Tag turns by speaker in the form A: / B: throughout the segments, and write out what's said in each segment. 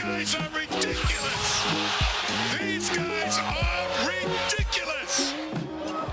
A: guys are ridiculous. These guys are ridiculous.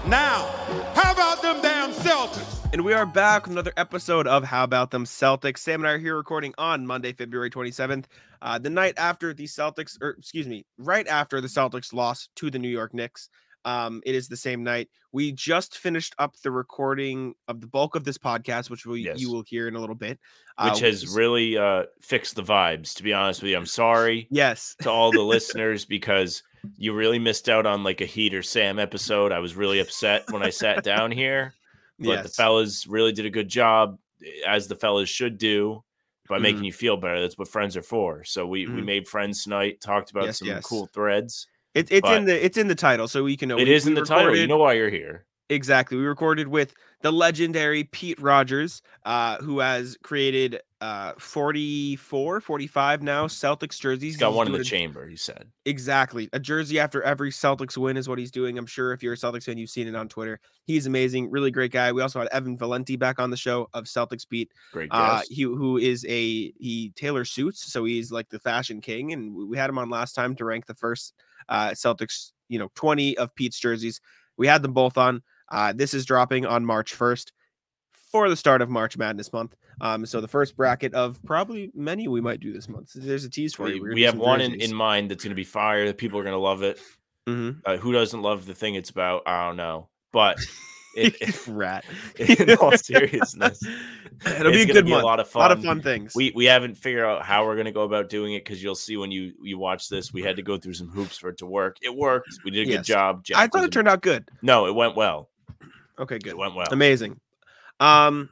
B: Now, how about them damn Celtics?
C: And we are back with another episode of How About Them Celtics. Sam and I are here recording on Monday, February 27th, uh, the night after the Celtics, or excuse me, right after the Celtics lost to the New York Knicks. Um, it is the same night. We just finished up the recording of the bulk of this podcast, which we,
D: Yes.
C: you will hear in a little bit. Uh,
D: which has really uh, fixed the vibes. To be honest with you, I'm sorry
C: yes,
D: to all the listeners because you really missed out on like a Heater Sam episode. I was really upset when I sat down here, but the
C: yes.
D: fellas really did a good job, eh, as the fellas should do, by making you feel better. That's what friends are for. So we we
C: Mhm.
D: made friends tonight, talked about
C: Yes,
D: some
C: yes.
D: cool threads.
C: It, it's in
D: but-
C: the it's in the title, so we can know
D: It is
C: we-
D: in
C: we
D: the title. You
C: recorded-
D: know why you're here.
C: Exactly. We recorded with the legendary Pete Rogers, uh, who has created uh, 44, 45 now Celtics jerseys.
D: Mm-hmm. He's got one in the
C: doing a-
D: chamber. He said.
C: Exactly. A jersey after every Celtics win is what he's doing. I'm sure if you're a Celtics fan, you've seen it on Twitter. He's amazing. Really great guy. We also had Evan Valenti back on the show of Celtics Beat
D: Great
C: uh,
D: guest.
C: he who is a he tailors suits, so he's like the fashion king. And we- we had him on last time to rank the first uh, Celtics, you know, twenty of Pete's jerseys. We had them both on. Uh, this is dropping on March first for the start of March Madness month. Um, so the first bracket of probably many we might do this month. There's a tease for
D: we
C: you. We're gonna
D: we
C: do
D: have
C: some
D: one in,
C: jerseys.
D: in mind that's going to be fire. People are going to love it.
C: Mhm.
D: uh, who doesn't love the thing it's about? I don't know, but it,
C: rat.
D: in all seriousness,
C: it'll be a
D: it's gonna
C: good
D: be
C: month.
D: a lot of
C: A
D: fun.
C: lot of fun things.
D: We we haven't figured out how we're gonna go about doing it because you'll see when you you watch this. We had to go through some hoops for it to work. It worked. We did a
C: Yes.
D: good job. Jack
C: I thought
D: did
C: it
D: a-
C: turned out good.
D: No, it went well.
C: Okay, good.
D: It went well.
C: Amazing. Um,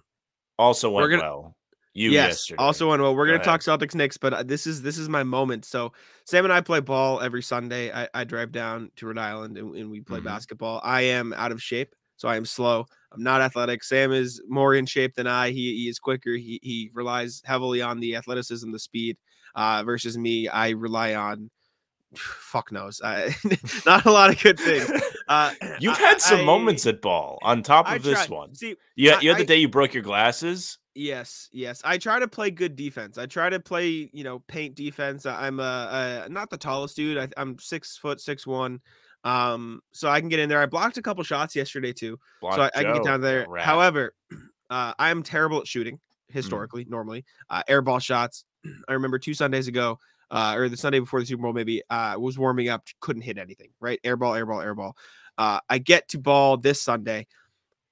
D: also
C: We're
D: went
C: gonna-
D: well. You
C: yes.
D: yesterday.
C: Also, on well, we're
D: Go
C: going to talk Celtics Knicks, but uh, this is this is my moment. So Sam and I play ball every Sunday. I, I drive down to Rhode Island and, and we play
D: Mhm.
C: basketball. I am out of shape, so I am slow. I'm not athletic. Sam is more in shape than I. He, he is quicker. He he relies heavily on the athleticism, the speed. Uh, versus me, I rely on fuck knows. I, not a lot of good things. Uh,
D: You've
C: I-
D: had some
C: I-
D: moments at ball on top of
C: I
D: this
C: tried-
D: one.
C: See,
D: Yeah,
C: I-
D: you had
C: I-
D: the day you broke your glasses.
C: Yes, yes. I try to play good defense. I try to play, you know, paint defense. I- I'm a, a not the tallest dude. I, I'm six foot six one, um, so I can get in there. I blocked a couple shots yesterday too, so I,
D: Blocked
C: I can get
D: Joe,
C: down there.
D: rat.
C: However, uh, I am terrible at shooting historically. Normally, uh, air ball shots. I remember two Sundays ago, uh, or the Sunday before the Super Bowl, maybe uh, was warming up, couldn't hit anything. Right, air ball, air ball, air ball. Uh, I get to ball this Sunday.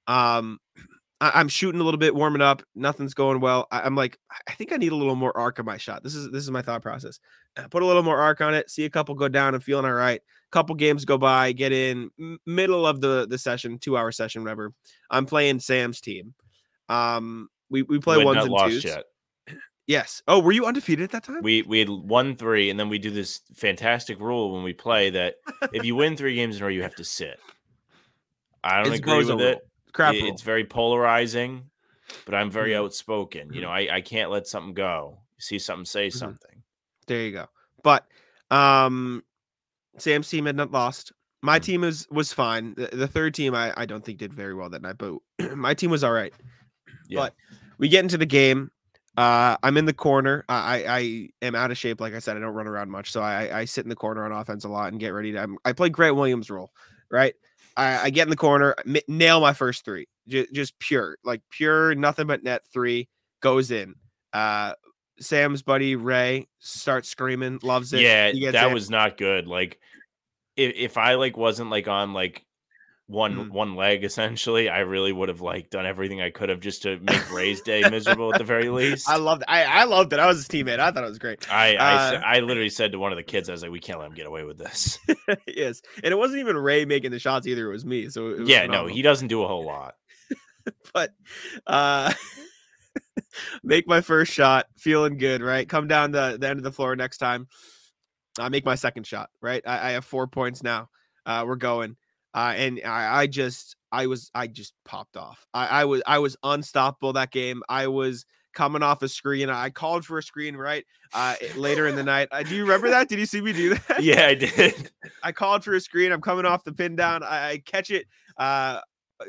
C: Um, I, I'm shooting a little bit, warming up. Nothing's going well. I, I'm like, "I- I think I need a little more arc on my shot. This is this is my thought process. Uh, Put a little more arc on it. See a couple go down. I'm feeling all right. Couple games go by. Get in m- middle of the the session, two hour session, whatever. I'm playing Sam's team. Um, we we play
D: You had
C: ones
D: not
C: and
D: lost
C: twos.
D: yet.
C: Yes. Oh, were you undefeated at that time?
D: we we had won three, and then we do this fantastic rule when we play that if you win three games in a row, you have to sit. I don't
C: It's
D: agree with
C: Bozo
D: it.
C: rule. Crap.
D: It-
C: rule.
D: It's very polarizing, but I'm very
C: Mhm.
D: outspoken. You know, I, I can't let something go. See something, say
C: Mhm.
D: something.
C: There you go. But um Sam's team had not lost. My
D: Mhm.
C: team was was fine. The, the third team I, I don't think did very well that night, but my team was all right.
D: Yeah.
C: But we get into the game. Uh, I'm in the corner. I, I I am out of shape. Like I said, I don't run around much, so I I sit in the corner on offense a lot and get ready to. I'm, I play Grant Williams role, right? I, I get in the corner, m- nail my first three, Ju- just pure, like pure, nothing but net three goes in. Uh, Sam's buddy Ray starts screaming, loves it.
D: yeah,
C: He gets
D: that
C: in.
D: was not good. Like if, if I like wasn't like on like one
C: Mhm.
D: one leg essentially, I really would have like done everything I could have just to make Ray's day miserable at the very least.
C: I loved. I I loved it. I was his teammate. I thought it was great.
D: I I, sa-
C: Uh,
D: I literally said to one of the kids, I was like, "We can't let him get away with this."
C: yes, and it wasn't even Ray making the shots either. It was me. So it was
D: yeah,
C: phenomenal.
D: no, he doesn't do a whole lot.
C: but uh make my first shot feeling good right come down the, the end of the floor next time i make my second shot right i, I have four points now uh we're going uh and i i just i was i just popped off i i was i was unstoppable that game i was coming off a screen i called for a screen right uh it- later in the night uh, do you remember that did you see me do that
D: Yeah, I did.
C: I called for a screen. I'm coming off the pin down. I, I catch it. Uh,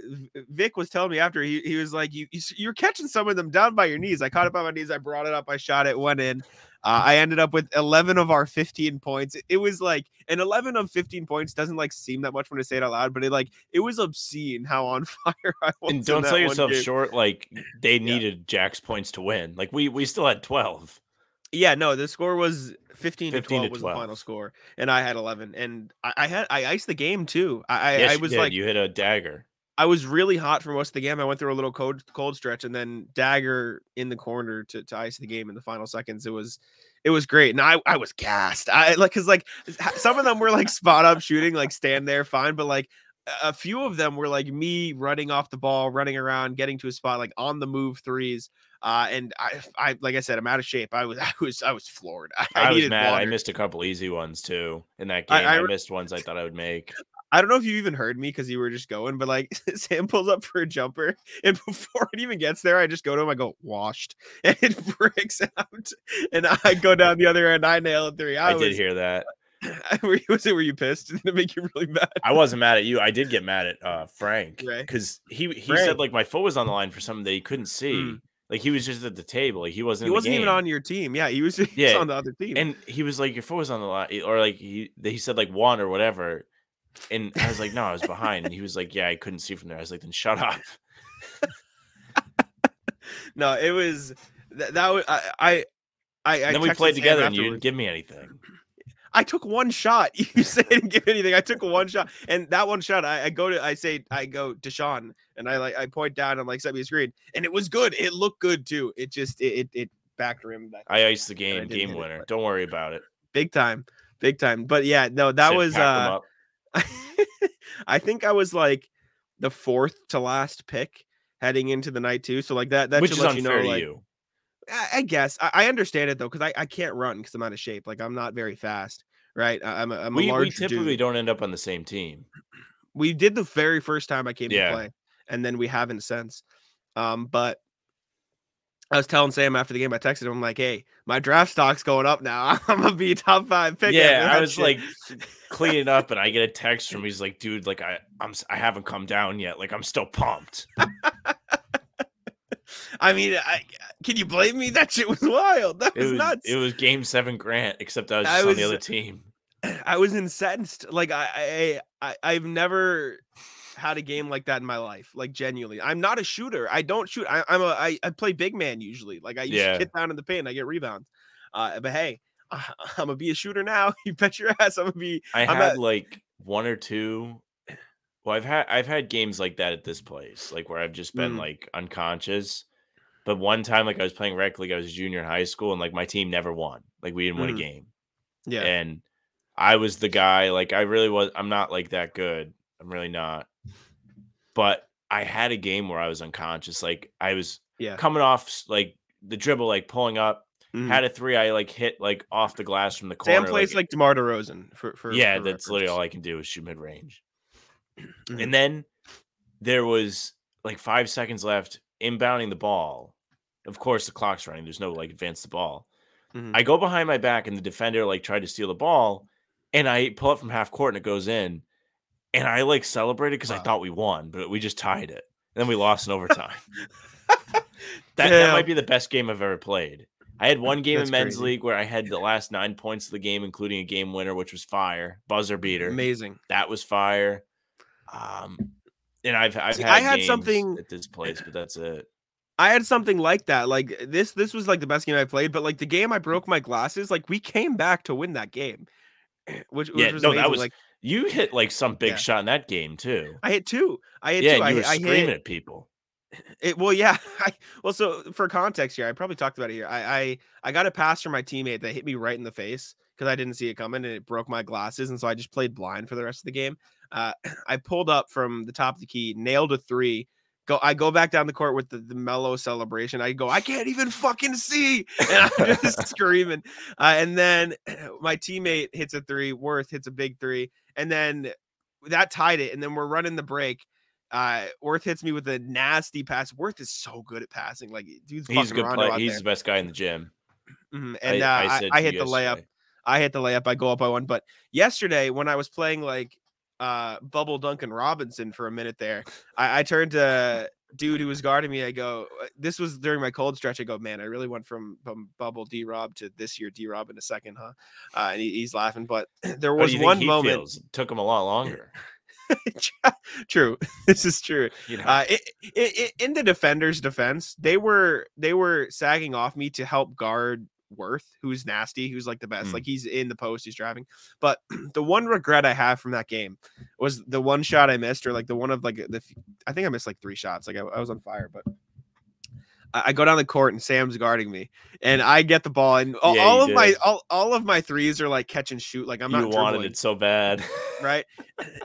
C: V- Vic was telling me after he, he was like, you, you s- you're catching some of them down by your knees. I caught it by my knees. I brought it up. I shot it. Went in. Uh, I ended up with 11 of our 15 points. It- It was like an 11 of 15 points doesn't like seem that much when I say it out loud, but it like it was obscene how on fire I was. in
D: And don't
C: that
D: sell
C: one
D: yourself
C: game.
D: short. Like they needed Jack's points to win. Like we we still had twelve.
C: Yeah, no, the score was 15,
D: 15
C: to 12
D: to
C: was the
D: 12.
C: final score, and I had 11, and I, I had I iced the game too. I I-
D: Yes,
C: I
D: you
C: was
D: did.
C: like
D: you hit a dagger.
C: I was really hot for most of the game. I went through a little cold cold stretch, and then dagger in the corner to, to ice the game in the final seconds. It was it was great, and I I was gassed. I like because like s- ha- some of them were like spot up shooting, like stand there fine, but like a- a few of them were like me running off the ball, running around, getting to a spot, like on the move threes. Uh, and I, I like I said, I'm out of shape. I was, I was, I was floored. I,
D: I, was
C: needed
D: mad. I
C: water.
D: missed a couple easy ones too in that
C: I-
D: game.
C: I
D: I,
C: re-
D: missed ones I thought I would make.
C: I don't know if you even heard me because you were just going, but like Sam pulls up for a jumper, and before it even gets there, I just go to him. I go washed, and it breaks out, and I go down the other end. I nail it three. I,
D: I,
C: was,
D: did hear that.
C: were you, was it were you pissed? Did it make you really mad?
D: I wasn't mad at you. I did get mad at uh, Frank
C: Right.
D: because he he
C: Frank. Hmm.
D: said like my foot was on the line for something that he couldn't see. Like he was just at the table. Like he wasn't.
C: He
D: in the
C: wasn't even
D: game.
C: on your team. Yeah, he was, he was
D: Yeah,
C: on the other team.
D: And he was like, "Your foot was on the line," or like he he said like one or whatever. And I was like, "No, I was behind." And he was like, "Yeah, I couldn't see from there." I was like, "Then shut up."
C: no, it was that, that was I. I I, I
D: And then we
C: texted
D: played
C: Sam
D: together, and you
C: afterwards.
D: didn't give me anything.
C: I took one shot. You say I didn't give anything. I took one shot, and that one shot, I, I go to, I say, I go Deshaun, and I like, I point down, I'm like, set me a screen, and it was good. It looked good too. It just, it, it, it backed rim that
D: I iced the
C: I
D: game,
C: didn't
D: game
C: hit it,
D: winner.
C: but-
D: Don't worry about it.
C: big time, big time. But yeah, no, that
D: Said,
C: was,
D: "Pack 'em
C: uh,
D: up."
C: I think I was like the fourth to last pick heading into the night too. So like that, that
D: which
C: should
D: is
C: let you
D: unfair
C: know,
D: to
C: like,
D: you.
C: I, I guess I, I understand it though, because I, I can't run because I'm out of shape. Like I'm not very fast, right? I, I'm a, I'm a
D: We, we
C: large
D: typically
C: dude.
D: don't end up on the same team.
C: we did the very first time I came
D: Yeah.
C: to play, and then we haven't since. Um, but I was telling Sam after the game, I texted him, I'm like, hey, my draft stock's going up now. I'm gonna be a top five pick. after
D: yeah, I
C: that
D: was
C: shit."
D: like cleaning up, and I get a text from him. He's like, "Dude, like I, I'm, s- I haven't come down yet. Like I'm still pumped."
C: I mean, I, can you blame me? That shit was wild. That
D: It
C: was,
D: was,
C: nuts.
D: it was Game Seven Grant, except I was
C: I
D: just on the
C: was-
D: other team.
C: I was incensed. Like I, I, I, I've never had a game like that in my life. Like genuinely, I'm not a shooter. I don't shoot. I, I'm a. I, I play big man usually. Like I used
D: Yeah.
C: to get down in the paint. I get rebounds. Uh, but hey, I, I'm gonna be a shooter now. You bet your ass. I'm gonna be.
D: I
C: I'm
D: had
C: at-
D: like one or two. Well, I've had I've had games like that at this place, like where I've just been
C: Mm.
D: like unconscious. But one time, like I was playing rec league, I was junior in high school, and like my team never won. Like we didn't win a
C: Mm.
D: game,
C: Yeah.
D: and I was the guy. Like I really was. I'm not like that good. I'm really not. But I had a game where I was unconscious. Like I was
C: Yeah.
D: coming off s- like the dribble, like pulling up.
C: Mhm.
D: Had a three. I like hit like off the glass from the Mm, corner.
C: Sam plays like, Demar Derozan for. for
D: yeah,
C: for
D: that's literally
C: reference.
D: all I can do is shoot mid range.
C: Mhm.
D: And then there was like five seconds left inbounding the ball. Of course, the clock's running. There's no like advance the ball.
C: Mhm.
D: I go behind my back, and the defender like tried to steal the ball, and I pull up from half court, and it goes in. And I like celebrated because I
C: Wow.
D: thought we won, but we just tied it. And then we lost in overtime. that, that
C: Damn.
D: might be the best game I've ever played. I had one game
C: That's
D: in men's
C: crazy.
D: league where I had the last nine points of the game, including a game winner, which was fire, buzzer beater
C: Amazing.
D: that was fire. Um, and I've I've
C: See,
D: had
C: I had
D: games
C: something-
D: at this place, but that's it.
C: I had something like that. Like this, this was like the best game I played. But like the game, I broke my glasses. Like we came back to win that game, which, which
D: Yeah,
C: was
D: no, that
C: amazing.
D: was-
C: like
D: You hit like some big
C: Yeah.
D: shot in that game too.
C: I hit two. I hit
D: yeah,
C: two.
D: and you
C: I,
D: were
C: I
D: screaming
C: hit
D: at people.
C: it. Well, yeah. I, well, so for context here, I probably talked about it here. I I, I got a pass from my teammate that hit me right in the face because I didn't see it coming and it broke my glasses, and so I just played blind for the rest of the game. Uh, I pulled up from the top of the key, nailed a three. Go, I go back down the court with the, the mellow celebration. I go, I can't even fucking see, and I'm just screaming. Uh, and then my teammate hits a three. Worth hits a big three, and then that tied it. And then we're running the break. Uh, Worth hits me with a nasty pass. Worth is so good at passing. Like dude's
D: He's a
C: fucking
D: good
C: Rondo
D: play.
C: out
D: He's
C: there.
D: the best guy in the gym.
C: Mhm, And
D: I,
C: uh, I,
D: said
C: I
D: to you
C: hit the layup.
D: yesterday.
C: I hit the layup. I go up by one. But yesterday, when I was playing like uh, Bubble Duncan Robinson for a minute there, I, I turned to dude who was guarding me, I go, uh, this was during my cold stretch. I go, man, I really went from, from bubble D Rob to this year D Rob in a second, huh? Uh, and he, he's laughing, but there
D: How
C: was
D: do you think
C: one
D: he
C: moment.
D: feels? It took him a lot longer.
C: true, this is true.
D: You know,
C: Uh, it, it, it, in the defender's defense, they were they were sagging off me to help guard Worth, who's nasty, who's like the best.
D: Mm.
C: Like he's in the post, he's driving. But the one regret I have from that game was the one shot I missed, or like the one of like the f- I think I missed like three shots. Like I, I was on fire, but. I I go down the court and Sam's guarding me, and I get the ball, and all,
D: Yeah,
C: all
D: you
C: of my
D: did.
C: all, all of my threes are like catch and shoot. Like I'm
D: you
C: not
D: wanted
C: dribbling
D: it so bad.
C: right?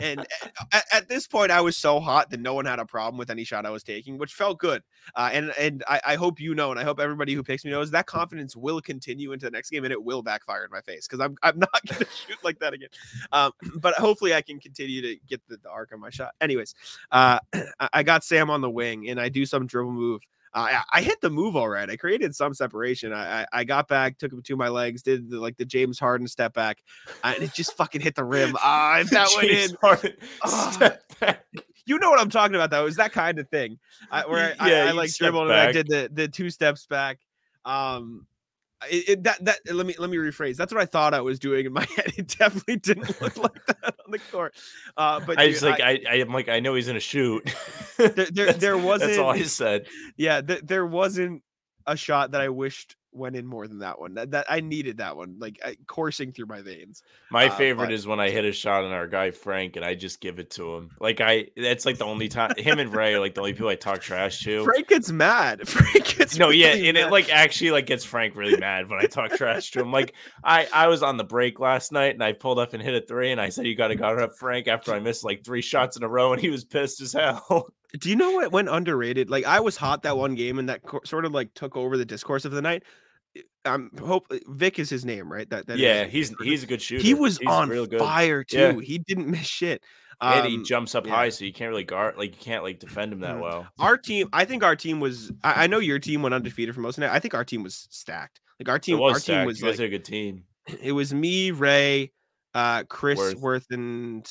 C: And at, at this point, I was so hot that no one had a problem with any shot I was taking, which felt good. Uh, and and I, I hope you know, and I hope everybody who picks me knows that confidence will continue into the next game, and it will backfire in my face because I'm I'm not going to shoot like that again. Um, but hopefully, I can continue to get the, the arc on my shot. Anyways, uh, I- I got Sam on the wing, and I do some dribble move. Uh, I, I hit the move all right. I created some separation. I, I, I got back, took him to my legs, did the, like the James Harden step back, uh, and it just fucking hit the rim. Ah, if that went in,
D: James Harden
C: Ah.
D: stepped back.
C: you know what I'm talking about though. It was that kind of thing I, where I,
D: Yeah,
C: I,
D: you
C: like
D: step
C: dribbled and I
D: back.
C: did the the two steps back. Um, it, it- that that let me let me rephrase. That's what I thought I was doing in my head. It definitely didn't look like that on the court. Uh, but
D: I
C: dude,
D: was like, I, I, am like, I know he's gonna shoot.
C: there there,
D: That's-
C: there wasn't
D: That's all I said.
C: yeah th- there wasn't a shot that I wished went in more than that one. That, that I needed that one like I, coursing through my veins.
D: My
C: Uh,
D: favorite
C: but-
D: is when I hit a shot on our guy Frank and I just give it to him. Like I, that's like the only time him and Ray are like the only people I talk trash to.
C: Frank gets mad. Frank gets
D: no, yeah,
C: really
D: and
C: mad.
D: it like actually like gets Frank really mad when I talk trash to him. Like I, I was on the break last night and I pulled up and hit a three and I said you got to guard up Frank after I missed like three shots in a row and he was pissed as hell.
C: Do you know what went underrated? Like I was hot that one game, and that co- sort of like took over the discourse of the night. I- I'm hope uh, Vic is his name, right? That, that is-
D: yeah, he's he's a good shooter.
C: he was
D: He's
C: on
D: real good.
C: fire too.
D: Yeah.
C: He didn't miss shit.
D: and he
C: Um,
D: jumps up
C: yeah.
D: high, so you can't really guard, like you can't like defend him that
C: Mhm.
D: well.
C: our team, I think our team was. I, I know your team went undefeated for most of the night. I think our team was stacked. Like our
D: It
C: team,
D: was
C: our team
D: stacked.
C: was
D: you guys
C: like
D: are a good team.
C: it was me, Ray, uh, Chris
D: Worth.
C: Worth, and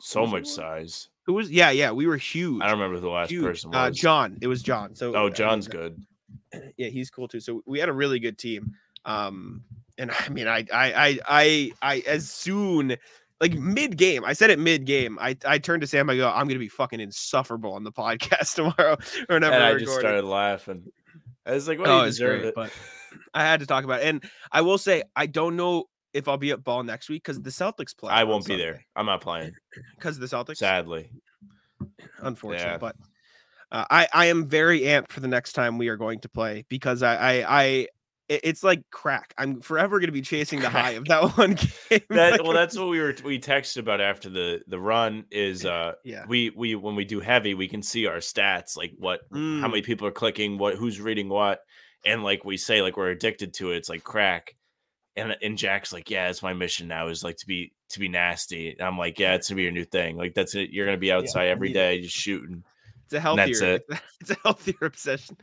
D: So
C: was the one-
D: much size.
C: who was? Yeah, yeah, we were huge.
D: I don't remember who the last
C: huge.
D: person was.
C: Uh, John. It was John. So I
D: Oh,
C: mean,
D: John's good.
C: yeah, he's cool too. So we had a really good team. Um, and I mean, I, I, I, I, I as soon like mid game, I said it mid game. I, I turned to Sam. I go, I'm gonna be fucking insufferable on the podcast tomorrow or whenever
D: And
C: we
D: I
C: record
D: just
C: it."
D: started laughing. I was like, "Well,
C: Oh,
D: you
C: it's
D: deserve
C: great,
D: it."
C: but- I had to talk about it. And I will say, I don't know if I'll be at ball next week because the Celtics play.
D: I won't be there. I'm not playing,
C: because the Celtics.
D: sadly.
C: unfortunate.
D: Yeah.
C: But uh, I I am very amped for the next time we are going to play because I I, I it- it's like crack. I'm forever going to be chasing the high of that one game. Like,
D: That well, that's what we were we texted about after the the run is uh
C: yeah.
D: we we when we do heavy we can see our stats like what how
C: Mm.
D: many people are clicking what who's reading what and like we say like we're addicted to it it's like crack and and jack's like yeah it's my mission now is like to be to be nasty and i'm like yeah it's gonna be your new thing like that's it you're gonna be outside every
C: need it.
D: day just shooting
C: It's a
D: and
C: healthier.
D: that's
C: It's a healthier obsession.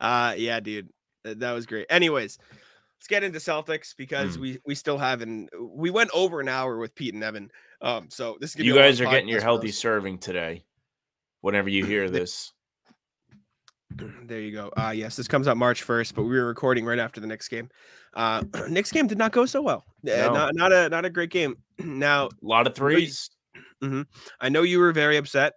C: Uh, yeah, dude, th- that was great. Anyways, let's get into Celtics because
D: Mm.
C: we we still haven't. We went over an hour with Pete and Evan. Um, so this is gonna
D: you
C: be a long
D: guys are getting your
C: podcast for
D: healthy
C: us.
D: serving today whenever you hear this
C: There you go. Uh yes, this comes out March 1st, but we were recording right after the next game. Uh next game did not go so well. Uh,
D: No.
C: Not not a not a great game. now,
D: a lot of threes
C: Oh, I know you were very upset.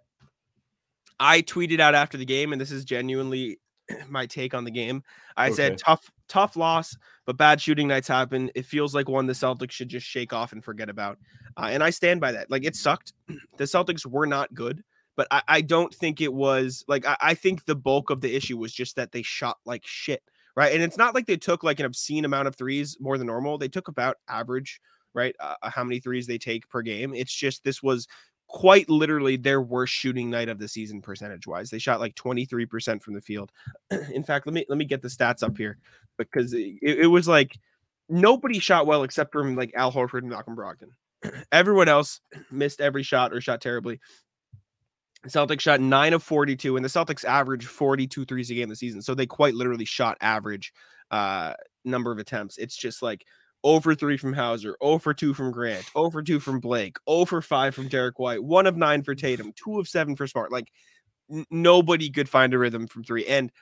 C: I tweeted out after the game and this is genuinely my take on the game. I
D: Okay.
C: said tough tough loss, but bad shooting nights happen. It feels like one the Celtics should just shake off and forget about. Uh, and I stand by that. Like it sucked. The Celtics were not good, but I, I don't think it was like I, I think the bulk of the issue was just that they shot like shit, right? And it's not like they took like an obscene amount of threes more than normal. They took about average, right? Uh, uh, how many threes they take per game. It's just this was quite literally their worst shooting night of the season percentage wise. They shot like 23% from the field. In fact, let me let me get the stats up here because it, it was like nobody shot well except from like Al Horford and Malcolm Brogdon. Everyone else missed every shot or shot terribly. The Celtics shot 9 of 42 and the Celtics average 42 threes a game this season. So they quite literally shot average uh number of attempts. It's just like over three from Hauser, over two from Grant, over two from Blake, over five from Derek White, one of nine for Tatum, two of seven for Smart. Like n- nobody could find a rhythm from three. And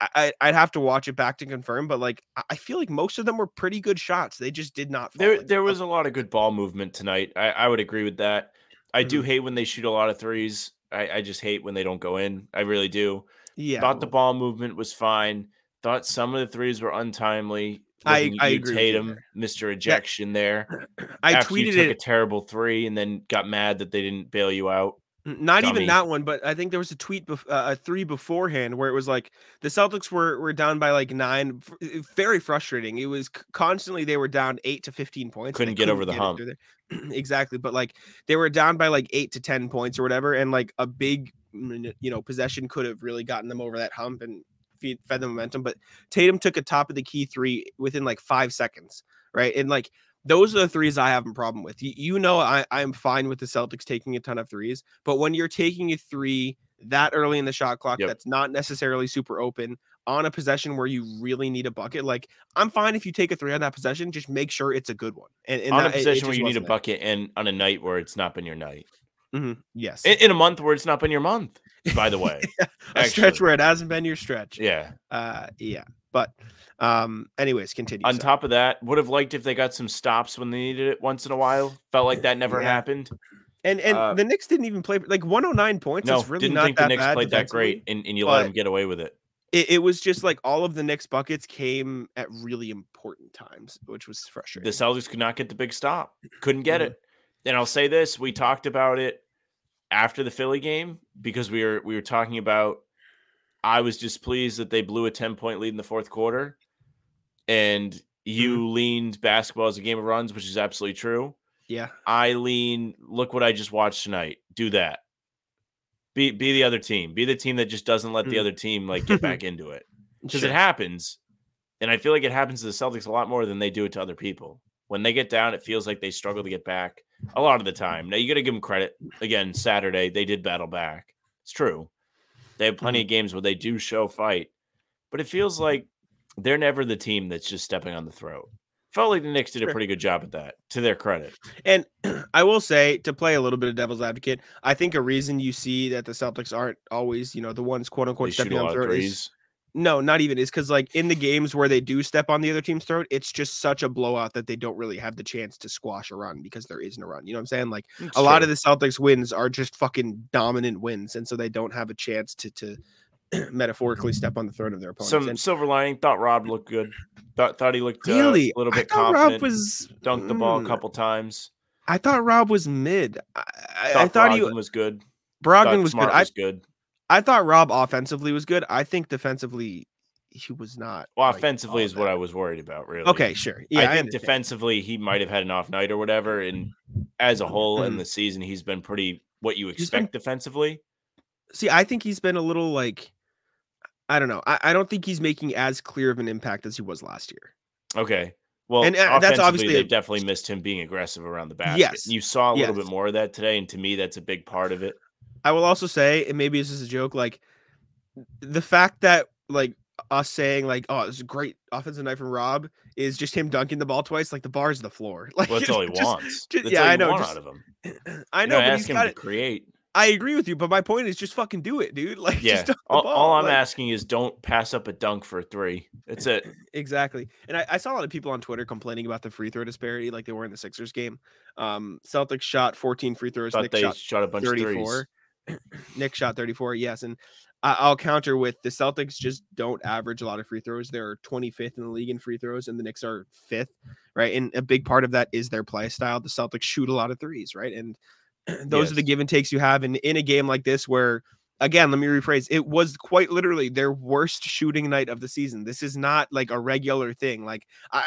C: I, I- I'd have to watch it back to confirm, but like I- I feel like most of them were pretty good shots. They just did not. fall.
D: There,
C: Like,
D: there
C: uh,
D: was a lot of good ball movement tonight. I, I would agree with that. I do
C: Mm-hmm.
D: hate when they shoot a lot of threes. I, I just hate when they don't go in. I really do.
C: yeah.
D: Thought the ball movement was fine. Thought some of the threes were untimely.
C: I-
D: Looking at
C: I
D: you,
C: agree with you
D: Tatum, Mr. Ejection there.
C: I
D: After you
C: tweeted
D: took
C: it.
D: a terrible three and then got mad that they didn't bail you out.
C: N- Not
D: dummy.
C: even that one, but I think there was a tweet, bef- uh, a three beforehand, where it was like the Celtics were were down by like nine. F- it- Very frustrating. It was c- constantly they were down eight to fifteen points. and they
D: Couldn't get over the
C: it
D: hump.
C: through there. exactly, but like they were down by like eight to ten points or whatever, and like a big mm, you know possession could have really gotten them over that hump and feed, fed them momentum. But Tatum took a top of the key three within like five seconds, right? And like those are the threes I have a problem with. You, you know, I, I'm fine with the Celtics taking a ton of threes, but when you're taking a three that early in the shot clock,
D: Yep.
C: that's not necessarily super open on a possession where you really need a bucket. Like, I'm fine if you take a three on that possession, just make sure it's a good one. And, and
D: on
C: that-
D: a
C: it- it
D: position where
C: just
D: you need a
C: wasn't there.
D: bucket and on a night where it's not been your night.
C: Mhm, Yes.
D: In, in a month where it's not been your month, by the way.
C: a stretch
D: actually.
C: where it hasn't been your stretch.
D: yeah.
C: Uh, yeah. But, um, anyways, continue.
D: On
C: sorry.
D: top of that, would have liked if they got some stops when they needed it once in a while. Felt like that never
C: Yeah.
D: happened.
C: and and
D: uh,
C: the Knicks didn't even play like 109 points.
D: No,
C: is really
D: didn't
C: not
D: think
C: that
D: the Knicks
C: bad
D: played that
C: defensively.
D: great, and, and you let
C: but-
D: them get away with it.
C: it, it was just like all of the Knicks buckets came at really important times, which was
D: The
C: frustrating.
D: Celtics could not get the big stop. Couldn't get
C: Mhm.
D: it. And I'll say this: we talked about it after the Philly game because we were we were talking about. I was just pleased that they blew a ten point lead in the fourth quarter, and you
C: Mm-hmm.
D: leaned basketball as a game of runs, which is absolutely true.
C: yeah.
D: I lean. Look what I just watched tonight. Do that. Be be the other team. Be the team that just doesn't let the
C: Mm.
D: other team like get back into it because
C: Sure.
D: it happens, and I feel like it happens to the Celtics a lot more than they do it to other people. When they get down, it feels like they struggle to get back a lot of the time. Now you got to give them credit. Again, Saturday they did battle back. It's true. They have
C: Mm-hmm.
D: plenty of games where they do show fight, but it feels like they're never the team that's just stepping on the throat. Felt like the Knicks did a
C: Sure.
D: pretty good job at that, to their credit.
C: And I will say to play a little bit of devil's advocate, I think a reason you see that the Celtics aren't always, you know, the ones quote unquote
D: they shoot
C: stepping
D: a
C: on
D: lot of
C: throat is
D: threes.
C: no, not even is because like in the games where they do step on the other team's throat, it's just such a blowout that they don't really have the chance to squash a run because there isn't a run. You know what I'm saying? Like a lot of the Celtics wins are just fucking dominant wins, and so they don't have a chance to to metaphorically step on the throat of their opponents.
D: some
C: And-
D: silver lining. Thought Rob looked good. Thought thought he looked uh,
C: Really,
D: a little
C: I
D: bit
C: thought Rob
D: confident.
C: was
D: dunked the ball a
C: mm,
D: couple times.
C: I thought Rob was mid. I, I-
D: Thought
C: I thought
D: Brogdon
C: he
D: was good.
C: Brogdon
D: Thought
C: was
D: Smart
C: good. I,
D: was good.
C: I thought Rob offensively was good. I think defensively he was not.
D: Well,
C: like,
D: offensively
C: all
D: is
C: that.
D: what I was worried about. Really.
C: Okay, sure. Yeah, I,
D: I think
C: understand.
D: defensively he might have had an off night or whatever. And as a whole in the season, he's been pretty what you
C: Mm-hmm. He's been-
D: expect defensively.
C: See, I think he's been a little like, I don't know. I, I don't think he's making as clear of an impact as he was last year.
D: Okay. Well,
C: And,
D: and,
C: uh, that's
D: that's
C: obviously
D: obviously
C: a-
D: they've definitely missed him being aggressive around the basket.
C: Yes.
D: You saw a little
C: Yes.
D: bit more of that today, and to me, that's a big part of it.
C: I will also say, and maybe this is a joke, like the fact that like us saying like, oh, it's a great offensive night from Rob is just him dunking the ball twice. Like the bar's the floor. Like
D: Well, that's all he
C: just-
D: wants.
C: just-
D: that's
C: yeah,
D: all you
C: I know,
D: want
C: just-
D: out of him.
C: I
D: You
C: know, but
D: don't ask
C: he's
D: him
C: got
D: to
C: it.
D: create.
C: I agree with you, but my point is just fucking do it, dude. Like,
D: Yeah.
C: just dunk the
D: all,
C: ball.
D: all I'm
C: like-
D: asking is don't pass up a dunk for a three. That's it.
C: Exactly. And I, I saw a lot of people on Twitter complaining about the free throw disparity, like they were in the Sixers game. Um, Celtics shot 14 free throws.
D: Thought
C: Knicks
D: they
C: shot
D: shot, a bunch of threes.
C: 34. Nick shot 34. Yes, and I, I'll counter with the Celtics just don't average a lot of free throws. They're 25th in the league in free throws, and the Knicks are fifth, right? And a big part of that is their play style. The Celtics shoot a lot of threes, right? And those are the
D: Yes.
C: give and takes you have. And in a game like this, where again, let me rephrase, it was quite literally their worst shooting night of the season. This is not like a regular thing. Like I,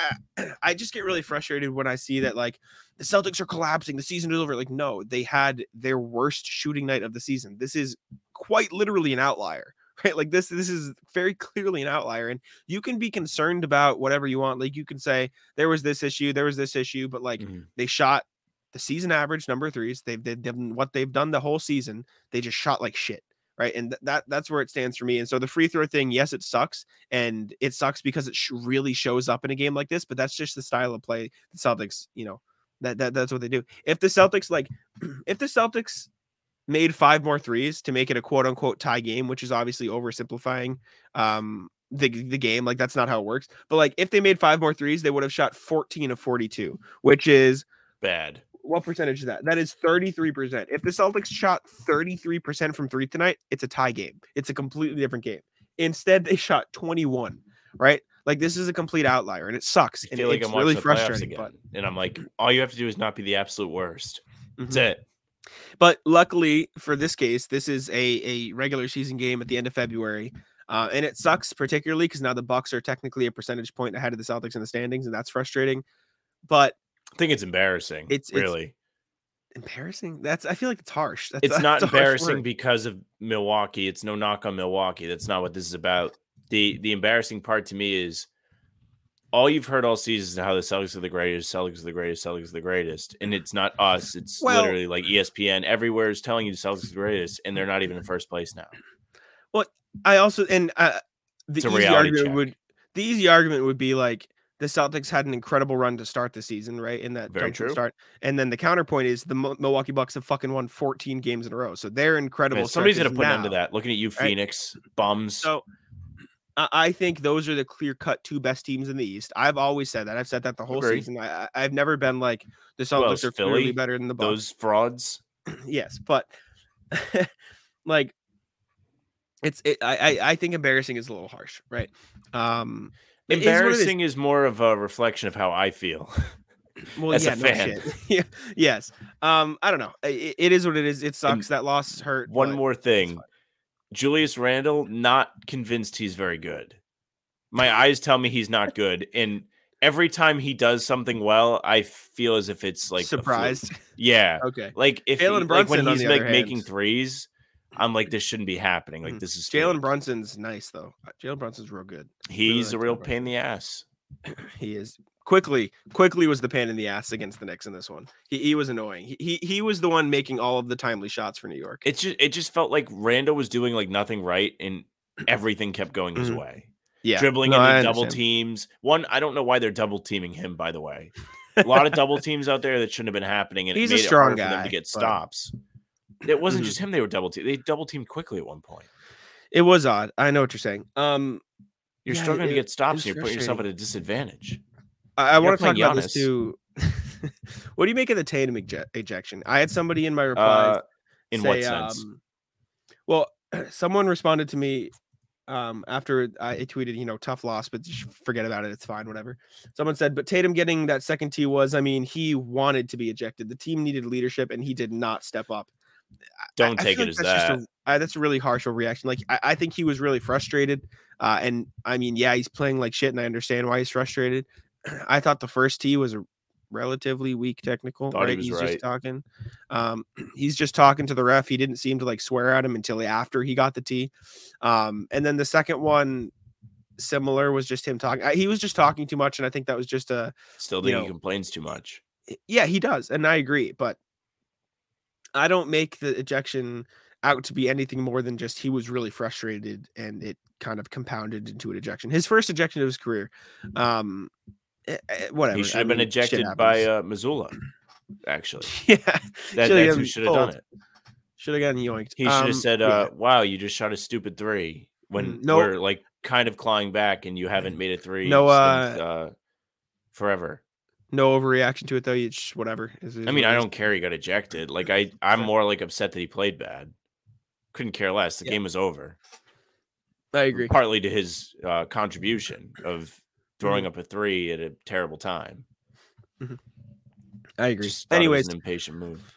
C: I just get really frustrated when I see that like the Celtics are collapsing. The season is over. Like, no, they had their worst shooting night of the season. This is quite literally an outlier, right? Like this, this is very clearly an outlier. And you can be concerned about whatever you want. Like you can say there was this issue, there was this issue, but like
D: Mhm.
C: they shot the season average number of threes. They've they've done what they've done the whole season. They just shot like shit. Right. And th- that that's where it stands for me. And so the free throw thing, yes, it sucks. And it sucks because it sh- really shows up in a game like this, but that's just the style of play the Celtics, you know, that, that that's what they do. If the Celtics like if the Celtics made five more threes to make it a quote unquote tie game, which is obviously oversimplifying um the the game. Like that's not how it works. But like if they made five more threes, they would have shot 14 of 42, which is
D: Bad.
C: what percentage is that? That is 33%. If the Celtics shot 33% from three tonight, it's a tie game. It's a completely different game. Instead, they shot 21, right? Like this is a complete outlier and it sucks.
D: I
C: And
D: feel like
C: it's
D: I'm
C: really
D: watching the playoffs
C: frustrating.
D: again,
C: But,
D: and I'm like, all you have to do is not be the absolute worst. That's
C: Mhm.
D: it.
C: but luckily for this case, this is a, a regular season game at the end of February. Uh, and it sucks particularly because now the Bucks are technically a percentage point ahead of the Celtics in the standings, and that's frustrating. But
D: I think it's embarrassing.
C: It's-
D: It's
C: it's-
D: really.
C: embarrassing, that's I feel like it's harsh. That's,
D: It's, not
C: that's a harsh
D: embarrassing
C: word.
D: because of Milwaukee. It's no knock on Milwaukee. That's not what this is about. the The embarrassing part to me is all you've heard all season is how the Celtics are the greatest, Celtics are the greatest, Celtics are the greatest, and it's not us. It's
C: Well-
D: literally like E ESPN everywhere is telling you the Celtics are the greatest, and they're not even in first place now.
C: I also and uh, the
D: It's a
C: easy
D: reality
C: argument
D: check.
C: would the easy argument would be like the Celtics had an incredible run to start the season, right? In that
D: Very
C: jump from
D: true.
C: start, and then the counterpoint is the Mo- Milwaukee Bucks have fucking won 14 games in a row, so they're incredible.
D: Man,
C: start
D: somebody's
C: to
D: gonna put an end to
C: now.
D: that. Looking at you,
C: right?
D: Phoenix bums.
C: So I- I think those are the clear cut two best teams in the East. I've always said that. I've said that the whole
D: Agreed.
C: season. I, I- I've never been like the
D: Who
C: Celtics
D: else?
C: are clearly
D: Philly?
C: better than the Bucks.
D: Those frauds.
C: yes but like it's it, I, I i think embarrassing is a little harsh right um it is what it is.
D: Embarrassing is more of a reflection of how I feel.
C: well
D: as a
C: yeah no
D: fan.
C: shit. yeah yes um i don't know I- i- it is what it is it sucks that loss hurt
D: One
C: but
D: more thing.
C: fine.
D: Julius Randle, not convinced he's very good. My eyes tell me he's not good. And every time he does something well, I feel as if it's like a fluke.
C: surprised
D: Yeah.
C: okay
D: Like if
C: Jalen
D: he-
C: Brunson,
D: like
C: on
D: when he's
C: the
D: like
C: other
D: making
C: hand-
D: threes, I'm like, this shouldn't be happening.
C: Mhm.
D: Like this is
C: jalen
D: fake.
C: brunson's nice though Uh, jalen brunson's real good
D: He's
C: like
D: a real
C: Jalen Brunson.
D: pain in the ass.
C: he is quickly quickly was the pain in the ass against the Knicks in this one he, he was annoying he, he he was the one making all of the timely shots for new york
D: It just it just felt like Randall was doing like nothing right and everything kept going his
C: Mhm.
D: way.
C: yeah
D: dribbling
C: no, I
D: into double
C: understand.
D: teams. One, I don't know why they're double teaming him. By the way, a lot of double teams out there that shouldn't have been happening, and
C: He's a
D: it made
C: strong
D: it hard for them
C: guy,
D: to get
C: but-
D: stops. It wasn't
C: Mhm.
D: just him; they were double teamed. They double teamed quickly at one point.
C: It was odd. I know what you're saying. Um,
D: You're
C: Yeah,
D: struggling
C: it-
D: to get stops,
C: it's
D: and you're putting yourself at a disadvantage.
C: I, I want to talk
D: playing
C: about this
D: Giannis.
C: too. what do you make of the Tatum eject- ejection? I had somebody in my replies
D: Uh, in what
C: say,
D: sense?
C: um, well, someone responded to me um, after I I tweeted, you know, tough loss, but just forget about it. It's fine, whatever. Someone said, but Tatum getting that second T was, I mean, he wanted to be ejected. The team needed leadership, and he did not step up. I-
D: don't
C: I
D: take
C: feel like
D: it as
C: that's just
D: that.
C: a- I- that's a really harsh overreaction. Like I, I think he was really frustrated, uh, and I mean, yeah, he's playing like shit, and I understand why he's frustrated. I thought the first tee was a relatively weak technical.
D: Thought he
C: right?
D: was
C: he's just
D: right.
C: talking. Um, he's just talking to the ref. He didn't seem to like swear at him until after he got the tee, um, and then the second one, similar, was just him talking. I, he was just talking too much, and I think that was just a
D: Still
C: you
D: think
C: know,
D: he complains too much.
C: eh, yeah, he does, and I agree, but I don't make the ejection out to be anything more than just he was really frustrated and it kind of compounded into an ejection. His first ejection of his career. Um eh, eh, whatever.
D: Mm-hmm. He
C: I
D: should have been
C: mean, shit
D: ejected by
C: happens.
D: uh, Missoula. Actually,
C: yeah.
D: that,
C: Should've
D: that's who
C: gotten
D: should have done
C: pulled.
D: it.
C: Should have gotten yoinked.
D: He should have
C: Um,
D: said,
C: yeah.
D: uh, "Wow, you just shot a stupid three when
C: Mm, no-
D: we're like kind of clawing back, and you haven't made a three
C: No,
D: since, uh, forever."
C: no overreaction to it though. You just whatever. It is
D: I
C: what
D: mean,
C: it
D: I
C: is.
D: don't care. He got ejected. Like I, I'm more like upset that he played bad. Couldn't care less. The
C: Yeah.
D: game was over.
C: I agree. Mm-hmm.
D: Partly to his uh, contribution of throwing up a three at a terrible time.
C: I agree.
D: Just thought it was
C: Anyways,
D: an impatient move.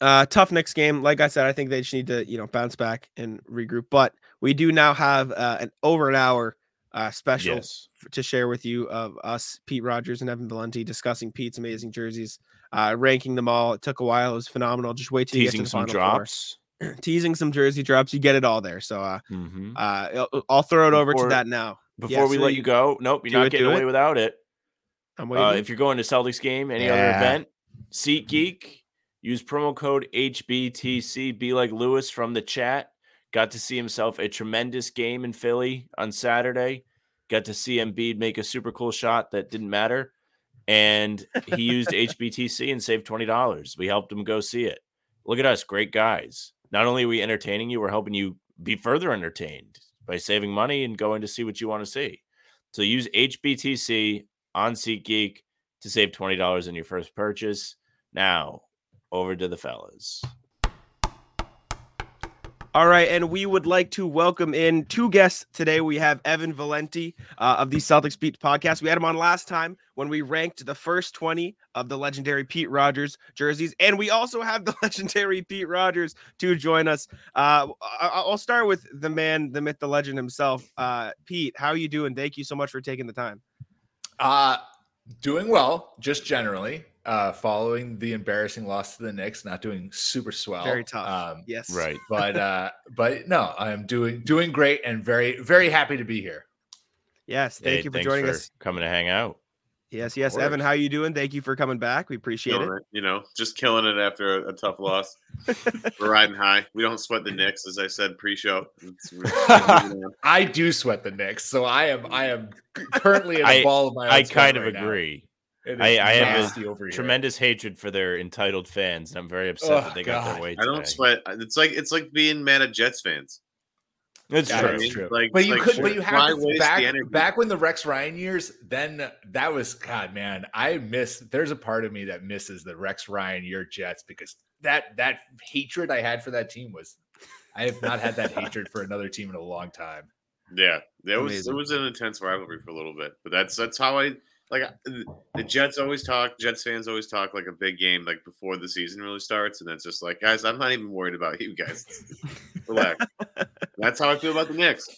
C: uh tough next game like i said i think they just need to you know bounce back and regroup but we do now have uh, an over an hour uh special
D: Yes.
C: f- to share with you of us pete rogers and evan valenti discussing pete's amazing jerseys uh ranking them all it took a while it was phenomenal just wait till you
D: Teasing
C: get to the
D: some
C: final
D: drops.
C: four. teasing some jersey drops you get it all there so uh
D: hmm
C: uh i'll, I'll throw it over
D: Before-
C: to that now
D: Before we
C: so
D: let
C: you-
D: you go, nope,
C: do
D: you're not
C: it,
D: getting
C: do
D: away
C: it.
D: without it.
C: i'm waiting
D: Uh, if you're going to Celtics game, any other
C: Yeah.
D: event, SeatGeek, use promo code HBTC. Be like Lewis from the chat. Got to see himself a tremendous game in Philly on Saturday. Got to see Embiid make a super cool shot that didn't matter, and he used HBTC and saved twenty dollars. We helped him go see it. look at us, great guys. Not only are we entertaining you, we're helping you be further entertained by saving money and going to see what you want to see. So use HBTC on SeatGeek to save $20 on your first purchase. Now, over to the fellas.
C: All right, and we would like to welcome in two guests today. We have Evan Valenti uh, of the Celtics Beat podcast. We had him on last time when we ranked the first 20 of the legendary Pete Rogers jerseys, and we also have the legendary Pete Rogers to join us. Uh, I- will start with the man, the myth, the legend himself, uh, Pete. How are you doing? Thank you so much for taking the time.
E: Uh doing well, just generally. Uh following the embarrassing loss to the Knicks, not doing super swell.
C: Very tough.
E: Um
C: yes,
D: Right.
E: but uh but no, I'm doing doing great and very very happy to be here.
C: Yes, thank
D: Hey,
C: you for
D: thanks
C: joining us.
D: Coming to hang out.
C: Yes, yes, Evan.
E: course.
C: How you doing? Thank you for coming back. We appreciate it.
F: Killing it, you know, just killing it after a, a tough loss. We're riding high. We don't sweat the Knicks, as I said pre-show. It's- we're-
E: I do sweat the Knicks, so I am I am c- currently in
D: I-
E: a ball of my own
D: I
E: sweat
D: kind of
E: right now.
D: agree.
E: It is
D: I- I have a
E: nasty over here.
D: Tremendous hatred for their entitled fans, and I'm very upset
E: Oh,
D: that they got
E: God.
D: their way.
F: I don't
D: today.
F: sweat. It's like it's like being mad at Jets fans.
D: It's
E: That
D: true.
E: is
F: It's
E: true.
F: like-
E: but you
F: like,
E: could,
F: sure,
E: but you
F: why
E: have
F: waste the
E: back
F: energy?
E: back when the Rex Ryan years. Then that was God, man. I miss. There's a part of me that misses the Rex Ryan year Jets because that that hatred I had for that team was. I have not had that hatred for another team in a long time.
F: Yeah, that was
C: Amazing.
F: it was an intense rivalry for a little bit, but that's that's how I like the Jets always talk. Jets fans always talk like a big game like before the season really starts, and that's just like guys, I'm not even worried about you guys. Relax. that's how I feel about the Knicks.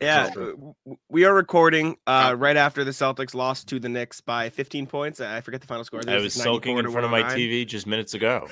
C: Yeah,
E: So true.
C: w- w- we are recording uh, right after the Celtics lost to the Knicks by 15 points. I forget the final score.
D: I was sulking in front of my TV just minutes ago.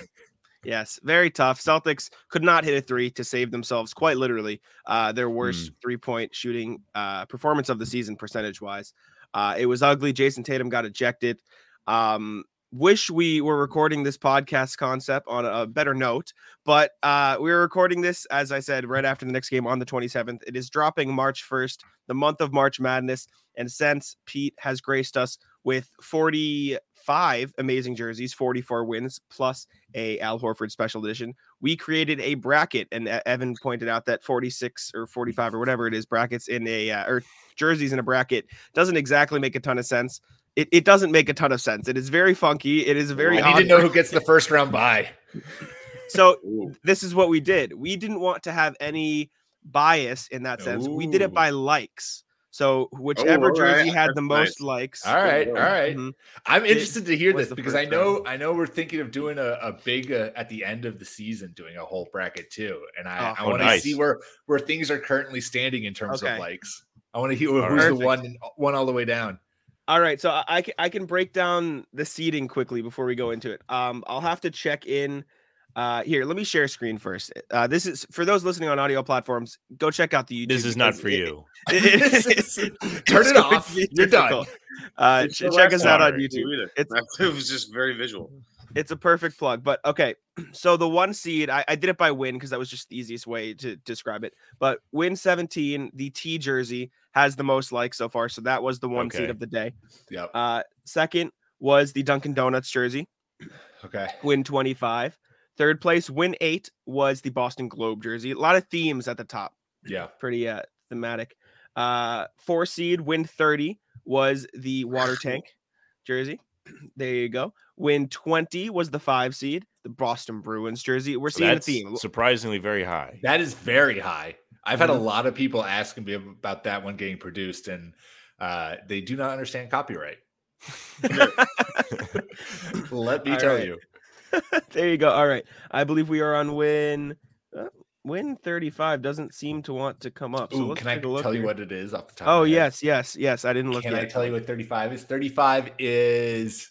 C: Yes, very tough. Celtics could not hit a three to save themselves, quite literally. Uh, their worst three point shooting uh, performance of the season, percentage wise. Uh, it was ugly. Jason Tatum got ejected. Um, wish we were recording this podcast concept on a better note, but uh, we are recording this, as I said, right after the next game on the 27th. It is dropping March 1st, the month of March Madness. And since Pete has graced us with 45 amazing jerseys, 44 wins, plus a Al Horford special edition. We created a bracket, and E- Evan pointed out that 46 or 45 or whatever it is brackets in a uh, or jerseys in a bracket doesn't exactly make a ton of sense. It, it doesn't make a ton of sense. It is very funky. It is very
E: I need
C: odd.
E: to know who gets the first round bye.
C: so
F: Ooh.
C: this is what we did. We didn't want to have any bias in that sense. We did it
D: Ooh.
C: by likes. So
F: all
C: whichever
F: right.
C: jersey had the
F: That's nice.
C: most likes.
E: All right, all right.
C: Mhm.
E: I'm
C: It
E: interested to hear
C: was
E: this
C: the
E: because I
C: first
E: know I know we're thinking of doing a, a big uh, at the end of the season, doing a whole bracket too, and I,
C: Oh,
E: I want to
D: nice.
E: see where where things are currently standing in terms
C: Okay.
E: of likes. I want to hear
D: right.
E: who's
C: Perfect.
E: the one one all the way down.
C: All right, so I, I can I can break down the seating quickly before we go into it. Um, I'll have to check in. Uh, here, let me share screen first. Uh, this is for those listening on audio platforms. Go check out the YouTube.
D: This is not
C: because
D: for
C: it-
D: you.
E: This is- turn
C: it's
E: it
C: going
E: off.
C: to be
E: You're done.
C: difficult. Uh,
F: It's
C: ch-
F: the
C: check
F: last
C: us out on
F: time I
C: YouTube.
F: do either.
C: It's-
F: That's- it was just very visual.
C: It's a perfect plug. But okay, so the one seed, I, I did it by win because that was just the easiest way to describe it. But win 17, the T jersey has the most likes so far. So that was the one seed
D: Okay.
C: of the day.
E: Yep.
C: Uh, second was the Dunkin' Donuts jersey.
E: Okay.
C: win 25. Third place, win eight, was the Boston Globe jersey. A lot of themes at the top,
E: Yeah.
C: pretty uh, thematic. Uh, four seed, win 30, was the water tank jersey. There you go. Win 20 was the five seed, the Boston Bruins jersey. We're
D: So
C: seeing a
D: that's
C: theme.
D: surprisingly very high.
E: That is very high. I've
C: mm-hmm.
E: had a lot of people asking me about that one getting produced, and uh, they do not understand copyright. Let me
C: All
E: tell
C: right.
E: you.
C: there you go. All right. I believe we are on win. uh, win 35 doesn't seem to want to come up. So
E: Ooh,
C: let's
E: can I
C: take a look
E: tell you
C: here.
E: what it is off the top? of
C: Oh,
E: my head?
C: yes, yes, yes. I didn't look
E: Can
C: yet.
E: I tell you what 35 is? 35 is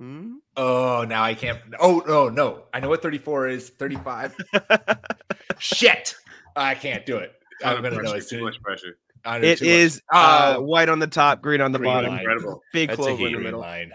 C: Mm.
E: oh now I can't. Oh no, no. I know what 34 is. 35. Shit. I can't do it.
F: Ton
E: I'm
F: of
E: gonna know
F: pressure,
E: as
F: too
E: soon.
F: much pressure.
E: I know
C: It
E: too much.
C: is uh, white on the top, green on the
E: Green
C: bottom,
E: line.
F: Incredible.
C: big
D: Oh. That's a
C: clover in
D: heat
C: the
E: Green
C: middle.
E: line.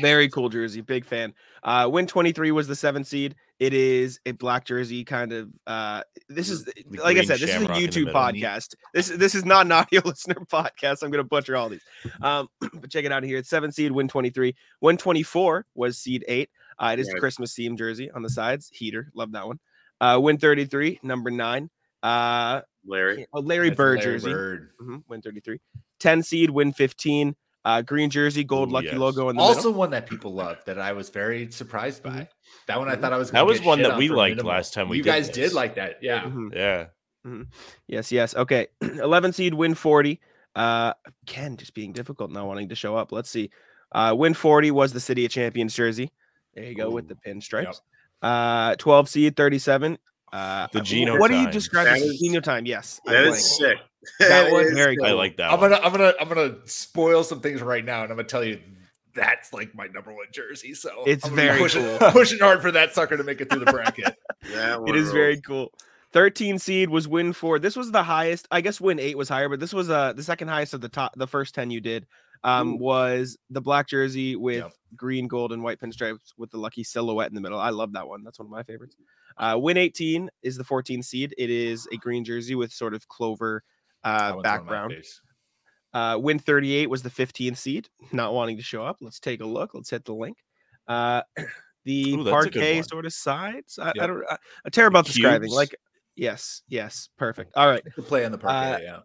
C: Very cool jersey, big fan. Uh, win 23 was the seventh seed. It is a black jersey kind of. uh This is
D: The
C: like I
D: green
C: said. This is a
D: shamrock in the
C: YouTube
D: middle.
C: podcast. This this is not an audio listener podcast. I'm going to butcher all these. Um, but check it out here. It's seven seed, win twenty three, win twenty four was seed eight. Uh, it is the
F: Right.
C: Christmas theme jersey on the sides. Heater, love that one. Uh, win thirty three, number nine. Uh,
F: Larry.
C: oh, Larry
E: That's
C: Bird
E: Larry
C: jersey.
E: Bird.
C: Mhm, win 33 10 seed win 15 uh green jersey gold
D: Ooh,
C: lucky
D: yes.
C: logo in the
E: Also,
C: middle.
E: one that people love that I was very surprised by.
C: Mhm.
E: That one I
C: Mhm.
E: thought I was.
D: Mm-hmm. That
E: gonna
D: was
E: get
D: one
E: shit
D: that
E: on
D: we
E: for
D: liked
E: minimal.
D: last time we
E: you
D: did
E: guys
D: this.
E: did like that, yeah.
C: Mhm.
D: Yeah.
C: yes yes okay 11 seed win 40 uh ken just being difficult not wanting to show up let's see uh win 40 was the city of champions jersey there you go with the pinstripes uh 12 seed 37 uh
D: The
C: uh, wh-
D: Geno
C: what do you
D: time.
C: describe
F: That
C: as
F: is-
C: Geno time yes I
F: That
C: blank.
F: is sick.
C: That was
F: is
C: very
F: sick.
C: good.
D: I like that
E: I'm
D: one.
E: gonna, I'm gonna, I'm gonna spoil some things right now, and I'm gonna tell you that's like my number one jersey. So
C: It's
E: I'm gonna be
C: very
E: pushing,
C: cool.
E: pushing hard for that sucker to make it through the bracket.
F: That
C: it
F: one
C: is
F: rules.
C: very cool. 13 seed was win four. This was the highest. I guess win eight was higher, but this was uh the second highest of the top the first 10 you did. Um was the black jersey with
E: Yep.
C: green, gold, and white pinstripes with the lucky silhouette in the middle. I love that one. That's one of my favorites. Uh win 18 is the 14 seed. It is a green jersey with sort of clover uh
E: That one's one of my
C: background.
E: faves.
C: Uh, win 38 was the 15th seed, not wanting to show up. Let's take a look. Let's hit the link. Uh, the
D: Ooh, that's a good
C: parquet
D: one.
C: sort of sides. I, I
E: Yep.
C: don't. I, I tear about describing.
D: cubes?
C: Like, yes, yes, perfect. All right.
E: The play on the parquet, yeah.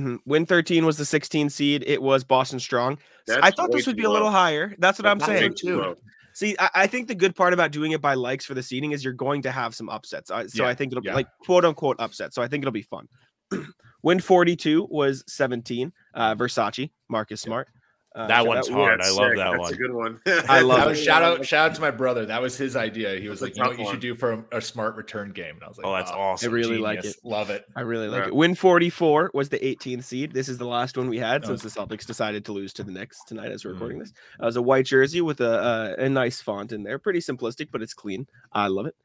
C: mhm. Win 13 was the 16 seed. It was Boston Strong. S- I
F: That's
C: thought
F: way
C: this would
F: too
C: be a little
F: low.
C: higher. That's what I'm
E: That's
F: Way
C: saying.
E: it.
F: too low.
C: See, I, I think the good part about doing it by likes for the seeding is you're going to have some upsets. I, so
E: Yeah,
C: I think it'll be
E: yeah.
C: like quote unquote upset. So I think it'll be fun. Win 42 was 17. Uh, Versace, Marcus Smart. Uh,
D: That
C: shout
D: one's
C: out.
D: hard.
F: That's
D: I love
F: sick.
D: that
F: That's
D: one.
F: a good one.
C: I love
E: that
C: it.
E: was shout out, shout out to my brother. That was his idea. He was
F: That's a
E: like, "You know
F: tough
E: what you should
F: one.
E: do for a, a smart return game," and I was like,
D: Oh, that's awesome.
C: I really like
E: genius. Love it.
C: I really like
F: Yeah.
C: it. Win 44 was the 18th seed. This is the last one we had
E: That
C: since the Celtics decided to lose to the Knicks tonight as we're recording
D: Mm.
C: this. It was a white jersey with a, uh, a nice font in there. Pretty simplistic, but it's clean. I love it.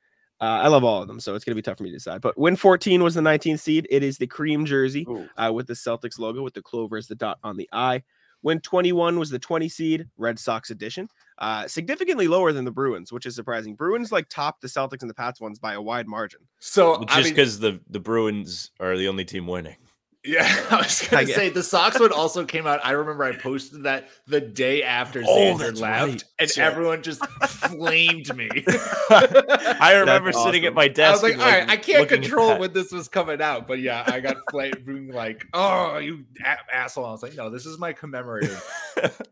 C: Uh, I love all of them, so it's going to be tough for me to decide. But win 14 was the 19th seed. It is the cream jersey
F: Ooh.
C: uh, with the Celtics logo with the clover as the dot on the eye. Win 21 was the 20 seed Red Sox edition, uh, significantly lower than the Bruins, which is surprising. Bruins like topped the Celtics and the Pats ones by a wide margin.
E: So I
D: Just
E: mean-
D: because the, the Bruins are the only team winning.
E: Yeah, I was
C: I
E: gonna
C: guess.
E: say the Sox one also came out. I remember I posted that the day after
D: Oh,
E: Xander
D: that's
E: left,
D: right.
E: and
D: Shit.
E: everyone just flamed me.
D: I remember sitting
C: awesome.
D: at my
E: I
D: desk.
E: was like,
D: and,
E: all right, I can't
D: looking at
E: control
D: that.
E: when this was coming out, but yeah, I got flamed, being like, "Oh, you a- asshole!" I was like, "No, this is my commemorative,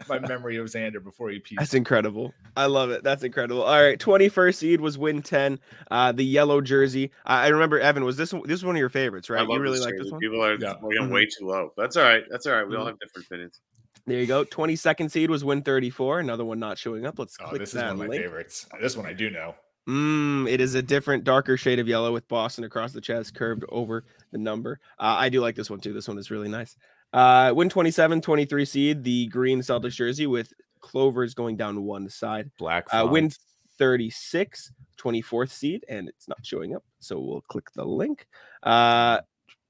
E: my memory of Xander before he pieced."
C: That's incredible. I love it. That's incredible. All right, twenty-first seed was win ten. Uh, the yellow jersey. I, I remember Evan was this. This was one of your favorites,
F: I
C: right?
F: love
C: You really
F: this
C: like
F: jersey.
C: this one. Mm-hmm.
F: People are
E: Yeah.
F: going way too low. That's all right. That's all right. We all have different opinions.
C: There you go. Twenty-second seed was win thirty-four. Another one not showing up. Let's
E: Oh,
C: click
E: this is one
C: that
E: of my
C: link.
E: favorites. This one I do know.
C: Mm, it is a different, darker shade of yellow with Boston across the chest, curved over the number. Uh, I do like this one too. This one is really nice. Uh, win 27, 23 seed. The green Celtics jersey with clovers going down one side.
D: Black
C: uh,
D: font.
C: win 36 24th seed and it's not showing up so we'll click the link uh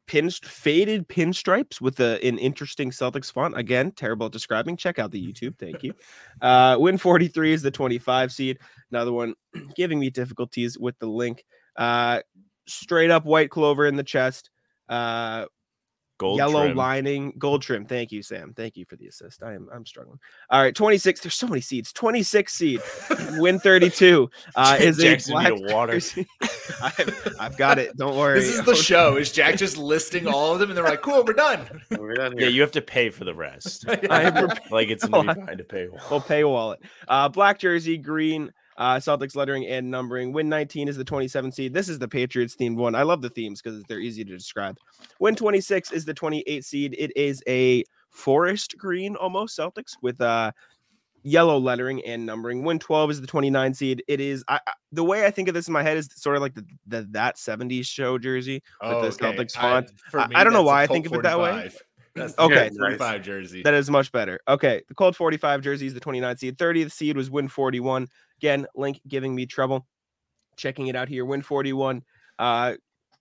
C: pin faded pinstripes with a, an interesting celtics font again terrible at describing check out the youtube thank you uh win 43 is the 25 seed another one giving me difficulties with the link uh straight up white clover in the chest uh
D: gold
C: yellow
D: trim.
C: lining, gold trim. Thank you, Sam. Thank you for the assist. I am I'm struggling. All right, 26. There's so many seeds. 26 seed. Win 32. Uh is a
D: Jackson need
C: black
D: a water.
C: jersey. I've, I've got it. Don't worry.
E: This is the show. Is Jack just listing all of them, and they're like, "Cool, we're done."
F: We're done
D: Yeah,
F: here.
D: you have to pay for the rest.
C: I am
D: like it's
C: No,
D: gonna be behind a paywall.
C: We'll pay wallet. Uh, black jersey, green, uh, Celtics lettering and numbering. Win 19 is the 27 seed. This is the Patriots themed one. I love the themes because they're easy to describe. Win 26 is the 28 seed. It is a forest green almost Celtics with uh yellow lettering and numbering. Win 12 is the 29 seed. It is I, I- the way I think of this in my head is sort of like the, the that 70s show jersey. with the Celtics font.
E: for
C: I- I don't know
E: that's the
C: why I
E: Colt
C: think of it that way.
E: 45. That's
C: Okay,
E: okay,
C: nice.
E: 45 jersey.
C: That is much better. Okay, the cold 45 jersey is the 29th seed. 30th seed was win 41. Again, link giving me trouble. Checking it out here. Win 41. Uh,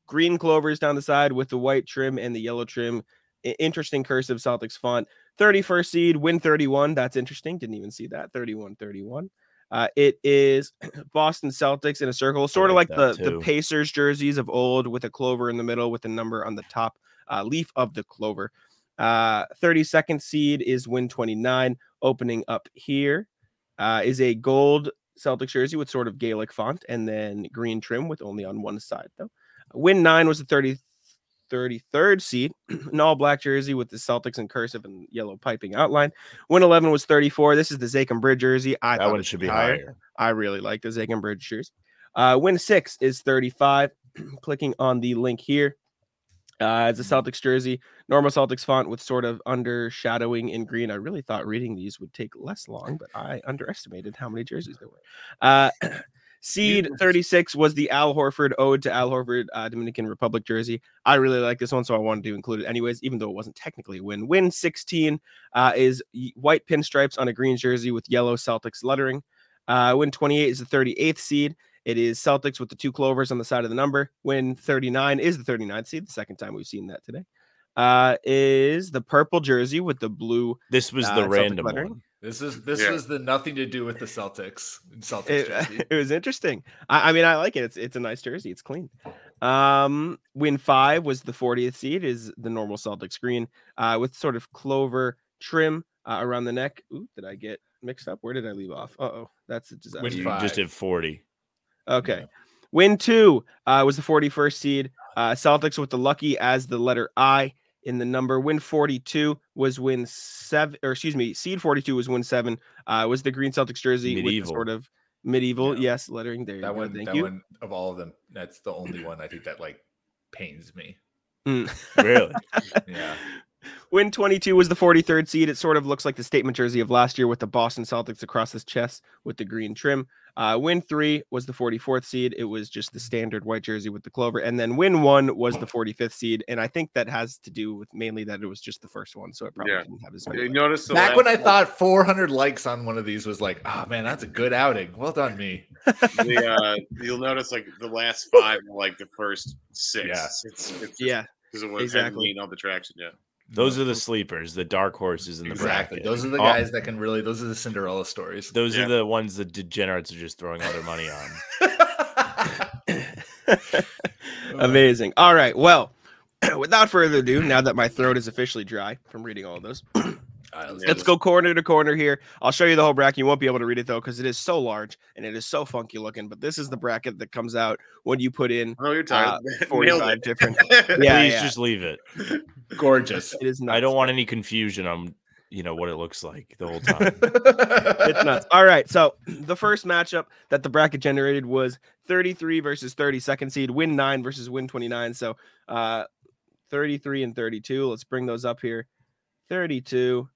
C: green clovers down the side with the white trim and the yellow trim. I- interesting cursive Celtics font. 31st seed, win 31. That's interesting. Didn't even see that. 31 31. Uh, it is Boston Celtics in a circle, sort of like,
D: like
C: the,
D: that
C: the
D: too.
C: Pacers jerseys of old with a clover in the middle with a number on the top uh, leaf of the clover. Uh, 32nd seed is win 29. Opening up here uh, is a gold Celtics jersey with sort of Gaelic font and then green trim with only on one side, though. Win 9 was the 30, 33rd seed, an all black jersey with the Celtics in cursive and yellow piping outline. Win 11 was 34. This is the Zakin Bridge jersey. I
D: That
C: thought
D: one
C: it
D: should be
C: higher.
D: higher.
C: I really like the Zagan Bridge shoes. Uh, win six is 35. Clicking on the link here. Uh, it's a Celtics jersey, normal Celtics font with sort of undershadowing in green. I really thought reading these would take less long, but I underestimated how many jerseys there were. Uh, seed 36 was the Al Horford Ode to Al Horford uh, Dominican Republic jersey. I really like this one, so I wanted to include it anyways, even though it wasn't technically a win. Win 16 uh, is y- white pinstripes on a green jersey with yellow Celtics lettering. Uh, win 28 is the 38th seed. It is Celtics with the two clovers on the side of the number. Win 39 is the 39th seed. The second time we've seen that today. Uh, is the purple jersey with the blue.
D: This was
C: Uh,
D: the
C: Celtic
D: random
C: lettering.
D: one.
E: This is this
F: Yeah.
E: was the nothing to do with the Celtics. Celtics
C: It,
E: jersey.
C: it was interesting. I, I mean, I like it. It's it's a nice jersey. It's clean. Um, win five was the 40th seed. Is the normal Celtics green uh, with sort of clover trim uh, around the neck. Ooh, did I get mixed up? Where did I leave off? Uh oh, that's a disaster.
E: Win
D: You
E: five.
D: just did 40.
C: Okay. Win two uh, was the 41st seed. Uh, Celtics with the lucky as the letter I in the number. Win 42 was win seven, or excuse me, seed 42 was win seven. Uh, was the green Celtics jersey with
D: Medieval.
C: the sort of medieval,
E: Yeah.
C: yes, lettering. There you
E: That
C: go.
E: one,
C: Thank
E: that
C: you.
E: one of all of them, that's the only one I think that like pains me.
D: Really?
E: Yeah,
C: Win 22 was the 43rd seed. It sort of looks like the statement jersey of last year with the Boston Celtics across his chest with the green trim. Uh, win three was the 44th seed. It was just the standard white jersey with the clover. And then win one was the 45th seed. And I think that has to do with mainly that it was just the first one. So it probably
F: Yeah.
C: didn't have as
F: You
C: many.
F: notice the
E: back
F: last
E: when I
F: one,
E: thought 400 likes on one of these was like, oh man, that's a good outing. Well done, me.
F: the, uh, you'll notice like the last five were like the first six.
E: Yeah.
F: It's, it's just
C: Yeah.
F: because it was
C: exactly.
F: exactly all the traction. Yeah,
D: Those are the sleepers, the dark horses in the
E: exactly.
D: bracket.
E: Those are the
D: All-
E: guys that can really. Those are the Cinderella stories.
D: Those
F: Yeah.
D: are the ones the degenerates are just throwing all their money on.
C: Amazing. All right. Well, without further ado, now that my throat is officially dry from reading all of those,
F: Yeah,
C: Let's
F: let's-
C: go corner to corner here. I'll show you the whole bracket. You won't be able to read it though because it is so large and it is so funky looking. But this is the bracket that comes out when you put in
F: oh, you're tired. Nailed
C: 45 different.
F: it.
C: Yeah,
D: Please
C: yeah.
D: just leave it.
E: Gorgeous.
C: It is nuts.
D: I don't want any confusion on you know what it looks like the whole time.
C: It's nuts. All right. So the first matchup that the bracket generated was 33 versus 32nd seed, win nine versus win 29. So uh 33 and 32. Let's bring those up here. 32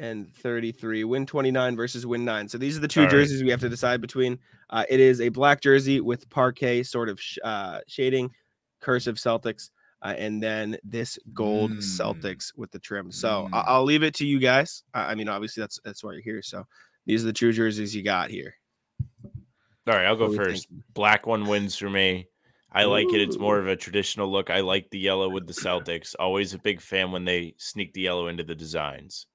C: and 33. Win 29 versus win nine. So these are the two
D: All right.
C: jerseys we have to decide between. Uh, it is a black jersey with parquet sort of sh- uh, shading, cursive Celtics, uh, and then this gold
D: Hmm.
E: Mm.
C: Celtics with the trim. So I-
E: Mm.
C: I'll leave it to you guys. I I mean, obviously that's that's why you're here. So these are the two jerseys you got here.
D: All right, I'll
C: What
D: go
C: we
D: first.
C: thinking?
D: Black one wins for me. I like it. It's more of a traditional look. I like the yellow with the Celtics. Always a big fan when they sneak the yellow into the designs.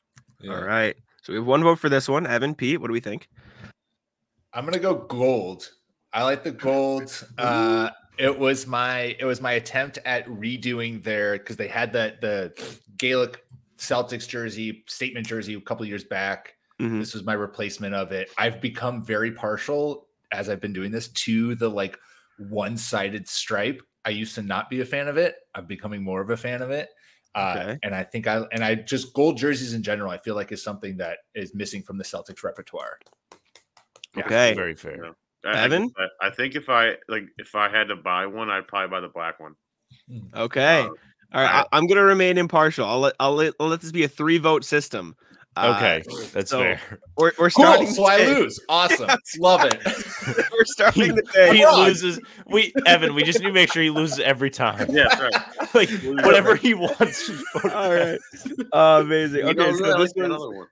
C: All right. So we have one vote for this one. Evan, Pete, what do we think?
E: I'm gonna go gold. I like the gold. Uh, it was my it was my attempt at redoing their because they had the the Gaelic Celtics jersey statement jersey a couple years back.
C: Mhm.
E: This was my replacement of it. I've become very partial as I've been doing this to the like one sided stripe. I used to not be a fan of it. I'm becoming more of a fan of it. Uh,
C: Okay.
E: And I think I and I just gold jerseys in general. I feel like is something that is missing from the Celtics repertoire. Yeah,
C: okay.
D: Very fair.
F: Yeah. I
C: Evan?
F: think, I- I think if I like if I had to buy one, I'd probably buy the black one.
C: Okay.
F: Um,
C: All right. I, I'm gonna remain impartial. I'll let I'll let, I'll let this be a three vote system. Uh,
D: Okay, that's
C: so-
D: fair.
C: We're, we're
E: Cool.
C: starting.
E: So I
C: the day.
E: lose. Awesome. Love it.
C: We're starting the
D: He
C: day.
E: wrong.
D: loses. We Evan, we just need to make sure he loses every time.
F: Yeah, that's right.
D: Like whatever he wants. just vote
C: All
D: for.
C: right. amazing.
F: You
C: Okay,
F: know, I
C: so
F: like
C: this
F: that
C: one's
F: other one.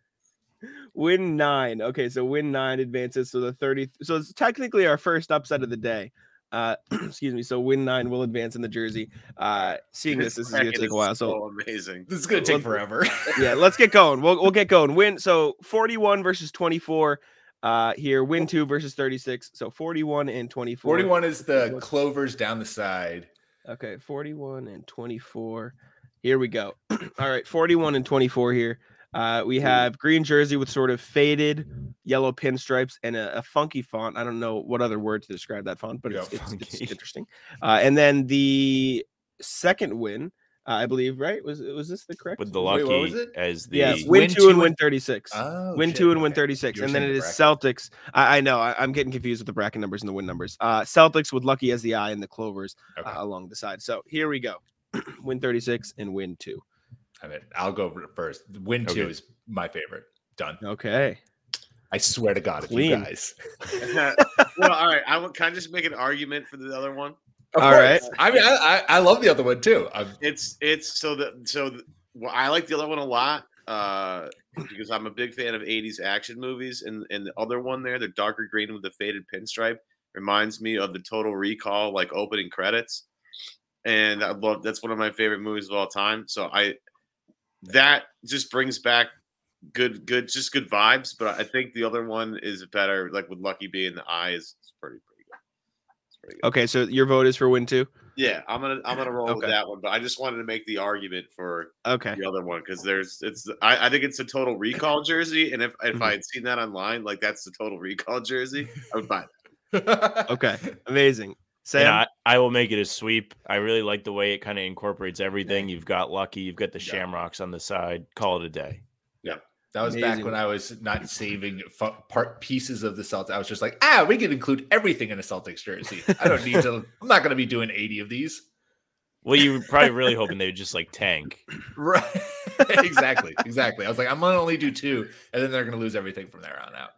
C: win nine. Okay, so win nine advances. So the 30. So it's technically our first upset of the day. Uh, excuse me. So win nine will advance in the jersey. Uh, seeing this, this is gonna
F: Bracket
C: take a while. So
F: so amazing.
E: This is gonna take forever.
C: yeah, let's get going. We'll we'll get going. Win so 41 versus 24. Uh, here, win two versus 36. So 41 and 24.
E: 41 is the clovers down the side.
C: Okay, 41 and 24. Here we go. All right, 41 and 24 here. Uh, we have green jersey with sort of faded yellow pinstripes and a, a funky font. I don't know what other word to describe that font, but
E: Yeah,
C: it's, it's, it's
D: funky.
C: interesting. Uh, and then the second win, uh, I believe, right? Was was this the correct?
D: with the lucky
E: Wait, what was it?
D: as the
C: yes,
E: win
C: win, two and
E: two
C: win 36.
E: Oh,
C: win
E: shit,
C: two and win
E: okay.
C: 36
E: You were
C: and then
E: saying
C: it
E: the
C: is
E: bracket.
C: celtics i, I know I, i'm getting confused with the bracket numbers and the win numbers uh celtics with lucky as the eye and the clovers
E: Okay.
C: uh, along the side so here we go win 36 and win two
E: I mean, I'll go first. Win two
D: Okay.
E: is my favorite. Done.
C: okay
E: I swear to God, if you
C: Clean.
E: guys.
F: well, all right. I want, can I just make an argument for the other one?
E: Of
C: All right.
E: course. I mean, I, I, I love the other one too. I'm,
F: It's it's so the so the, well, I like the other one a lot uh, because I'm a big fan of '80s action movies, and and the other one there, the darker green with the faded pinstripe, reminds me of the Total Recall like opening credits, and I love that's one of my favorite movies of all time. So I that just brings back good good just good vibes, but I think the other one is better. Like with Lucky B in the eye is is pretty pretty good. It's pretty good.
C: okay so your vote is for win two
F: Yeah, I'm gonna I'm gonna roll with
C: Okay. Eh.
F: that one, but I just wanted to make the argument for
C: okay
F: the other one because there's it's I, I think it's a total recall jersey, and if if
C: Mm-hmm.
F: I had seen that online, like that's the total recall jersey, I would buy it.
C: okay amazing
D: And
C: Sam,
D: I, I will make it a sweep. I really like the way it kind of incorporates everything. You've got lucky, you've got the
E: Yeah.
D: shamrocks on the side. Call it a day.
E: That was back
C: Amazing.
E: when I was not saving fu- part pieces of the Celtics. I was just like, ah, we can include everything in a Celtics jersey. I don't need to. I'm not going to be doing 80 of these.
D: Well, you were probably really hoping they would just like tank.
E: Right. exactly. Exactly. I was like, I'm going to only do two, and then they're going to lose everything from there on out.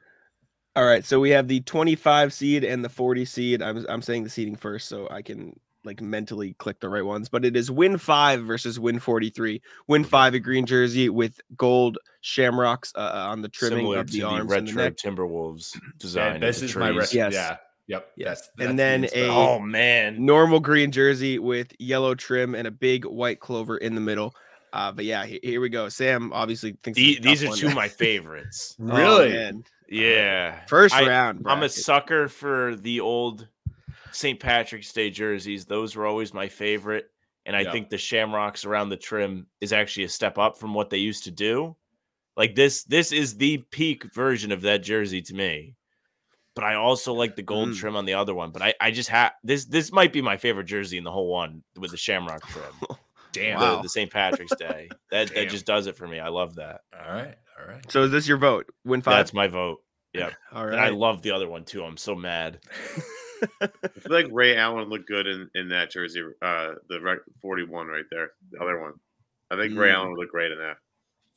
C: all right so we have the 25 seed and the 40 seed i'm, I'm saying the seeding first so i can like mentally click the right ones but it is win five versus win 43 win five a green jersey with gold shamrocks uh, on the trimming
D: similar
C: of the
D: to the
C: arms and the
D: retro
C: neck.
D: Timberwolves design.
E: And
D: of
E: this
D: the
E: is my
D: trees.
E: rest.
C: Yes.
E: Yeah. Yep.
C: Yes.
E: That's,
C: And
E: that's the
C: then
E: inspo.
C: a-
D: Oh man,
C: normal green jersey with yellow trim and a big white clover in the middle. Uh, but yeah, he- here we go. Sam obviously thinks
D: The-
C: it's a tough
D: these are
C: one.
D: two of my favorites.
C: Oh,
E: really.
C: man.
D: Yeah,
C: first
D: I-
C: round.
D: I'm a
C: bracket.
D: sucker for the old St. Patrick's Day jerseys. Those were always my favorite. And I
E: Yeah.
D: think the shamrocks around the trim is actually a step up from what they used to do. Like this, this is the peak version of that jersey to me. But I also like the gold
C: Mm.
D: trim on the other one. But I, I just have this. This might be my favorite jersey in the whole one with the shamrock trim.
E: Damn.
D: the-
C: Wow.
D: the, St. Patrick's Day. That
E: Damn.
D: that just does it for me. I love that.
E: All right. All right.
C: So is this your vote? Win five.
D: That's my vote.
C: All
D: And I
C: right.
D: love the other one too. I'm so mad.
F: I feel like Ray Allen looked good in in that jersey, uh, the rec- 41 right there, the other one. I think Ray
C: Mm.
F: Allen would look great in that.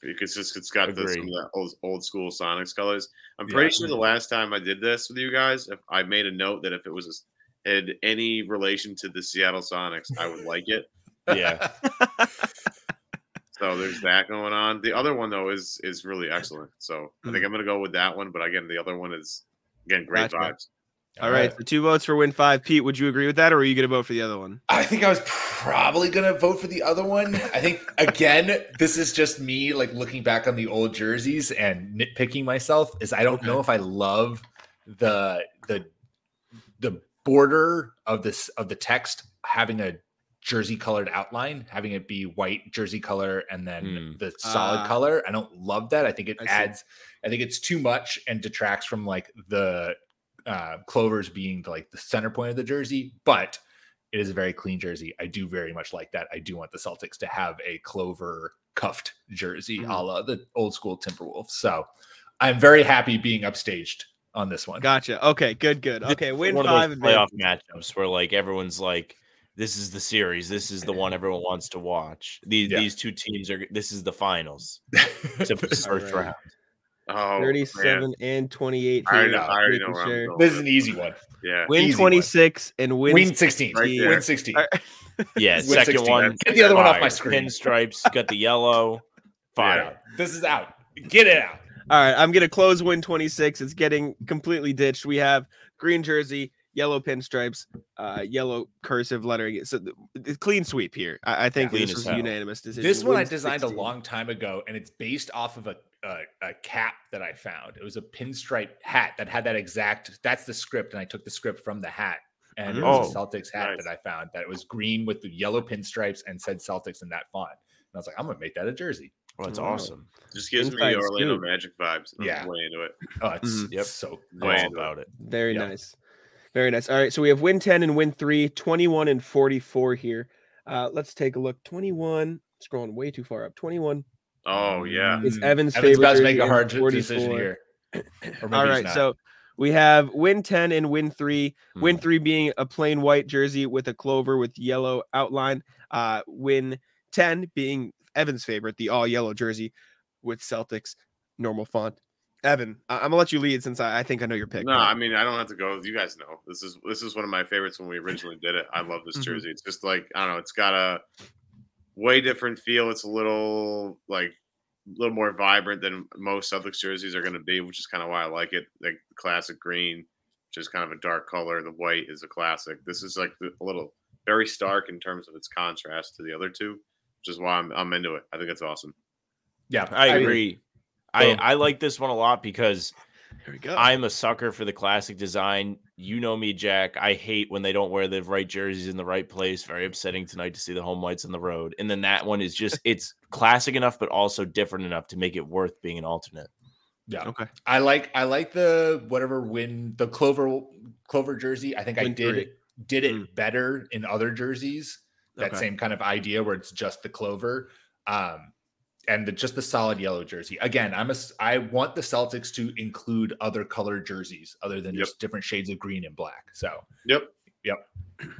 F: Because it's, it's got the, some of
D: Agree.
F: the old, old school Sonics colors. I'm
E: Yeah.
F: pretty sure the last time I did this with you guys, if I made a note that if it was had any relation to the Seattle Sonics, I would like it.
D: Yeah.
F: So there's that going on. The other one though is is really excellent. So I
C: Mm-hmm.
F: think I'm gonna go with that one. But again, the other one is again great
C: Gotcha.
F: vibes.
C: All right.
E: Uh,
C: So two votes for win five. Pete, would you agree with that, or are you going to vote for the other one?
E: I think I was probably gonna vote for the other one. I think again, this is just me like looking back on the old jerseys and nitpicking myself. Is I don't know if I love the the the border of this of the text having a jersey colored outline, having it be white jersey color and then
D: Hmm.
E: the solid
C: Ah.
E: color. I don't love that. I think it
C: I see.
E: adds. I think it's too much and detracts from like the uh, clovers being like the center point of the jersey, but it is a very clean jersey. I do very much like that. I do want the Celtics to have a clover cuffed jersey,
F: Mm.
E: a la the old school Timberwolves. So I'm very happy being upstaged on this one.
C: Gotcha. Okay. Good. Good. Okay. Win
D: one
C: five.
D: of those playoff
C: advances.
D: matchups where like everyone's like, this is the series, this is the one everyone wants to watch. These
E: Yeah.
D: these two teams are this is the finals. Except for the first
C: Alright.
D: round.
F: Oh,
C: Thirty-seven
F: Man.
C: and twenty-eight.
F: I already
C: here.
F: know, I already know
C: Pete
F: where I'm
C: Fisher.
F: going.
E: this is an easy one.
F: Yeah,
C: Win
E: Easy one.
C: twenty-six and win.
E: Win 16.
F: Right there.
E: Win 16.
C: All
D: Yeah,
E: Win
D: second
E: 16.
D: one.
E: Get the other one off my
D: fire.
E: screen.
D: Pinstripes, got the yellow. Fire.
E: Fire. This is out. Get it out.
C: All right, I'm gonna close win 26. It's getting completely ditched. We have green jersey, yellow pinstripes, uh, yellow cursive lettering. So th- th- clean sweep here. I, I think
D: Yeah. Clean
C: this
D: as
C: was
D: hell.
C: a unanimous decision.
E: This one I
C: Wins
E: designed
C: 16.
E: a long time ago, and it's based off of a, a, a cap that I found. It was a pinstripe hat that had that exact. That's the script, and I took the script from the hat. And it was a
D: Oh,
E: Celtics hat
F: nice.
E: that I found that was green with the yellow pinstripes and said Celtics in that font. And I was like, I'm gonna make that a jersey.
D: Well, Oh, that's
C: Wow.
D: awesome.
F: Just gives
C: Inside
F: me Orlando
C: scoop.
F: Magic vibes. I'm
E: Yeah.
F: way into it.
E: Oh, it's
C: Mhm.
E: yep.
D: Yep.
E: so
F: Way
D: I'm all
F: into it.
D: about it.
C: Very
E: Yeah.
C: nice. Very nice. All right. So we have win 10 and win 3, 21 and 44 here. Uh, let's take a look. 21, scrolling way too far up. 21
F: Oh yeah.
C: is
E: Mm.
C: Evan's,
E: Evan's
C: favorite
E: about to make
C: jersey
E: a
C: and
E: hard j- decision
C: 44.
E: here. Or maybe
C: All
E: he's
C: right.
E: not.
C: So we have win 10 and win 3.
D: Hmm.
C: Win 3 being a plain white jersey with a clover with yellow outline. Uh, win 10 being Evan's favorite, the all yellow jersey with Celtics normal font. Evan, I- I'm going to let you lead since I, I think I know your pick.
F: No,
C: but-
F: I mean I don't have to go. You guys know this is this is one of my favorites when we originally did it. I love this
C: Mhm.
F: jersey. It's just like I don't know. It's got a way different feel. It's a little like a little more vibrant than most Celtics jerseys are going to be, which is kind of why I like it. Like the classic green, which is kind of a dark color. The white is a classic. This is like a little very stark in terms of its contrast to the other two, which is why I'm I'm into it. I think it's awesome.
E: yeah,
D: I
C: mean-
D: agree. I,
E: Boom.
D: I like this one a lot because
C: here we go.
D: I'm a sucker for the classic design. You know me, Jack. I hate when they don't wear the right jerseys in the right place. Very upsetting tonight to see the home whites on the road. And then that one is just it's classic enough, but also different enough to make it worth being an alternate.
E: yeah.
C: okay.
E: I like I like the whatever win the clover clover jersey. I think I
C: Win
E: did
C: three.
E: did it
C: Mm.
E: better in other jerseys. That
C: Okay.
E: same kind of idea where it's just the clover, um, and the, just the solid yellow jersey. Again, I'm a s- I want the Celtics to include other color jerseys other than
F: Yep.
E: just different shades of green and black. So
F: Yep.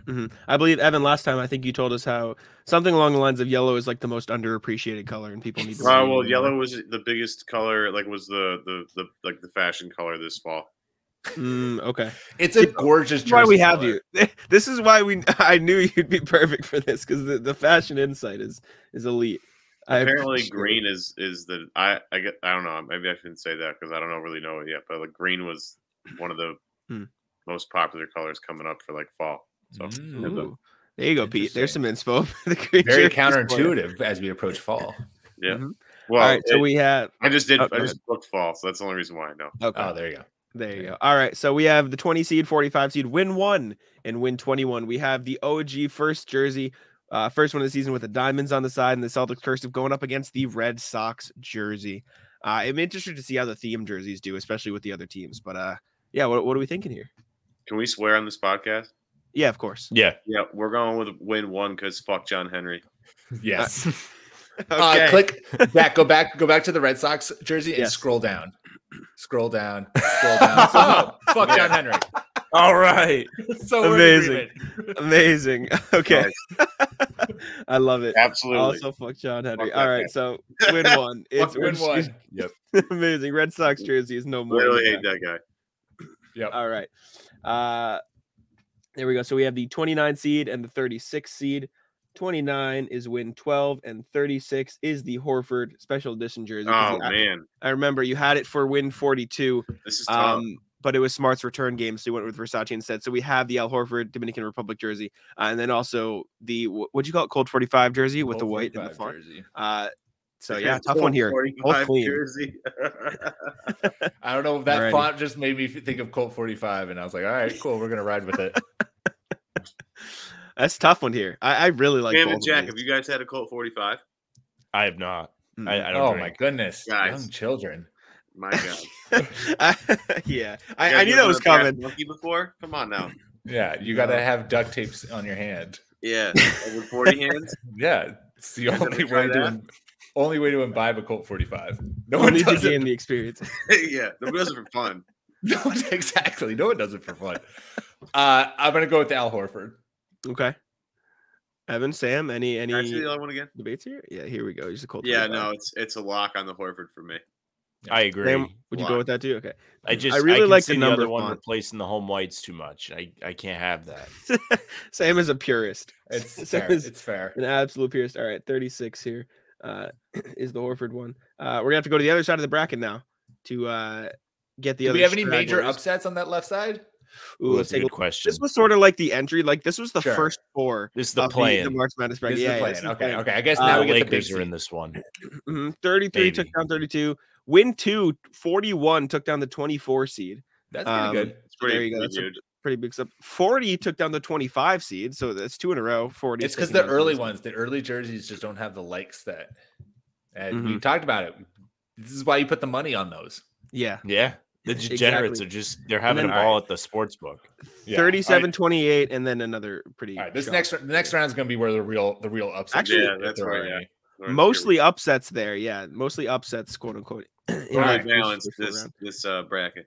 C: Mhm. I believe Evan last time I think you told us how something along the lines of yellow is like the most underappreciated color and people need to.
F: Uh,
C: really
F: well,
C: learn.
F: yellow was the biggest color. Like, was the the the like the fashion color this fall.
C: Mm, okay,
E: it's a gorgeous.
C: that's why we
E: jersey
C: have
E: color.
C: you. This is why we. I knew you'd be perfect for this because the, the fashion insight is is elite. I
F: Apparently,
C: appreciate it.
F: green is is the I I get I don't know. Maybe I shouldn't say that because I don't know really know it yet. But like, green was one of the
C: Hmm.
F: most popular colors coming up for like fall. So
E: Mm.
F: yeah, but-
C: Ooh, there you go, Pete. There's some info. for the
E: Very
C: creature explorer.
E: counterintuitive as we approach fall.
F: yeah.
C: Mhm.
F: Well,
C: All right, so
F: it-
C: we have.
F: I just did.
C: Oh, go
F: I just booked fall, so that's the only reason why I know.
C: Okay.
E: Oh, there you go.
C: There you go. All right. So we have the 20 seed, 45 seed, win one and win 21. We have the OG first jersey, uh, first one of the season with the diamonds on the side and the Celtics cursive going up against the Red Sox jersey. Uh, I'm interested to see how the theme jerseys do, especially with the other teams. But uh, yeah, what, what are we thinking here?
F: Can we swear on this podcast?
C: Yeah, of course.
D: Yeah.
F: Yeah, we're going with win one because fuck John Henry.
E: Yes.
C: Okay.
E: Uh, click back. Go back. Go back to the Red Sox jersey and
C: Yes.
E: scroll down. Scroll down. Scroll down. So, oh, fuck John Henry.
D: All right.
E: So we're in
C: Amazing.
E: agreement.
C: Amazing. Okay. I love it.
F: Absolutely.
C: Also, fuck John Henry.
F: Fuck
C: All
F: that
C: right.
F: guy.
C: So win one.
E: Fuck
C: we're
E: win
C: just-
E: one.
C: Amazing. Red Sox jersey uh, is no more. than
F: Literally
C: that.
F: hate that guy.
C: All right. Uh there we go. So we have the 29 seed and the 36 seed. 29 is win 12 and 36 is the Horford special edition jersey. 'cause
F: Oh
C: I,
F: man,
C: I remember you had it for win 42
F: this is tough.
C: um but it was Smart's return game, so we went with Versace instead. So we have the Al Horford Dominican Republic jersey, uh, and then also the wh- what'd you call it, Cold 45 jersey with the
E: Gold
C: white and the
E: 45
C: font.
E: jersey.
C: Uh, so yeah, tough one here. Both
F: 45
C: clean.
F: jersey.
E: I don't know if that
C: Alrighty.
E: font just made me think of Colt 45, and I was like, all right, cool, we're gonna ride with it.
C: That's a tough one here. I, I really like.
F: Cam
C: both
F: and
C: of
F: Jack,
C: these.
F: have you guys had a Colt 45?
D: I have not.
C: Mm.
D: I, I don't
E: Oh my
D: drink.
E: goodness,
F: Guys.
E: young children.
F: My God.
C: I- yeah,
F: You
C: I,
F: guys
C: I knew
F: never
C: that was
F: had a Brass
C: coming.
F: Monkey before? Come on now.
E: Yeah, you gotta have duct tapes on your hand.
F: Yeah. Over 40 hands.
E: Yeah, it's the
F: You guys
E: only
F: ever try
E: way to
F: that?
E: im- only way to imbibe a Colt 45. No
C: We
E: one
C: need to
E: does it.
C: gain the experience.
F: yeah. Nobody does it for fun.
E: No, exactly. No one does it for fun. Uh, I'm gonna go with Al Horford.
C: Okay. Evan, Sam, any
F: Can I see
C: any
F: the other one again?
C: debates here? Yeah, here we go. He's a cold.
F: uh, Yeah,
C: 45.
F: no, it's it's a lock on the Horford for me.
D: I agree.
C: Sam, would you go
F: Why?
C: with that too? Okay.
D: I just
C: I really
D: can
C: like the
D: see the,
C: number
D: other one
C: font.
D: replacing the home whites too much. I, I can't have that.
C: Sam is a purist.
E: It's
C: Sam
E: fair.
C: is
E: It's fair.
C: an absolute purist. All right, 36 here uh, is the Horford one. Uh, we're gonna have to go to the other side of the bracket now to uh, get the
E: Do
C: other.
E: we have any major
C: stragglers.
E: upsets on that left side?
C: Ooh,
D: Ooh,
C: let's
D: that's a
C: take a
D: good
C: look.
D: question.
C: This was Oh, sort of like the entry. Like this was the
E: Sure.
C: first four.
D: This is the
C: of
D: play.
C: The March Madness bracket.
E: This is
C: yeah,
E: the
C: yeah,
E: plan.
C: this is the Uh,
E: okay,
C: play-in.
E: okay. I guess
C: Uh,
E: now
D: the
E: we get the big
D: Lakers are
E: seed.
D: in this one.
C: Mhm, 33 took
D: Maybe.
C: down 32. Win two, 41 took down the 24 seed.
E: That's pretty
C: Um,
E: good.
F: It's pretty,
C: There you go,
F: pretty
C: that's
F: good.
C: Pretty big stuff. 40 took down the 25 seed. So that's two in a row. 40.
E: It's because
C: taking
E: the
C: down
E: early
C: 26.
E: ones, the early jerseys just don't have the likes that. And
C: Mm-hmm.
E: we talked about it. This is why you put the money on those.
C: Yeah.
D: Yeah. The degenerates
C: Exactly.
D: are just they're having
C: then-
D: a ball at the sports book.
E: Yeah.
C: 37 28, and then another pretty.
E: All right, this
C: shot.
E: next the next round is going to be where the real the real upset.
C: Actually,
F: Yeah, that's right, yeah. Or-
C: mostly upsets there. Yeah. Mostly upsets, quote unquote. in
F: All
C: the
F: right,
C: first-
F: balance
C: first
F: this
C: round.
F: this uh, bracket.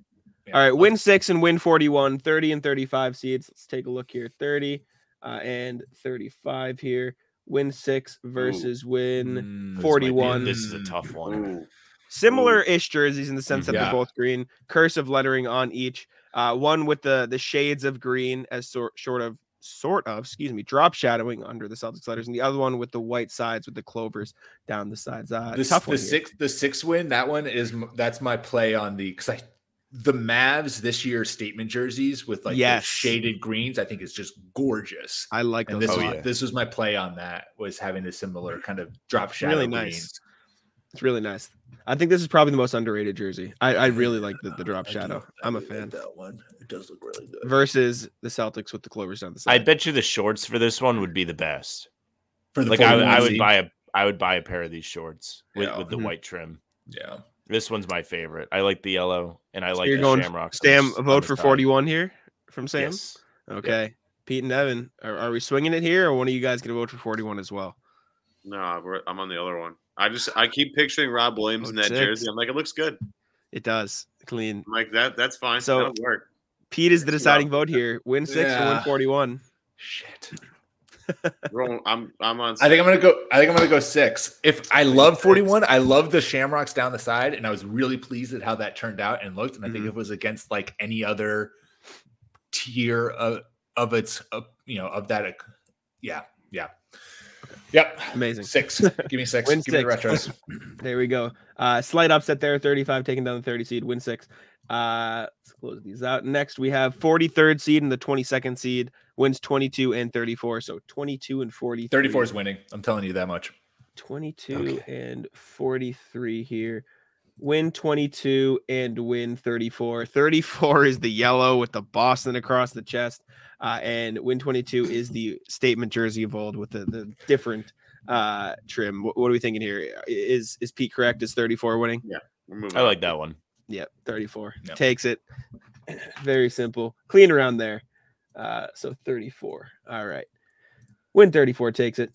C: All right, win six and win 41, 30 and 35 seeds. Let's take a look here. 30 uh, and 35 here. Win six versus win.
D: This might
E: Hmm.
D: be-
C: 41.
D: This is a tough one.
F: Ooh,
C: Similar ish jerseys in the sense that
E: Yeah.
C: they're both green. Cursive lettering on each. Uh, one with the the shades of green as sort sort of sort of excuse me drop shadowing under the Celtics letters, and the other one with the white sides with the clovers down the sides. Uh,
E: the,
C: tough
E: the
C: one. here.
E: six the six win that one is m- that's my play on the because I the Mavs this year statement jerseys with like the
C: Yes.
E: shaded greens I think is just gorgeous.
C: I like
E: And
C: those.
E: this
C: a
E: was,
C: lot.
D: yeah.
E: this was my play on that was having a similar kind of drop shadow.
C: Really nice. It's really nice. I think this is probably the most underrated jersey. I, I really like the, the drop shadow. I'm a fan.
E: that one. It does look really good
C: Versus the Celtics with the clovers down the side.
D: I bet you the shorts for this one would be the best.
E: for the
D: Like I, would- I
E: 41
D: would
E: seed.
D: buy a I would buy a pair of these shorts with,
E: Yeah.
D: with the
C: Mhm.
D: white trim.
E: Yeah,
D: This one's my favorite. I like the yellow and I
C: So
D: like
C: you're
D: the
C: going
D: shamrock.
C: Sam, a vote for 41 here from Sam.
D: Yes.
C: Okay. Pete and Evan, are, are we swinging it here, or one of you guys going to vote for 41 as well?
F: no, we're, I'm on the other one. I just I keep picturing Rob Williams in
C: Oh,
F: that
C: six.
F: jersey. I'm like, it looks good. I'm
C: It does. Clean.
F: like that. That's fine.
C: So-
F: That'll work.
C: Pete is the
F: Yeah.
C: deciding vote here. Win six or win
E: Yeah.
C: 41.
E: shit.
F: We're on- I'm I'm on.
E: I think I'm gonna go. I think I'm gonna go six. If I love 41, I love the Shamrocks down the side, and I was really pleased at how that turned out and looked. And I think
C: Mhm.
E: it was against like any other tier of of its, uh, you know, of that. uh, yeah, yeah, yep.
C: Amazing.
E: Six. Give me six.
C: Win
E: Give me the
C: six.
E: retros.
C: There we go. Uh, slight upset there, 35 taking down the 30 seed, win six. Uh, let's close these out. Next, we have 43rd seed and the 22nd seed wins 22 and 34. So 22 and 40.
E: 34 is winning. I'm telling you that much.
C: 22 and 43 here. Win 22 and win 34. 34 is the yellow with the Boston across the chest. Uh, and win 22 is the statement jersey of old with the, the different uh trim. What, what are we thinking here? Is is Pete correct? Is 34 winning?
F: We're moving
D: I
F: on.
D: like that one.
C: Yep, 34.
E: Yep.
C: Takes it. Very simple. Clean around there. Uh, so 34. All right. Win 34 takes it.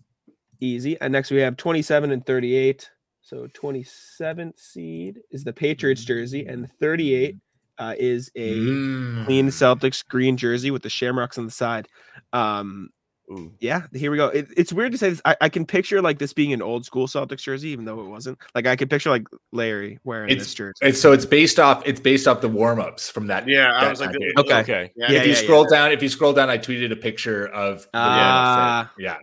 C: Easy. And next we have 27 and 38. So 27th seed is the Patriots jersey, and 38 uh, is a
E: Mm.
C: clean Celtics green jersey with the shamrocks on the side. Um,
D: Ooh.
C: yeah, here we go. It, it's weird to say this. I, I can picture like this being an old school Celtics jersey, even though it wasn't. Like I can picture like Larry wearing
E: It's-
C: this jersey.
E: It's so it's based off. It's based off the warm ups from that.
F: Yeah, I
E: that
F: was like,
E: time period.
F: that-
C: Okay.
D: Okay.
F: Yeah,
C: Yeah,
E: if you
C: yeah, yeah.
E: scroll down, if you scroll down, I tweeted a picture of the
C: Ah.
E: outfit. yeah.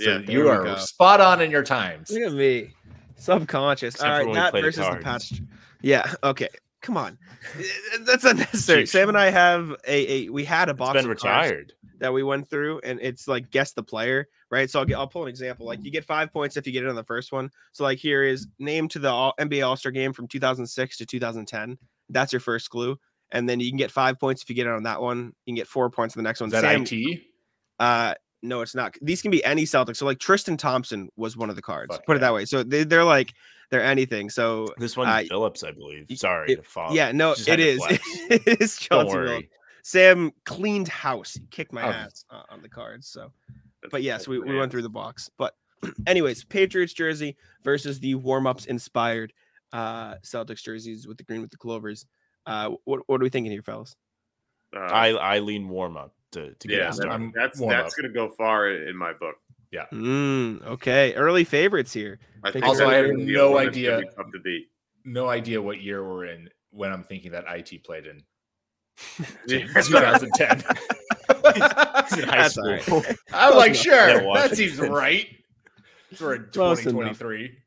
E: So
F: yeah.
C: there we
E: you are
C: go.
E: spot on in your times.
C: Look at me, subconscious.
D: Except
C: All
D: for
C: right,
D: when we
C: not
D: play the
C: versus the,
D: cards.
C: past. Yeah. Okay. Come on, Eh, that's unnecessary.
D: Jeez.
C: Sam and I have a, a we had a
D: It's
C: box
D: been
C: of cards
D: retired.
C: that we went through, and it's like guess the player, right? So I'll get I'll pull an example. Like you get five points if you get it on the first one. So like here is name to the all, NBA All Star Game from 2006 to 2010. That's your first clue, and then you can get five points if you get it on that one. You can get four points on the next one.
E: Is that
C: Sam-
E: IT?
C: uh, no, it's not. These can be any Celtics. So like Tristan Thompson was one of the cards.
E: Fuck
C: put it
E: yeah.
C: that way. So they, they're like they're anything. So
D: This one's
C: I-
D: Phillips, I believe.
C: y-
D: Sorry to follow.
C: yeah, no,
D: just Oh, had
C: it
D: to
C: is.
D: flex.
C: it is
D: Don't
C: Chauncey Billups.
D: worry.
C: Sam cleaned house. He kicked my
E: Oh.
C: ass uh, on the cards. So,
F: That's-
C: but
D: Oh,
C: yes,
F: that's
C: we, we
F: brilliant.
C: went through the box. But anyways, Patriots jersey versus the warm ups inspired uh Celtics jerseys with the green with the clovers. Uh, what what are we thinking here, fellas?
F: Uh,
D: I I lean warm up to, to get
F: yeah,
D: us
F: that-
D: started.
E: I'm
F: that's
E: warm
F: that's
E: up.
F: gonna go far in my book.
C: Mm, okay, early favorites here.
F: I think
C: Also,
F: that's
C: I have
F: gonna be a
E: no
F: one that's gonna
E: idea.
F: be Tough to beat.
E: No idea what year we're in when I'm thinking that IT played in
F: Yeah.
E: 2010.
D: It's in high
C: That's
D: school.
C: all right.
E: I'm like,
C: Yeah,
E: sure,
D: watch
E: that
D: it.
E: seems right. We're in
C: Close enough.
E: 2023.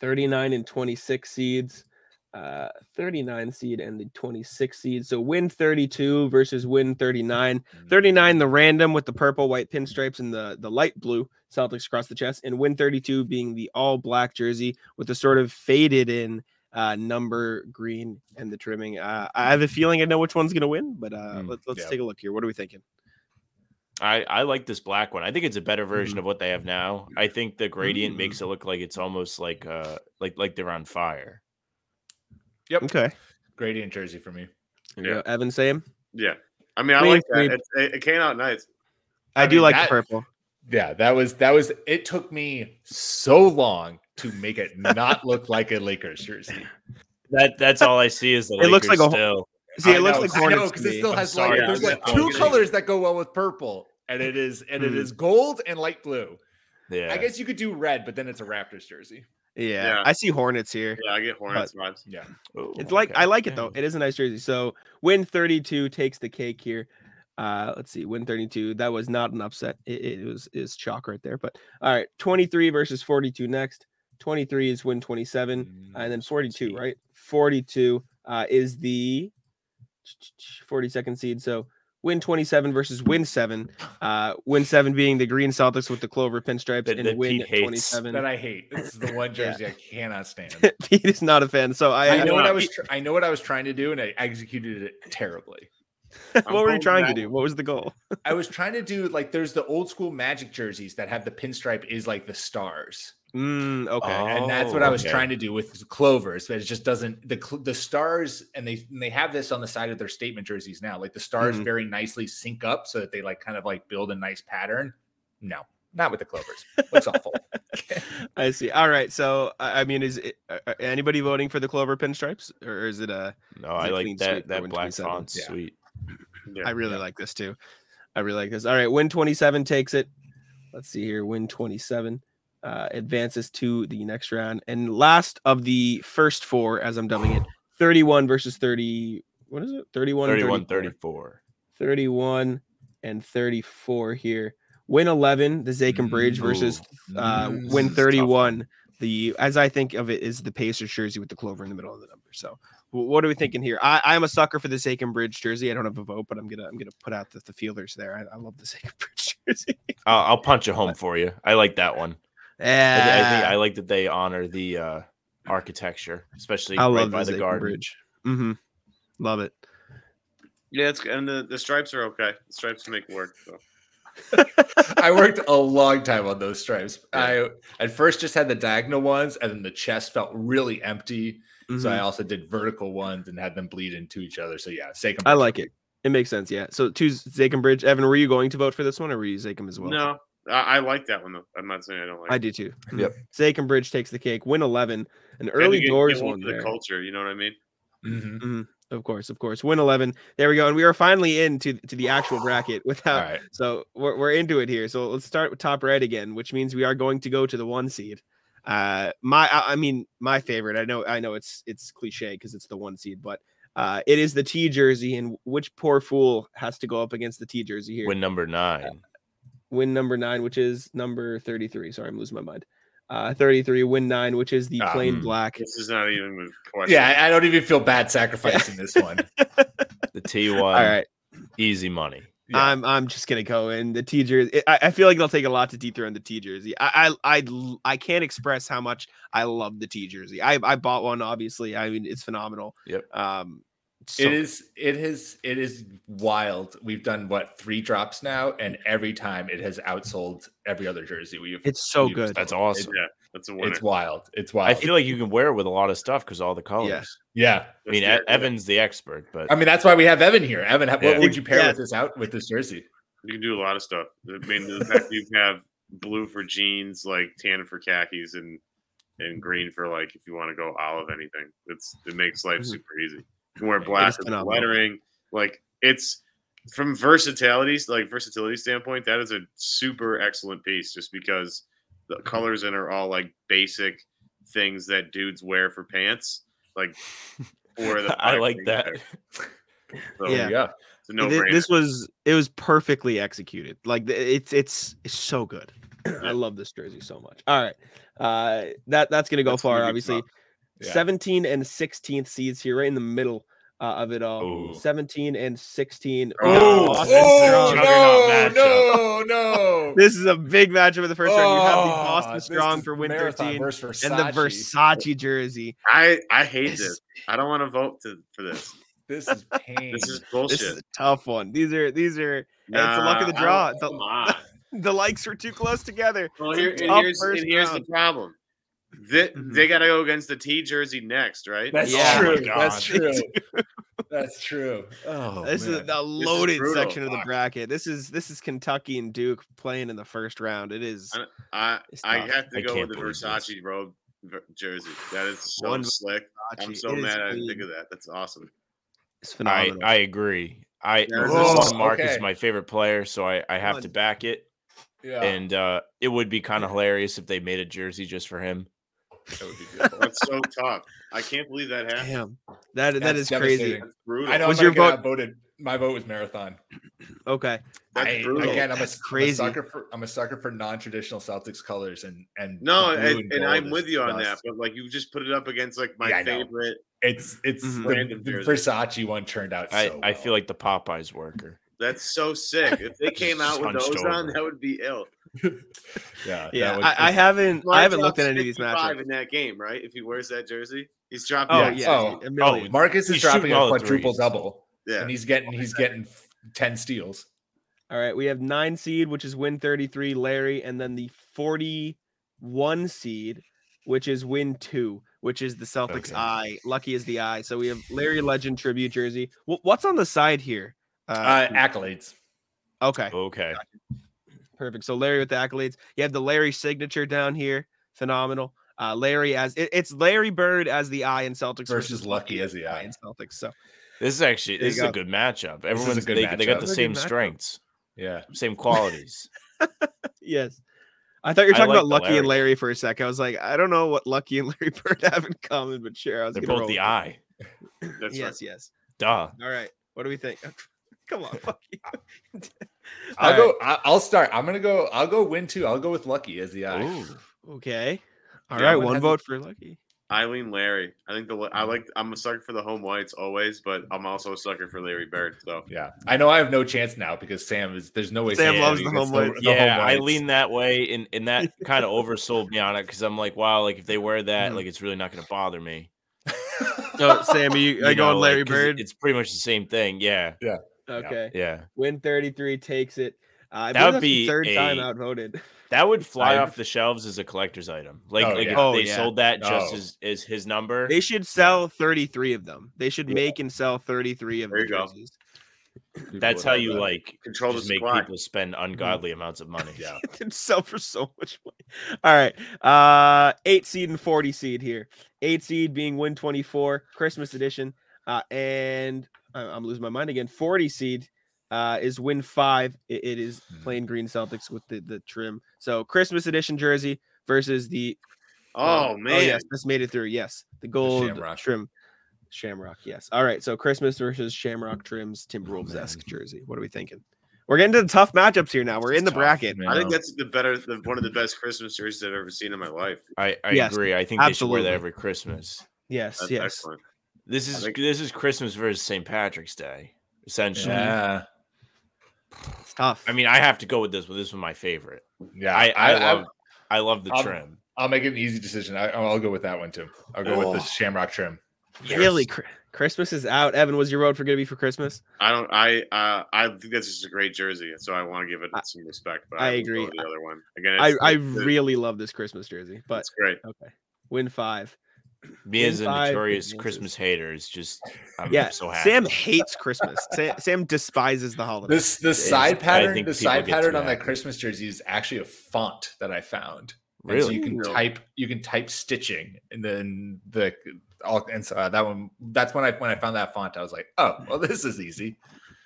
C: 39 and 26 seeds, uh, 39 seed and the 26 seed. So win 32 versus win 39. 39 the random with the purple, white pinstripes and the the light blue Celtics across the chest, and win 32 being the all black jersey with the sort of faded in uh, number green and the trimming. Uh, I have a feeling I know which one's going to win, but uh,
D: Mm,
C: let's let's
E: yeah.
C: take a look here. What are we thinking?
D: I, I like this black one. I think it's a better version
C: Mm-hmm.
D: of what they have now. I think the gradient
C: Mm.
D: makes it look like it's almost like uh like like they're on fire.
C: Okay,
E: Gradient jersey for me.
C: There you
F: Yeah.
C: go. Evan, same.
F: Yeah. I mean, I
C: Green
F: like that.
C: screen.
F: It, it, it came out nice.
C: I,
E: I
C: do
E: mean,
C: like the
E: that-
C: purple.
E: Yeah, that was that was it took me so long to make it not look like a Lakers jersey.
D: That that's all I see is the
C: It looks
D: Lakers
C: like a-
D: still.
C: See, it
E: I
C: looks
E: know,
C: like
E: I
C: Hornets
E: know
C: to
E: because it
C: me.
E: still
D: I'm
E: has
D: sorry,
E: like there's
F: I'm
E: like
F: not
E: two
F: getting it.
E: colors that go well with purple, and it is and it
C: Hmm.
E: is gold and light blue.
D: Yeah.
E: I guess you could do red, but then it's a Raptors jersey.
C: Yeah,
F: Yeah.
C: I see Hornets here.
F: Yeah, I get Hornets vibes.
E: Yeah,
D: Ooh,
C: It's like I
D: Oh, okay.
C: like it though.
D: Yeah.
C: It is a nice jersey. So win 32 takes the cake here. Uh, let's see, win 32. That was not an upset. It, it was is chalk right there. But all right, 23 versus 42 next. 23 is win 27, and
D: Mm,
C: then 42, right? 42 uh, is the 42nd seed. So win 27 versus win seven. Uh, win seven being the green Celtics with the clover pinstripes,
D: That-
C: and
D: that
C: win
D: Pete hates.
C: 27.
E: that I hate. This is the one jersey I cannot stand.
C: Pete is not a fan. So I,
E: I know what I
D: uh,
F: know.
E: was. Tr- I know what I was trying to do, and I executed it terribly.
F: I'm
C: what were you
F: going
C: trying to
F: back-
C: do? What was the goal?
E: I was trying to do like there's the old school Magic jerseys that have the pinstripe is like the stars,
C: Mm, okay.
E: and that's
D: Oh,
E: what I was
D: okay.
E: trying to do with clovers. But it just doesn't the cl- the stars and they and they have this on the side of their statement jerseys now. Like the stars
D: Mm-hmm.
C: Mhm.
E: very nicely sync up so that they like kind of like build a nice pattern. No, not with the clovers. Looks awful.
C: I see. All right. So, I I mean, is it, uh, uh, anybody voting for the Clover pinstripes, or is it a?
D: No,
C: It's
D: I
C: a
D: like
C: clean sweep
D: that
C: for
D: that
C: win
D: black
C: 27.
D: font's
E: Yeah.
D: sweet.
F: Yeah.
C: I really like this too. I really like this. All right. Win twenty seven takes it. Let's see here. Win twenty seven uh, advances to the next round, and last of the first four, as I'm dubbing it, thirty one versus thirty. What is it? 31 and
D: 31
C: 34.
D: 34.
C: 31 and 34 here. Win 11, the Zakin Bridge versus uh, win
E: Mm,
D: this is a tough
C: 31. The as I think of it is the Pacers jersey with the clover in the middle of the number. So wh- what are we thinking here? I I'm a sucker for the Zakin Bridge jersey. I don't have a vote, but I'm gonna I'm gonna put out the, the fielders there. I, I love the Zakin Bridge jersey.
D: I'll, I'll punch it home for you. I like that one. I, thi- I think I like that they honor the uh architecture, especially
C: I
D: right
C: love
D: by
C: the
D: the
C: Zakin
D: garden.
C: Bridge. Mm-hmm. Love it.
F: Yeah, it's and the, the stripes are okay. The stripes make work. So.
E: I worked a long time on those stripes. I at first just had the diagonal ones, and then the chest felt really empty. So I
C: Mhm.
E: also did vertical ones and had them bleed into each other. So yeah, Sakem.
C: I like it. It makes sense, yeah. So two Zakin Bridge. Evan, were you going to vote for this one, or were you Zakin as well?
F: No, I, I like that one though. I'm not saying I don't like.
C: I
F: it.
C: do too.
D: Yep.
C: Zakin Bridge takes the cake. Win eleven.
F: You have
C: An
F: to
C: early
F: get- get
C: doors
F: one
C: one
F: for
C: there.
F: the culture. You know what I mean?
E: Mhm.
C: Of course, of course. Win eleven. There we go. And we are finally into to the actual bracket
E: All
C: without.
E: right.
C: So we're we're into it here. So let's start with top right again, which means we are going to go to the one seed. Uh, my I, I mean my favorite. I know I know it's it's cliche because it's the one seed, but uh, it is the T jersey. And which poor fool has to go up against the T jersey here?
D: Win number nine.
C: win number nine, which is number 33. Sorry, I'm losing my mind. Uh, 33, win nine, which is the
E: Ah,
C: plain
D: hmm.
C: black.
F: This is not even a question.
E: Yeah, I- I don't even feel bad sacrificing this one.
D: The T one.
C: All right,
D: Easy money.
E: Yeah.
C: I'm I'm just gonna go in the T jersey. I, I feel like it'll take a lot to dethrone the T jersey. I, I I l- I can't express how much I love the T jersey. I I bought one. Obviously, I mean it's phenomenal.
D: Yep.
C: Um, so,
E: It is. It is. It is wild. We've done what three drops now, and every time it has outsold every other jersey we've.
C: it's so
E: we've
C: good.
D: That's
E: sold.
D: awesome.
F: yeah, that's a winner.
E: It's wild. It's wild.
D: I feel like you can wear it with a lot of stuff because all the colors.
E: yeah.
D: I mean, E-
F: That's the-
D: Evan's the expert, but
E: I mean, that's why we have Evan here. Evan, what
D: Yeah.
E: would you pair
C: Yeah.
E: with this out with this jersey?
F: You can do a lot of stuff. I mean, the fact you have blue for jeans, like tan for khakis, and and green for like if you want to go olive anything. It's it makes life
C: Mhm.
F: super easy. You can wear
C: is
F: black with the
C: phenomenal.
F: lettering. Like it's from versatility, like versatility standpoint, that is a super excellent piece. Just because the
C: Mm-hmm.
F: colors in are all like basic things that dudes wear for pants, like. Or the
D: I
F: black
D: like
F: thing
D: that.
F: there. So
C: Yeah.
E: yeah.
F: it's a no
C: Thi- this was it was perfectly executed. Like th- it's it's it's so good. I love this jersey so much. All right, uh, that that's gonna go
F: That's gonna
C: far.
F: be
C: Obviously,
F: tough.
E: Yeah.
C: 17 and 16th seeds here, right in the middle. uh, of it all.
D: Ooh.
C: 17 and 16.
F: Oh,
C: Wow.
F: this is
E: Oh,
F: a
D: juggernaut
E: no, no, no.
C: This is a big matchup of the first round. You have the
E: Oh,
C: Boston
E: this
C: Strong
E: is
C: for win
E: Marathon
C: 13
E: versus
C: and the Versace jersey.
F: I I hate
C: This-
F: this. I don't want to vote to, for this.
E: This is pain.
F: This is
C: This
F: bullshit.
C: is a tough one. These are these are and it's the luck of the
F: Nah, I
C: draw.
F: don't-
C: It's a-
F: come on.
C: the likes are too close together.
F: Well,
C: It's a
F: here, and
C: tough
F: here's,
C: first
F: and here's the
C: round. Mm-hmm.
F: problem. They, they got to go against the T jersey next, right?
E: That's
C: Yeah.
E: true.
D: Oh my God.
E: That's true. That's true. Oh,
C: this is
E: man.
C: a loaded
F: brutal.
C: section of the bracket. This is this is Kentucky and Duke playing in the first round. It is
F: I- I
C: It's
F: I
C: tough.
F: have to
D: I
F: go
D: can't
F: with the
D: believe this.
F: Versace robe ver- jersey. That is so
C: One
F: slick. I'm
C: Versace.
F: so
C: It is
F: mad I didn't
C: clean.
F: think of that. That's awesome.
C: It's
D: I,
C: phenomenal.
D: I agree. I
F: There's
E: a-
D: Mark Marcus
E: okay.
D: my favorite player, so I, I have to
C: One.
D: back it.
E: yeah.
D: And uh, it would be kind of hilarious if they made a jersey just for him.
E: that would be beautiful.
F: That's so tough. I can't believe that happened.
C: Damn, that that
E: That's
C: is crazy.
E: devastating.
F: That's brutal.
E: I know.
C: Was
E: I'm
C: your
E: your vote? voted. My vote was marathon.
C: Okay,
F: That's
E: I,
F: brutal.
E: Again, I'm a,
C: That's crazy.
E: crazy. sucker for I'm a sucker for non-traditional Celtics colors and and
F: No,
E: the blue
F: and, and
E: gold
F: I'm
E: is
F: with you on that,
E: just-
F: but like you just put it up against like my
E: Yeah, I know.
F: favorite.
E: It's it's
C: Mhm.
E: the-
F: Random
E: the,
F: jersey.
E: Versace one turned out.
D: I,
E: so
D: I feel like the Popeyes worker.
F: That's so sick. If they came out with
D: Hunched
F: those on,
D: over.
F: that would be ill.
E: yeah
C: yeah,
E: that was-
C: I, I haven't I
F: Mark
C: haven't looked
F: drops
C: at any of these
F: 55
C: matchups.
F: in that game, right? If he wears that jersey, he's dropping.
C: Oh
E: Yeah.
C: yeah,
E: Oh,
C: a million.
D: oh,
E: Marcus is
D: He's
E: dropping
D: shooting
E: a
D: all the
E: quadruple
D: threes.
E: double,
F: yeah.
E: and he's getting he's getting ten steals.
C: All right, we have nine seed, which is win 33, Larry, and then the 41 seed, which is win two, which is the Celtics
E: Okay.
C: eye. Lucky is the eye. So we have Larry Legend tribute jersey. Wh- what's on the side here?
E: Uh,
C: Uh,
E: accolades.
C: okay,
D: Okay.
C: perfect. So Larry with the accolades. You have the Larry signature down here. Phenomenal. Uh, Larry as it- it's Larry Bird as the eye in Celtics
E: Versus Lucky as the eye.
C: in Celtics. So
D: This is actually
C: There you
D: this is
C: go.
D: a good matchup. Everyone's
E: good
D: they, they
E: matchup.
D: got the
C: It's a good
D: same
C: matchup.
D: strengths,
E: Yeah.
D: same qualities.
C: yes. I thought you were
D: I
C: talking
D: like
C: about
D: the
C: Lucky and
D: Larry.
C: Larry for a sec. I was like, I don't know what Lucky and Larry Bird have in common, but sure, I was
D: They're
C: gonna
D: both
C: roll with it.
D: the eye.
F: That's
C: yes,
F: right.
C: yes.
D: Duh.
C: All right. What do we think? Come on, fuck you.
E: I'll
C: All
E: go. I- I'll start. I'm gonna go. I'll go win two. I'll go with Lucky as the uh, eye.
D: Ooh.
C: Okay. All
E: Yeah,
C: right.
E: one
C: One
E: has a-
C: vote for Lucky.
F: Eileen Larry. I think the I like I'm a sucker for the home whites always, but I'm also a sucker for Larry Bird. So
E: Yeah, I know I have no chance now because Sam is. There's no way
C: Sam loves
E: gets
C: the home whites.
D: yeah,
E: home
D: I
E: whites.
D: lean that way, and and that kind of oversold me on it because I'm like, wow, like if they wear that,
C: Mhm.
D: like it's really not going to bother me.
C: Oh, Sam, are you, are you
D: You know,
C: going Larry
D: like, 'cause
C: Bird?
D: It's pretty much the same thing. Yeah,
C: Okay.
D: yeah.
C: Win 33 takes it. Uh, I
D: That
C: believe
D: would
C: that's the
D: be
C: third time
D: a-
C: outvoted.
D: That would fly
E: I've-
D: off the shelves as a collector's item. Like,
E: Oh,
D: like
E: yeah.
D: if
C: Oh,
D: they
C: yeah.
D: sold that just
E: No.
D: as as his number.
C: They should sell 33 of them. They should
E: Yeah.
C: make and sell 33 of
F: There
C: the
F: you go.
C: jerseys.
E: People
D: that's
E: would
D: how
E: love
D: you
E: that.
D: like
F: control the
D: just make
F: supply.
D: people spend ungodly amounts of money.
E: Yeah.
C: They can sell for so much money. All right. Uh eight seed and 40 seed here. Eight seed being win 24, Christmas edition. Uh and I- I'm losing my mind again. 40 seed uh is win five. It- it is
E: Hmm.
C: plain green Celtics with the, the trim. So Christmas edition jersey versus the
F: Oh
C: uh,
F: man,
C: yes, this made it through. Yes. The gold
E: Shamrock.
C: trim. Shamrock, yes. All right. So Christmas versus Shamrock trims Timberwolves esque jersey. What are we thinking? We're getting to the tough matchups here now. We're in the
E: Tough,
C: bracket.
E: Oh, man.
F: I think that's the better, the, one of the best Christmas jerseys I've ever seen in my life.
D: I, I
C: Yes,
D: agree. I think they should wear
C: absolutely.
D: that every Christmas.
C: Yes,
F: That's
C: yes.
F: excellent.
D: This is
F: think-
D: this is Christmas versus St. Patrick's Day, essentially.
E: Yeah,
C: It's tough.
D: I mean, I have to go with this one. This was my favorite.
E: yeah.
D: I, I,
E: I-
D: love I love the
F: Um,
E: I'm-
D: trim.
E: I'll make it an easy decision. I, I'll go with that one too. I'll go with the Shamrock trim.
C: really, Chri- Christmas is out. Evan, was your road for gonna be for Christmas?
F: I don't. I. Uh, I think that's just a great jersey, so I want to give it
C: I-
F: some respect. But
C: I
F: would go
C: agree.
F: with The other one again.
C: I,
F: it's-
C: I
F: it's-
C: really love this Christmas jersey, but
F: it's great.
C: okay. Win five.
D: Me as a
C: Inside the
D: notorious
C: dances.
D: Christmas hater is just I'm
C: Yeah,
D: so happy.
C: Sam hates Christmas. Sam, Sam despises the holiday.
E: This the
D: It's-
E: side
D: I
E: pattern,
D: think
E: the
D: people
E: side
D: get
E: pattern
D: too
E: on that
D: happy.
E: Christmas jersey is actually a font that I found. And so
D: really
E: you can
F: Really?
E: type you can type stitching and then the all and so uh, that one that's when I when I found that font I was like oh well this is easy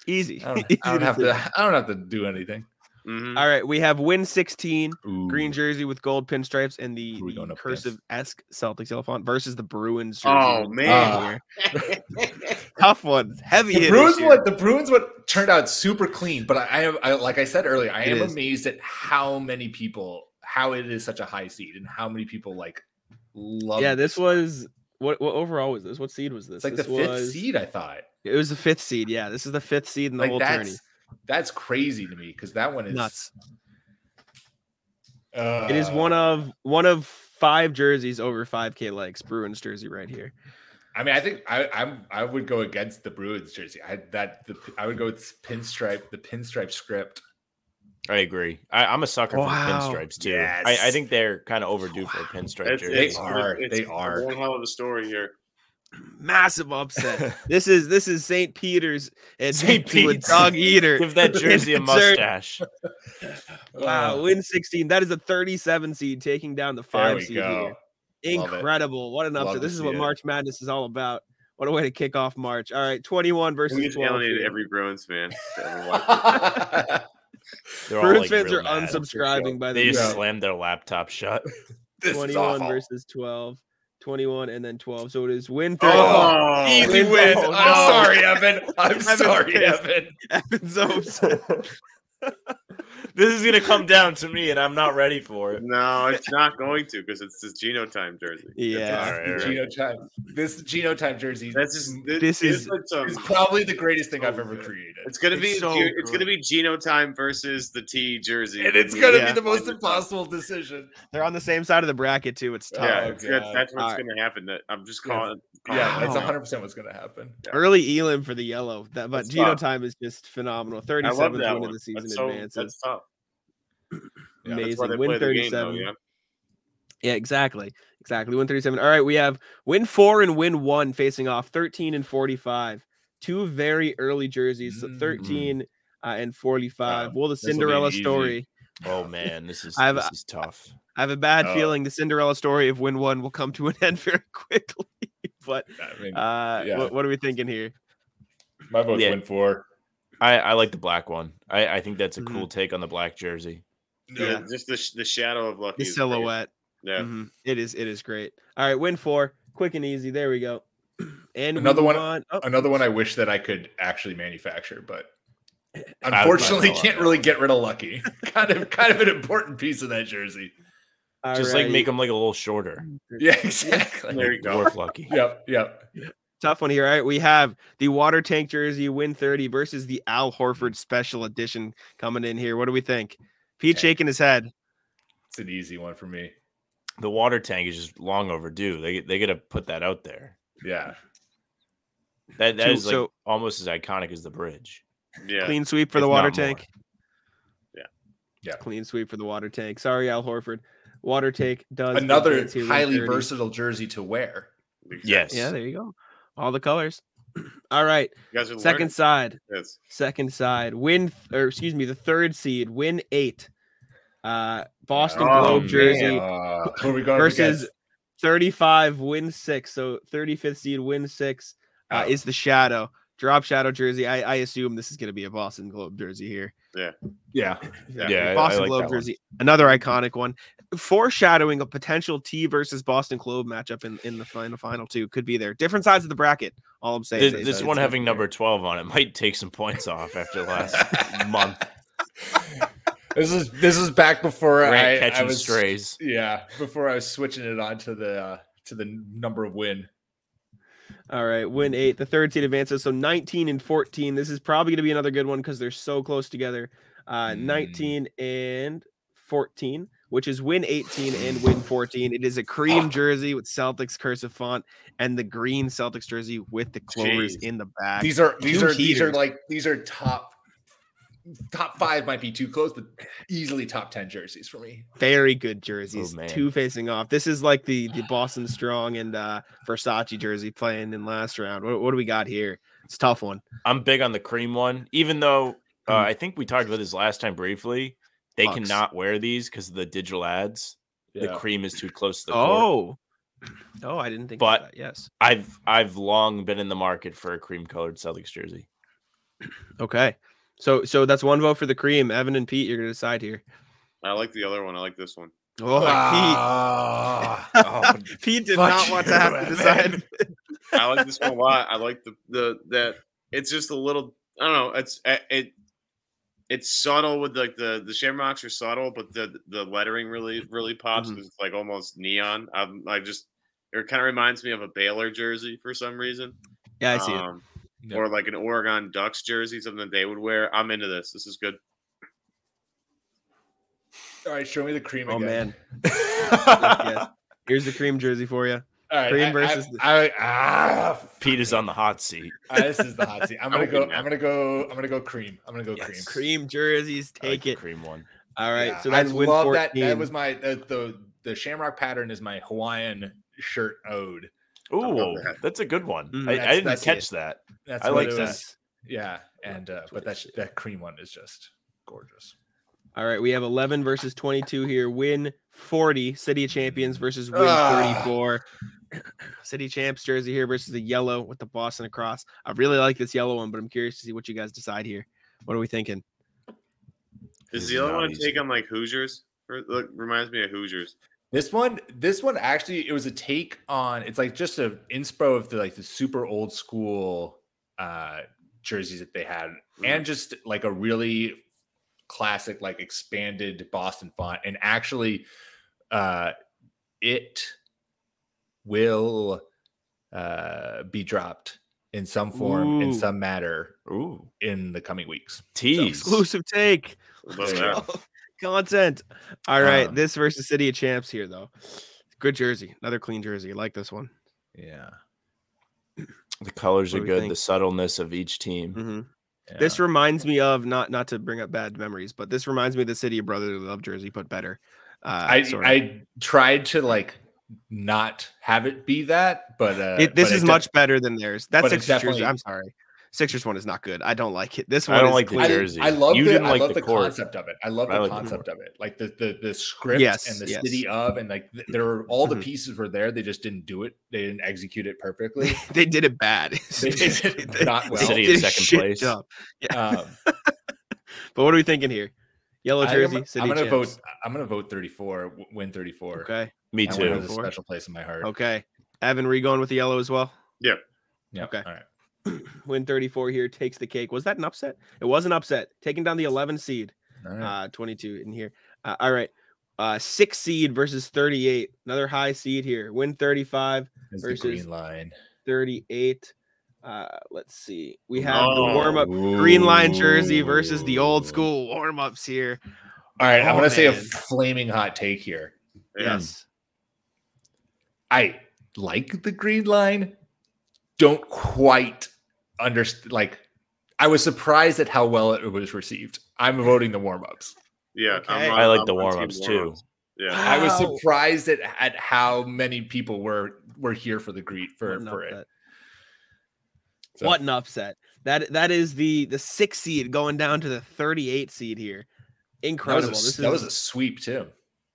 C: Easy.
E: I don't,
C: Easy
E: I don't
C: to
E: have
C: do.
E: to I don't have to do anything
F: Mhm.
C: All right, we have win 16, green
E: Ooh.
C: jersey with gold pinstripes and the,
E: Who we going
C: the
E: up against?
C: cursive esque Celtics yellow font versus the Bruins jersey.
F: Oh
C: with
F: man,
E: Ah.
C: tough ones, heavy
E: the
C: hitters
E: Bruins
C: here.
E: what the Bruins what turned out super clean but I, I am I, like I said earlier I
C: It
E: am
C: is.
E: amazed at how many people how it is such a high seed and how many people like love
C: Yeah, this was what what overall was this? What seed was this?
E: It's like
C: this
E: the fifth
C: was-
E: seed, I thought.
C: It was the fifth seed. Yeah, this is the fifth seed in the
E: Like
C: whole
E: that's
C: tourney.
E: that's crazy to me because that one is
C: Nuts.
E: Uh,
C: It is one of one of five jerseys over 5k likes. Bruins jersey right here.
E: I mean, I think I, I'm I would go against the Bruins jersey. I that the I would go with pinstripe, the pinstripe script.
D: I agree. I, I'm a sucker
C: Wow.
D: for the pinstripes too. I, I
E: Yes.
D: think they're kind of overdue for a pinstripe
F: That's-
D: jersey.
E: They are. They are.
F: One hell of a story here.
C: Massive upset. this is this is St. Peter's and St.
D: St.
C: Pete's
D: Pete's.
C: dog eater.
D: Give that jersey a
C: It's their-
D: mustache.
C: Wow,
E: Uh,
C: win 16. That is a 37 seed taking down the
E: there
C: five
E: we
C: seed
E: go.
C: here.
E: Love it.
C: Incredible. What an
E: Love
C: upset.
E: to
C: This is
E: see
C: what
E: it.
C: March Madness is all about. What a way to kick off March. All right, 21 versus
F: We just
C: 12.
F: alienated
C: here.
F: every Bruins fan. to ever watch.
E: That's
D: They're all,
C: Bruins
D: like,
C: fans
D: real
C: are
D: mad.
C: unsubscribing by
D: They
C: the
D: just
E: Yeah.
D: slammed their laptop shut.
E: This is
C: 21
E: awful.
C: versus 12. 21 and then 12. So it is win 30.
F: Oh,
E: Easy
C: no,
E: win.
C: no.
E: I'm sorry, Evan. I'm sorry,
C: pissed.
E: Evan.
C: Evans hopes.
D: This is gonna come down to me, and I'm not ready for it.
F: no, it's not going to because it's this Geno time jersey.
C: Yeah.
D: All right, all right.
E: Geno time. This Geno time jersey
F: That's just this,
C: This
F: this
C: is-
F: looks, um,
E: is probably the greatest thing
F: so
E: I've ever
F: good.
E: created.
F: It's gonna
C: It's
F: be
C: so
F: it's gonna
C: good.
F: be Geno time versus the T jersey,
E: and it's gonna
C: Yeah.
E: be the most impossible decision.
C: They're on the same side of the bracket, too. It's tough.
F: Yeah,
E: Oh,
F: it's- that's,
E: God.
F: that's what's
C: All right.
F: gonna happen. That- I'm just
E: Yeah.
F: calling.
E: Yeah,
F: calling
E: that's
F: it.
C: Wow.
E: 100 percent what's gonna happen.
C: Early Elam for the yellow. That, but
F: That's
C: Geno
F: tough.
C: time is just phenomenal.
F: I
C: 37th
F: love
C: win
F: that
C: of
F: one.
C: the season
F: That's so,
C: advances.
F: that's tough. That's why
E: Yeah,
F: they
C: Amazing.
F: play the
C: Win
F: game, though,
C: 37.
F: yeah.
C: Yeah, exactly. Exactly. 137. All right, we have win four and win one facing off 13 and 45. Two very early jerseys, so
F: Mm-hmm.
E: Mm.
C: 13 uh, and 45.
E: Wow,
C: Well, the
E: will be
C: Cinderella
E: easy.
C: story.
D: Oh man, this is
C: I've- uh,
D: this is tough.
C: I have a bad
E: Oh.
C: feeling the Cinderella story of win one will come to an end very quickly. but
E: I mean,
C: uh,
E: Yeah.
C: what, what are we thinking here?
E: my vote's
D: yeah.
E: win for.
D: I, I like the black one. I, I think that's a
C: Mhm.
D: cool take on the black jersey.
F: The-
C: Yeah.
F: Just the, sh- the shadow of Lucky.
C: The
F: is great.
C: silhouette.
F: Yeah.
C: Mhm. It is. It is great. All right, win four, quick and easy. There we go. And we
E: Another one-
C: want- oh,
E: Another one I wish that I could actually manufacture, but
D: don't know
E: unfortunately
D: about
E: can't
D: that.
E: really get rid of Lucky. kind of kind of an important piece of that jersey.
C: all
D: Just like
C: right.
D: make them like a little shorter.
E: Yeah, exactly.
F: There you go.
D: Dwarf lucky.
E: yep, yep.
C: Tough one here. All right, we have the water tank jersey win 30 versus the Al Horford special edition coming in here. What do we think? Pete
E: Okay.
C: shaking his head.
E: It's an easy one for me.
D: The water tank is just long overdue. They they gotta put that out there.
E: Yeah.
D: That that
C: Dude,
D: is like
C: so-
D: almost as iconic as the bridge.
F: Yeah.
C: Clean sweep for the
D: If
C: water
D: not more.
C: tank.
F: Yeah.
E: Yeah.
C: Clean sweep for the water tank. Sorry, Al Horford. Water tank does
E: Another
C: advance here, win
E: highly
C: 30.
E: versatile jersey to wear.
F: Exactly.
D: Yes.
C: Yeah, there you go. All the colors. All right.
F: You guys are
C: Second side.
F: learning.
C: Second side. Win th- or excuse me, the third seed. Win eight. Uh Boston
F: Oh,
C: Globe
D: man.
C: jersey.
E: Uh, who are we going up
C: versus
E: against?
C: 35 win six so 35th seed win six uh,
E: Oh.
C: is the shadow drop shadow jersey i, I assume this is going to be a boston globe jersey here
E: Yeah.
F: Yeah,
D: Yeah, I- I
C: boston
D: like
C: globe
D: that one.
C: jersey another iconic one foreshadowing a potential t versus boston globe matchup in, in the final final two could be there different sides of the bracket all i'm saying
D: This,
C: is
D: this
C: that
D: one
C: it's gonna
D: having
C: be there.
D: number twelve on it might take some points off after last month.
E: This is this is back before
D: Grant
E: I, I
D: catching
E: was
D: strays.
E: Yeah, before I was switching it on to the uh, to the number of win.
C: all right win eight the third seed advances so 19 and 14 this is probably going to be another good one because they're so close together uh,
E: Mm.
C: 19 and 14, which is win 18 and win 14. It is a
D: Ah.
C: cream jersey with Celtics cursive font and the green Celtics jersey with the clovers
F: Jeez.
C: in the back.
E: These are these
C: Two
E: are these are
C: heaters.
E: like these are top top five might be too close, but easily top ten jerseys for me.
C: Very good jerseys,
D: Oh, man.
C: two facing off. This is like the the Boston Strong and uh, Versace jersey playing in last round. What, what do we got here? It's a tough one.
D: I'm big on the cream one, even though uh,
C: Mm.
D: I think we talked about this last time briefly. They
C: Bucks.
D: cannot wear these because of the digital ads. The cream is too close to the court.
C: Oh, oh, I didn't think.
D: But-
C: of that. yes,
D: I've I've long been in the market for a cream colored Celtics jersey.
C: okay. So, so that's one vote for the cream. Evan and Pete, you're gonna decide here.
F: I like the other one. I like this one.
C: Oh, Pete.
E: Ah. Oh,
C: Pete did
E: Fuck
C: not want to
E: you,
C: have to
E: Evan.
C: decide.
F: I like this one a lot. I like the the that it's just a little. I don't know. It's it. it- it's subtle with like the the shamrocks are subtle, but the the lettering really really pops.
C: Mhm.
F: It's like almost neon. I'm I just It kind of reminds me of a Baylor jersey for some reason.
C: Yeah, I see
E: Ah,
C: it.
F: Um,
E: Yeah.
F: Or like an Oregon Ducks jersey, something they would wear. I'm into this. This is good.
E: All right, show me the cream
C: Oh
E: again.
C: man,
E: All
C: yes. Here's the cream jersey for you.
E: right,
C: Cream
E: I- I-
C: versus the-
E: I, ah,
D: Pete is on the hot seat.
E: Ah, this is the hot seat. I'm gonna
F: would be
E: go.
F: mad.
E: I'm gonna go. I'm gonna go cream. I'm gonna go
D: Yes.
E: cream.
C: Cream jerseys,
D: I like
C: take
D: the
C: it.
D: cream one.
C: All right,
E: Yeah,
C: so that's
E: I
C: win
E: love
C: 14.
E: that. That was my the, the the shamrock pattern is my Hawaiian shirt ode.
D: Ooh,
F: that.
D: that's a good one.
C: Mm.
D: I, I
E: That's-
D: didn't
E: that's
D: catch
E: it.
D: that.
E: That's
D: I
E: what
D: like
E: it
D: that.
E: was. Yeah, and uh, but that sh- that cream one is just gorgeous.
C: All right, we have 11 versus 22 here. Win 40, City of Champions versus Win
E: Ah.
C: 34. City Champs jersey here versus the yellow with the Boston across. I really like this yellow one, but I'm curious to see what you guys decide here. What are we thinking?
F: Does
D: This
F: the
D: is
F: other
D: not
F: one
D: easy.
F: take on like Hoosiers? Or, look, reminds me of Hoosiers.
E: This one, this one actually, it was a take on. It's like just a inspo of the like the super old school uh jerseys that they had,
F: Mm-hmm.
E: and just like a really classic, like expanded Boston font. And actually, uh it will uh be dropped in some form, in
C: Ooh.
E: some matter,
D: Ooh,
E: in the coming weeks.
D: tease.
C: Exclusive take.
F: Love
E: Yeah.
F: that.
C: Content. All right,
E: Um,
C: this versus City of Champs here, though. Good jersey. Another clean jersey. I like this one.
E: Yeah.
D: The colors
C: What do
D: are
C: we
D: good.
C: think?
D: The subtleness of each team.
C: Mhm.
E: yeah.
C: This reminds me of not not to bring up bad memories, but this reminds me of the City of Brotherly Love jersey, but better. Uh,
E: I
C: sorta.
E: I tried to like not have it be that, but uh,
C: It- this
E: but
C: is
E: it
C: much better than theirs. That
E: but it
C: Sixers
E: definitely-
C: jersey. I'm sorry, Sixers one is not good. I don't like it. This one
D: I don't
C: is
D: like the
E: def-
C: clean.
E: I,
D: jersey.
E: I love
D: you
E: the,
D: didn't
E: I
D: like
E: love
D: the,
E: the,
D: court.
E: concept of it. I love
D: I
E: the
D: like the
E: concept of it, like the the the script
C: Yes,
E: and the
C: yes.
E: city of, and like th- there were all the
C: Mhm.
E: pieces were there. They just didn't do it. They didn't execute it perfectly. Um,
C: They did it bad.
E: They did it not well.
D: City of
C: did a
D: second
C: shit
D: place.
C: job.
E: Um,
C: But what are we thinking here? Yellow
E: I
C: jersey.
E: am,
C: City
E: I'm gonna
C: champs.
E: vote. I'm gonna vote 34. w- Win 34.
C: Okay.
D: Me
E: That one
D: too.
E: has a
C: 34.
E: special place in my heart.
C: Okay. Evan, were you going with the yellow as well?
E: Yeah.
C: okay.
E: All right.
C: Win 34 here takes the cake. Was that an upset? It was an upset. Taking down the 11 seed.
E: All right.
C: uh 22 in here uh, all right uh six seed versus 38 another high seed here win 35
E: It's
C: versus-
E: the green line.
C: 38 uh let's see we have the
F: Oh.
C: warm-up green line jersey versus the old school warm-ups here
E: All right. I'm
C: Oh,
E: gonna say a
C: man.
E: flaming hot take here.
F: Yeah.
C: yes
E: I like the green line. Don't quite understand. Like, I was surprised at how well it was received. I'm voting the warm ups.
F: Yeah.
C: Okay. Ah,
F: on-
D: I like
F: I'm
D: the
F: on team
D: warm-ups, too.
F: warm-ups. Yeah.
E: I was
C: Wow.
E: surprised at, at how many people were were here for the green for
C: What an
E: for it.
C: upset.
E: So,
C: what an upset that that is the the six seed going down to the 38 seed here
E: That was,
C: incredible
E: a,
C: this
E: that
C: is-
E: was a sweep too.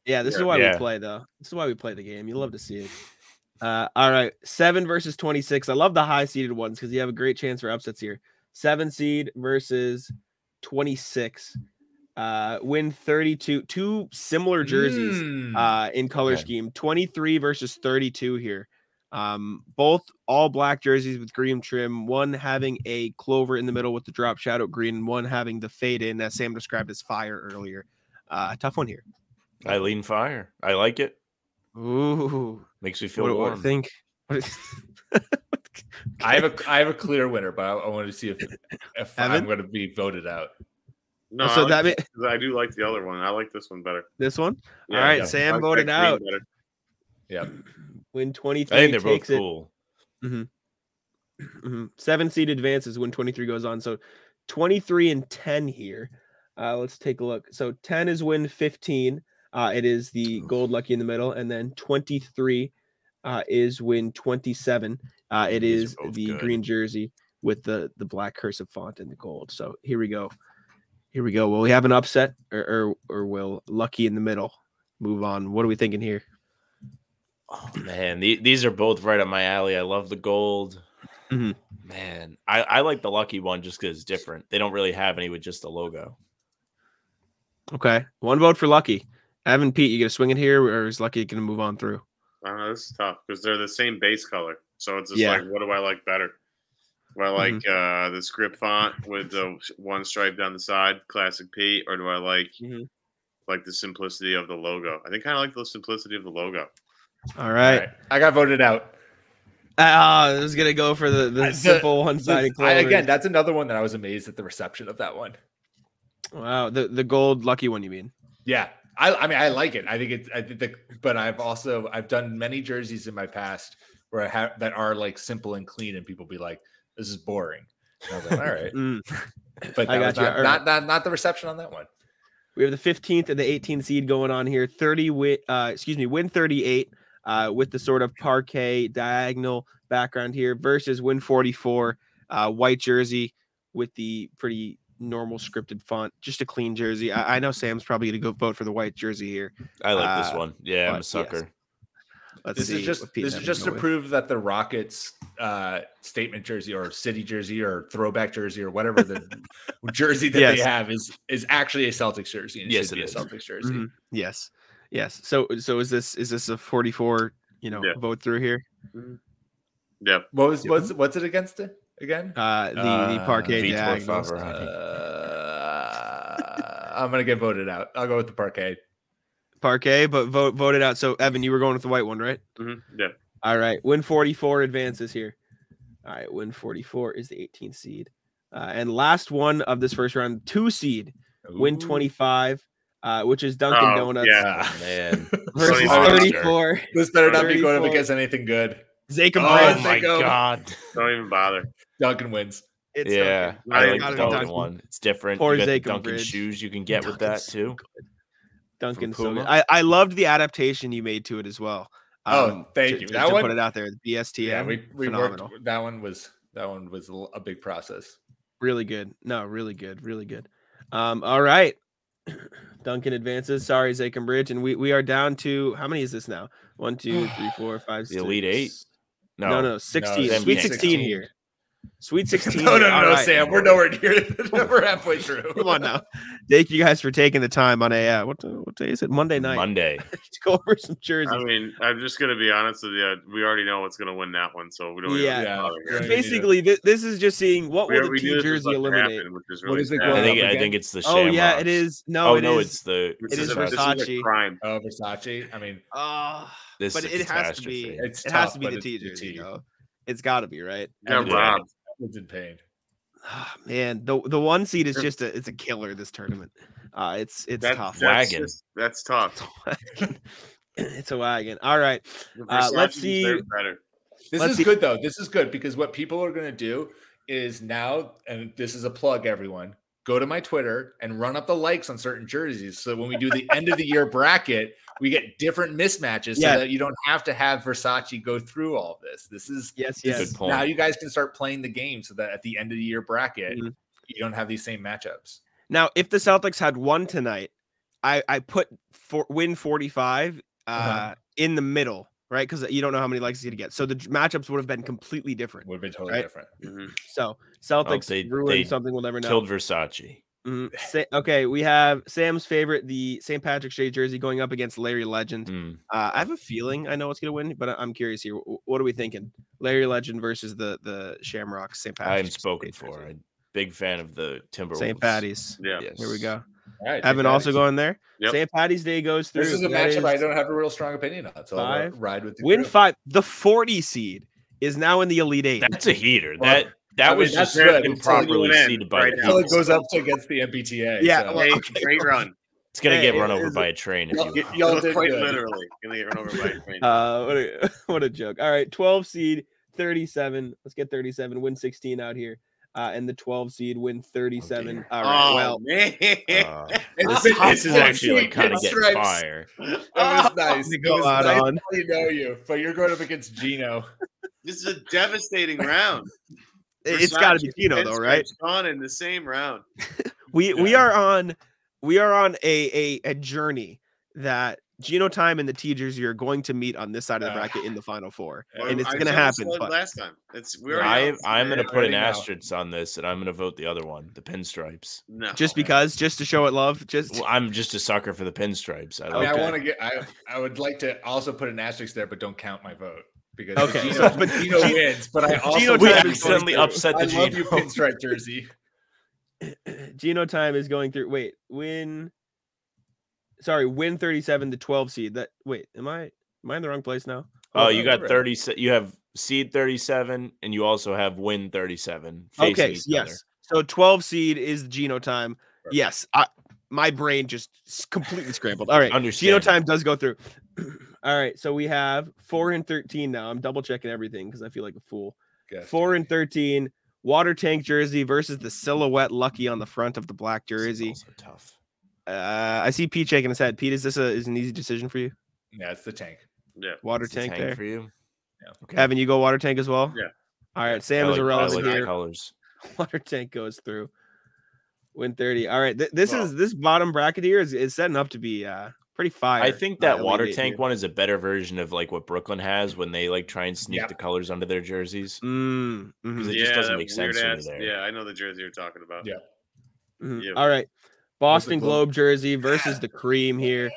C: Yeah, this is
F: Yeah.
C: why
D: Yeah.
C: we play though. This is why we play the game. You love to see it. Uh, all right, seven versus twenty-six. I love the high-seeded ones because you have a great chance for upsets here. Seven seed versus twenty-six. Uh, win thirty-two. Two similar jerseys
E: Mm.
C: uh, in color
D: Okay.
C: scheme. Twenty-three versus thirty-two here. Um, both all black jerseys with green trim. One having a clover in the middle with the drop shadow green. and One having the fade in, as Sam described as fire earlier. Uh, tough one here.
D: I lean fire. I like it.
C: Ooh,
D: Makes me feel
C: what, what
D: warm.
C: I think. What is-
E: I have a I have a clear winner, but I, I want to see if if I'm
C: Evan?
E: going to be voted out.
F: No,
C: so
F: I,
C: that
F: like,
C: mean-
F: I do like the other one. I like this one better.
C: this one.
F: Yeah,
C: All right,
E: yeah.
F: I
C: Sam
F: like
C: voted
F: that
C: out.
F: green better.
C: Win
D: I
C: 23
D: think they're both
C: takes it.
D: cool.
C: Mhm. Seven seed advances when 23 goes on. So 23 and 10 here. Uh, let's take a look. So 10 is win 15. Uh, it is the gold lucky in the middle. And then 23 uh, is win 27. Uh, it
D: These are
C: is
D: both
C: the
D: good.
C: green jersey with the, the black cursive font and the gold. So here we go. Here we go. Will we have an upset or, or, or will lucky in the middle move on? What are we thinking here?
D: Oh man, the- these are both right up my alley. I love the gold. Mm-hmm.
C: Mhm.
D: Man, I, I like the lucky one just because it's different. They don't really have any with just the logo.
C: Okay. One vote for Lucky. Evan Pete, you gonna swing it here or is Lucky gonna move on through?
F: I don't know. Uh, This is tough because they're the same base color. So it's just
C: Yeah. Mm-hmm.
F: like, what do I like better? Do I like uh, the script font with the one stripe down the side, classic P, or do I like
C: Mhm.
F: like the simplicity of the logo? I think kind of like the simplicity of the logo.
C: All
E: All
C: right.
E: right. I got voted out.
C: Uh, I was gonna go for the, the
E: I- the-
C: simple one sided
E: I- again, that's another one that I was amazed at the reception of that one.
C: Wow, the, the gold lucky one you mean?
E: Yeah, I, I mean, I like it. I think it. I think the, but I've also I've done many jerseys in my past where I have that are like simple and clean, and people be like, "This is boring." And I was like, "All right,"
C: Mm.
E: but
C: I
E: that was
C: got you.
E: not,
C: All
E: not,
C: right.
E: not not the reception on that one.
C: We have the 15th and the 18th seed going on here. 30 win, uh, excuse me, win 38 uh, with the sort of parquet diagonal background here versus win 44 uh, white jersey with the pretty normal scripted font, just a clean jersey. I, I know Sam's probably gonna go vote for the white jersey here.
D: I like this
C: Uh,
D: one. Yeah, I'm
C: but
D: a
C: yes.
D: sucker.
C: Let's
E: This
C: see.
E: is just
C: what Pete
E: this
C: and
E: is
C: Evan
E: just
C: go
E: to
C: with.
E: prove that the Rockets uh, statement jersey or city jersey or throwback jersey or whatever the jersey that they
C: Yes.
E: have is is actually a Celtics jersey. And it
D: Yes,
E: should
D: it
E: be
D: is.
E: a Celtics jersey.
C: Mhm. Yes. Yes. So so is this is this a 44, you know,
F: Yeah.
C: vote through here?
F: Yeah.
E: What was
C: Yep.
E: what's what's it against it again?
C: Uh the, the
E: Uh,
C: parquet
D: Vitor
C: diagonal.
D: Favre.
E: Uh, I'm gonna get voted out. I'll go with the parquet.
C: parquet, but vote voted out. So Evan, you were going with the white one, right?
F: mhm,
C: Mm-hmm.
F: Yeah.
C: All right. Win 44 advances here. All right. Win 44 is the 18th seed. Uh, and last one of this first round, two seed, win
E: Ooh.
C: 25, uh, which is Dunkin'
F: Oh,
C: Donuts
F: yeah.
D: Man.
C: versus
F: Monster.
C: 34.
E: This better not be going up
C: 34.
E: against anything good.
C: Zacob
E: Oh,
C: Brands.
D: oh
E: it's
D: my
E: like, um,
D: god.
F: Don't even bother.
E: Duncan wins.
C: It's
D: yeah.
C: Dunkin'.
F: I
D: I
F: think
D: like
F: gotta
D: the
F: be
D: Dunkin'
C: Dunkin'.
D: one. It's different.
C: Poor
D: you got the
C: Zacob
D: Dunkin'
C: Bridge.
D: shoes you can get with that
C: Dunkin's so
D: too.
C: good. Dunkin's so
D: Puma?
C: good. I, I loved the adaptation you made to it as well. um,
E: Oh, thank
C: to-
E: you.
C: to-
E: That
C: to
E: one-
C: put it out there. The BSTM.
E: Yeah, we, we worked.
C: phenomenal.
E: That one was that one was a l- a big process.
C: Really good. No, really good. Really good. Um, all right. Duncan advances. Sorry, Zakin Bridge. And we, we are down to how many is this now? One, two, three, four, five,
D: The Elite Eight?
C: six-
D: No.
C: No, no, 16.
D: it's
C: Sweet
D: NBA.
C: 16 here. Sweet 16.
E: No,
C: here.
E: no, no,
C: All
E: no,
C: right.
E: Sam. We're nowhere near. We're halfway through.
C: Come on now. Thank you guys for taking the time on a, uh, what, the- what day is it? Monday night.
D: Monday.
C: to go over some jerseys.
F: I mean, I'm just gonna be honest with you. We already know what's gonna win that one, so we don't.
C: Yeah.
F: Even bother here.
E: Yeah.
C: Basically, thi- this is just seeing what
F: We,
C: will the
F: we knew
C: team
F: this was
C: jersey
F: about to
C: eliminate.
F: happen, which is
E: What
F: really
E: is it
F: sad.
E: going
D: I
E: up
D: think I
E: again?
D: think it's the
C: Oh,
D: Shamrock.
C: yeah, it is. No,
D: oh
C: it
D: no,
C: is.
D: it's the
F: This is
C: It is
F: a- this is a
C: Versace.
F: crime.
E: Oh, Versace. I mean,
C: Oh,
D: this
C: but
D: is a
C: it has to
D: catastrophe.
C: be.
E: it's
C: it
E: tough,
C: has to be
E: but
C: the
E: it's
D: E
C: T
E: the
C: jersey,
E: T.
C: though. It's got to be right.
F: Yeah,
E: Yeah.
F: Rob.
E: it's in pain.
C: Ah, man, the the one seed is just a it's a killer this tournament. Uh, it's it's
F: That,
C: tough.
F: that's
D: Wagon.
F: just- that's tough.
C: it's a wagon. All right,
F: The
C: Uh, let's
F: Versace's,
C: see-
F: they're Better.
E: This
C: Let's
E: is
C: see-
E: good though. This is good because what people are going to do is now, and this is a plug, everyone. Go to my Twitter and run up the likes on certain jerseys. So when we do the end of the year bracket, we get different mismatches
C: Yeah.
E: so that you don't have to have Versace go through all this. This is
C: yes,
E: this
C: yes.
E: is-
D: Good point.
E: now you guys can start playing the game so that at the end of the year bracket,
C: Mhm.
E: you don't have these same matchups.
C: Now, if the Celtics had won tonight, I I put for win forty five uh,
E: Uh-huh.
C: in the middle, right? Because you don't know how many likes you get. So the j- matchups would have been completely different.
E: Would have been totally
C: Right.
E: different.
F: Mhm.
C: So Celtics
D: Oh, they-
C: ruined
D: they
C: something we'll never know.
D: Killed Versace.
C: Mhm. Sa- okay, we have Sam's favorite, the St. Patrick's Day jersey, going up against Larry Legend.
D: Mm.
C: Uh, I have a feeling I know what's gonna win, but I- I'm curious here. Wh- What are we thinking? Larry Legend versus the the Shamrock St.
D: I am
C: Patrick's.
D: spoken
C: Day
D: for.
C: jersey.
D: I'm big fan of the Timberwolves.
C: St. Patty's.
F: Yeah.
D: Yes.
C: Here we go.
E: All right,
C: Evan
E: take
C: also
E: that.
C: going there.
F: Yep.
C: St. Patty's Day goes through.
E: This is a
C: That
E: matchup I
C: is-
E: don't have a real strong opinion on. So I'll
C: Five.
E: ride with the
C: Win
E: group.
C: five. The 40 seed is now in the Elite Eight.
D: That's a heater.
E: Well,
D: That that
E: I mean,
D: was
E: that's
D: just
E: good.
D: improperly
F: Until you win
D: seeded by
F: right
D: the
F: now.
E: until
D: Heat.
E: it goes up to against the MPTA.
C: Yeah,
E: so-
C: well,
F: Hey,
C: okay.
F: great run.
D: It's gonna
C: Hey,
D: get
C: it
D: run over
C: is-
D: by a train. If
E: Y'all-
D: you,
E: y'all
F: Quite
E: did good.
F: literally, gonna get run over by a train.
C: Uh, what a what a joke. All right, 12 seed, 37. Let's get 37. Win 16 out here. Uh, and the 12 seed win 37.
D: dear.
C: All right.
F: oh
C: well,
F: man,
D: uh, this,
E: It's been-
D: this is
E: been
D: actually like
E: seen
D: kind
E: in
D: of getting
E: stripes.
D: fire.
C: Oh.
E: It was nice.
C: to
E: It
C: go
E: was
C: out
E: nice
C: on.
E: how you know you, but you're going up against Gino.
F: this is a devastating round.
C: It's got to be
F: Versace
C: Tino
F: and
C: though, right?
F: Sean in the same round.
C: we we
E: Yeah.
C: are on we are on a a, a journey that Geno Time and the T jersey are going to meet on this side of the
E: Uh,
C: bracket in the final four.
E: Well,
C: and it's
F: I
C: gonna
F: said this
C: happen.
F: one
C: But
F: Last time, it's we already.
D: I,
F: know.
D: I'm gonna
E: I
D: put an
E: already know.
D: asterisk on this, and I'm gonna vote the other one, the pinstripes.
F: no.
C: just because, just to show it love, just
D: Well, I'm just a sucker for the pinstripes. I
E: I, mean,
D: like
E: I
D: that.
E: want to get. I I would like to also put an asterisk there, but don't count my vote because
C: Okay,
E: Gino,
C: so- but
E: Gino
C: Gino-
E: wins. But I also
C: Gino
E: want
D: we
E: to
C: Tyson
D: accidentally
E: be voted
D: upset
E: through.
D: the
E: I love you,
D: Gino.
E: pinstripe jersey.
C: Geno Time is going through. Wait, win. Sorry, win thirty seven to twelve seed. That wait, am I? Am I in the wrong place now?
D: Oh,
C: Hold
D: you
C: on.
D: got
E: right.
D: 30. se- You have seed 37, and you also have win 37. facing
C: Okay,
D: each
C: s-
D: other.
C: yes. So 12 seed is genotype. Yes, I, my brain just s- completely scrambled. All right,
D: Understandable.
C: genotype does go through. All right, so we have four and 13 now. I'm double checking everything because I feel like a fool.
E: Guess.
C: Four and 13, water tank jersey versus the silhouette lucky on the front of the black
D: This is
C: jersey.
D: also tough.
C: Uh, I see Pete shaking his head. Pete, is this a is an easy decision for you?
E: Yeah, it's the tank.
F: Yeah.
C: Water
D: It's a
C: tank, there.
D: for you.
E: Yeah.
D: Okay.
C: Evan, you go water tank as well.
F: Yeah.
C: All right,
D: I
C: Sam is
D: like- I
C: irrelevant
D: like the
C: here.
D: colors.
C: water tank goes through. Win 30. All right. th- this
F: Well-
C: is this bottom bracket here is, is setting up to be uh pretty fire.
D: I think
C: uh,
D: that
C: Elite
D: water
C: Eight
D: tank
C: here.
D: one is a better version of like what Brooklyn has when they like try and sneak
E: Yeah.
D: the colors under their jerseys.
C: Mm, mhm,
D: 'Cause it just doesn't make sense when
F: ass-
D: you're there.
F: Yeah, I know the jersey you're talking about.
E: Yeah.
C: mhm.
F: yeah.
C: All right. Boston
E: Globe?
C: Globe jersey versus the cream here.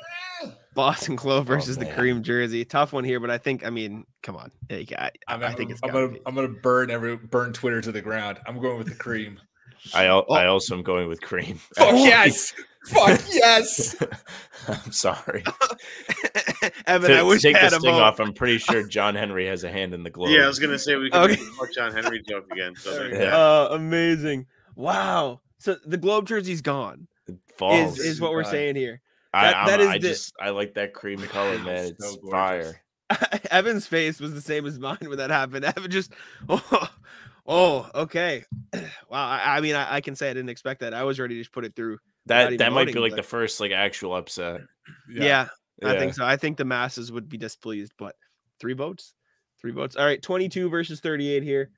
C: Boston Globe
D: Oh,
C: versus the
D: man.
C: cream jersey. Tough one here, but I think I mean, come on. Like, I,
E: I'm,
C: I think it's
E: I'm
C: gotta
E: gonna
C: be.
E: I'm gonna burn every burn Twitter to the ground. I'm going with the cream.
D: I al-
C: Oh.
D: I also am going with cream.
E: Fuck yes! Fuck yes!
D: I'm sorry.
C: Evan,
D: to
C: I wish
D: take
C: I had
D: this
C: a
D: thing
C: vote.
D: off, I'm pretty sure John Henry has a hand in the globe.
F: Yeah, I was gonna say we could
C: Okay.
F: make the Mark John Henry joke again. So there you
D: Yeah.
F: go.
C: Uh, amazing. Wow. So the Globe jersey's gone.
D: It
C: Is
D: falls.
C: is what we're
E: Gone.
C: saying here.
D: I,
C: that-
D: I'm-
C: that is
D: I
C: the-
D: just I like that cream color,
E: Wow,
D: man.
E: so
D: It's
E: gorgeous.
D: fire.
C: Evan's face was the same as mine when that happened. Evan just, oh, oh okay. Wow. I, I mean, I, I can say I didn't expect that. I was ready to just put it through.
D: That
C: even
D: that might be
C: voting,
D: like
C: but-
D: the first like actual upset.
C: Yeah, I
D: Yeah.
C: think so. I think the masses would be displeased, but three votes, three votes. All right. 22 versus 38 here.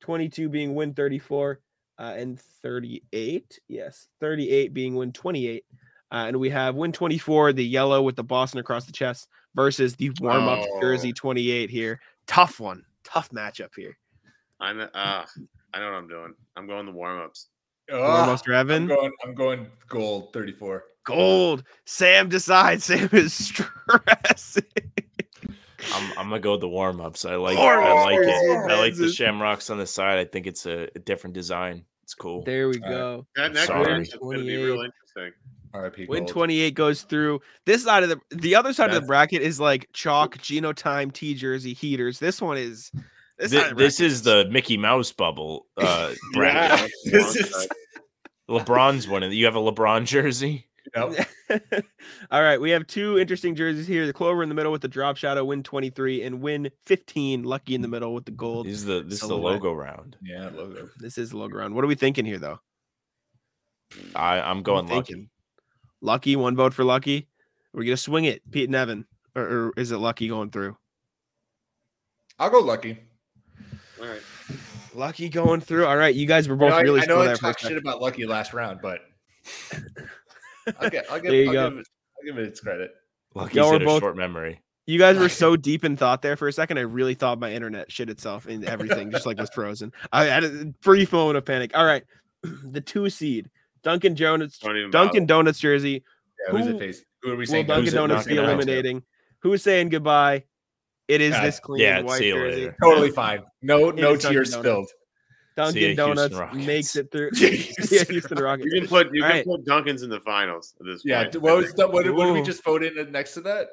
C: 22 being win 34 uh, and 38. Yes. 38 being win 28. Uh, and we have win 24, the yellow with the Boston across the chest versus the warm up
F: Oh.
C: jersey 28 here. Tough one. Tough matchup here.
F: I'm uh, I know what I'm doing. I'm going the warm ups.
E: Ugh.
C: Foremost Evan.
E: Ah, I'm going I'm going gold 34.
C: Gold. Sam decides. Sam is stressing.
D: I'm, I'm gonna go with the warm ups. I like I
C: Warm-ups
D: like
C: versus
D: it. I like the
C: Kansas.
D: shamrocks on the side. I think it's a, a different design. It's cool.
C: There we
E: All right.
C: go.
F: That next
D: Sorry.
F: match is gonna be real
C: 28.
F: interesting.
E: RIP gold.
C: Win 28 goes through. This side of the the other side of the
E: That's-
C: bracket is like chalk, genotype, T jersey, heaters. This one is this,
D: Thi-
C: side of the
D: this
C: bracket
D: is the Mickey Mouse bubble uh bracket.
E: Yeah. This is
D: LeBron's one. and You have a LeBron jersey.
E: yep.
C: All right, we have two interesting jerseys here. The clover in the middle with the drop shadow, win 23, and win 15. Lucky in the middle with the gold.
D: This is the this is the
C: Silhouette.
D: logo round.
E: yeah, logo.
C: This is logo round. What are we thinking here though?
D: I, I'm
C: What are
D: going
C: we
D: lucky.
C: thinking? Lucky, one vote for lucky. We're gonna swing it, Pete and Evan. Or, or is it lucky going through?
E: I'll go lucky.
F: All right.
C: Lucky going through. All right, you guys were
E: You
C: both
E: know, I-
C: really
E: I, know
C: slow
E: I
C: there. for a
E: talked shit
C: second.
E: about lucky last round, but I'll get I'll give,
C: There you
E: I'll,
C: go.
E: give it, I'll give it its credit.
D: Lucky's
C: Y'all
D: got
C: were
D: a
C: both-
D: short memory.
C: You guys were so deep in thought there for a second. I really thought my internet shit itself and everything just like was frozen. I had a brief moment of panic. All right, the two seed Dunkin' Donuts,
F: Don't even
C: Dunkin' Donuts jersey.
E: Yeah, who's
C: Who-
E: it face? Who are we
C: Will
E: saying?
C: Dunkin'
D: who's it
C: Donuts be
D: knocking out?
C: eliminating? Who's saying goodbye? It is
E: Yeah,
C: this clean
D: yeah,
C: white
D: see you
C: jersey.
D: later.
E: Totally fine. No, no
C: Dunkin'
E: tears
C: Donuts.
E: spilled.
D: See ya,
C: Dunkin'
D: Houston
C: Donuts
D: Rockets.
C: makes it through. yeah,
E: Jeez.
C: Houston Rockets.
F: You can put you
C: All
F: can
C: right.
F: put Duncan's in the finals at this
E: Yeah,
F: point.
E: d- what
F: I
E: was
F: think.
E: the, what, did- what did we
C: Ooh.
E: just vote in next to that?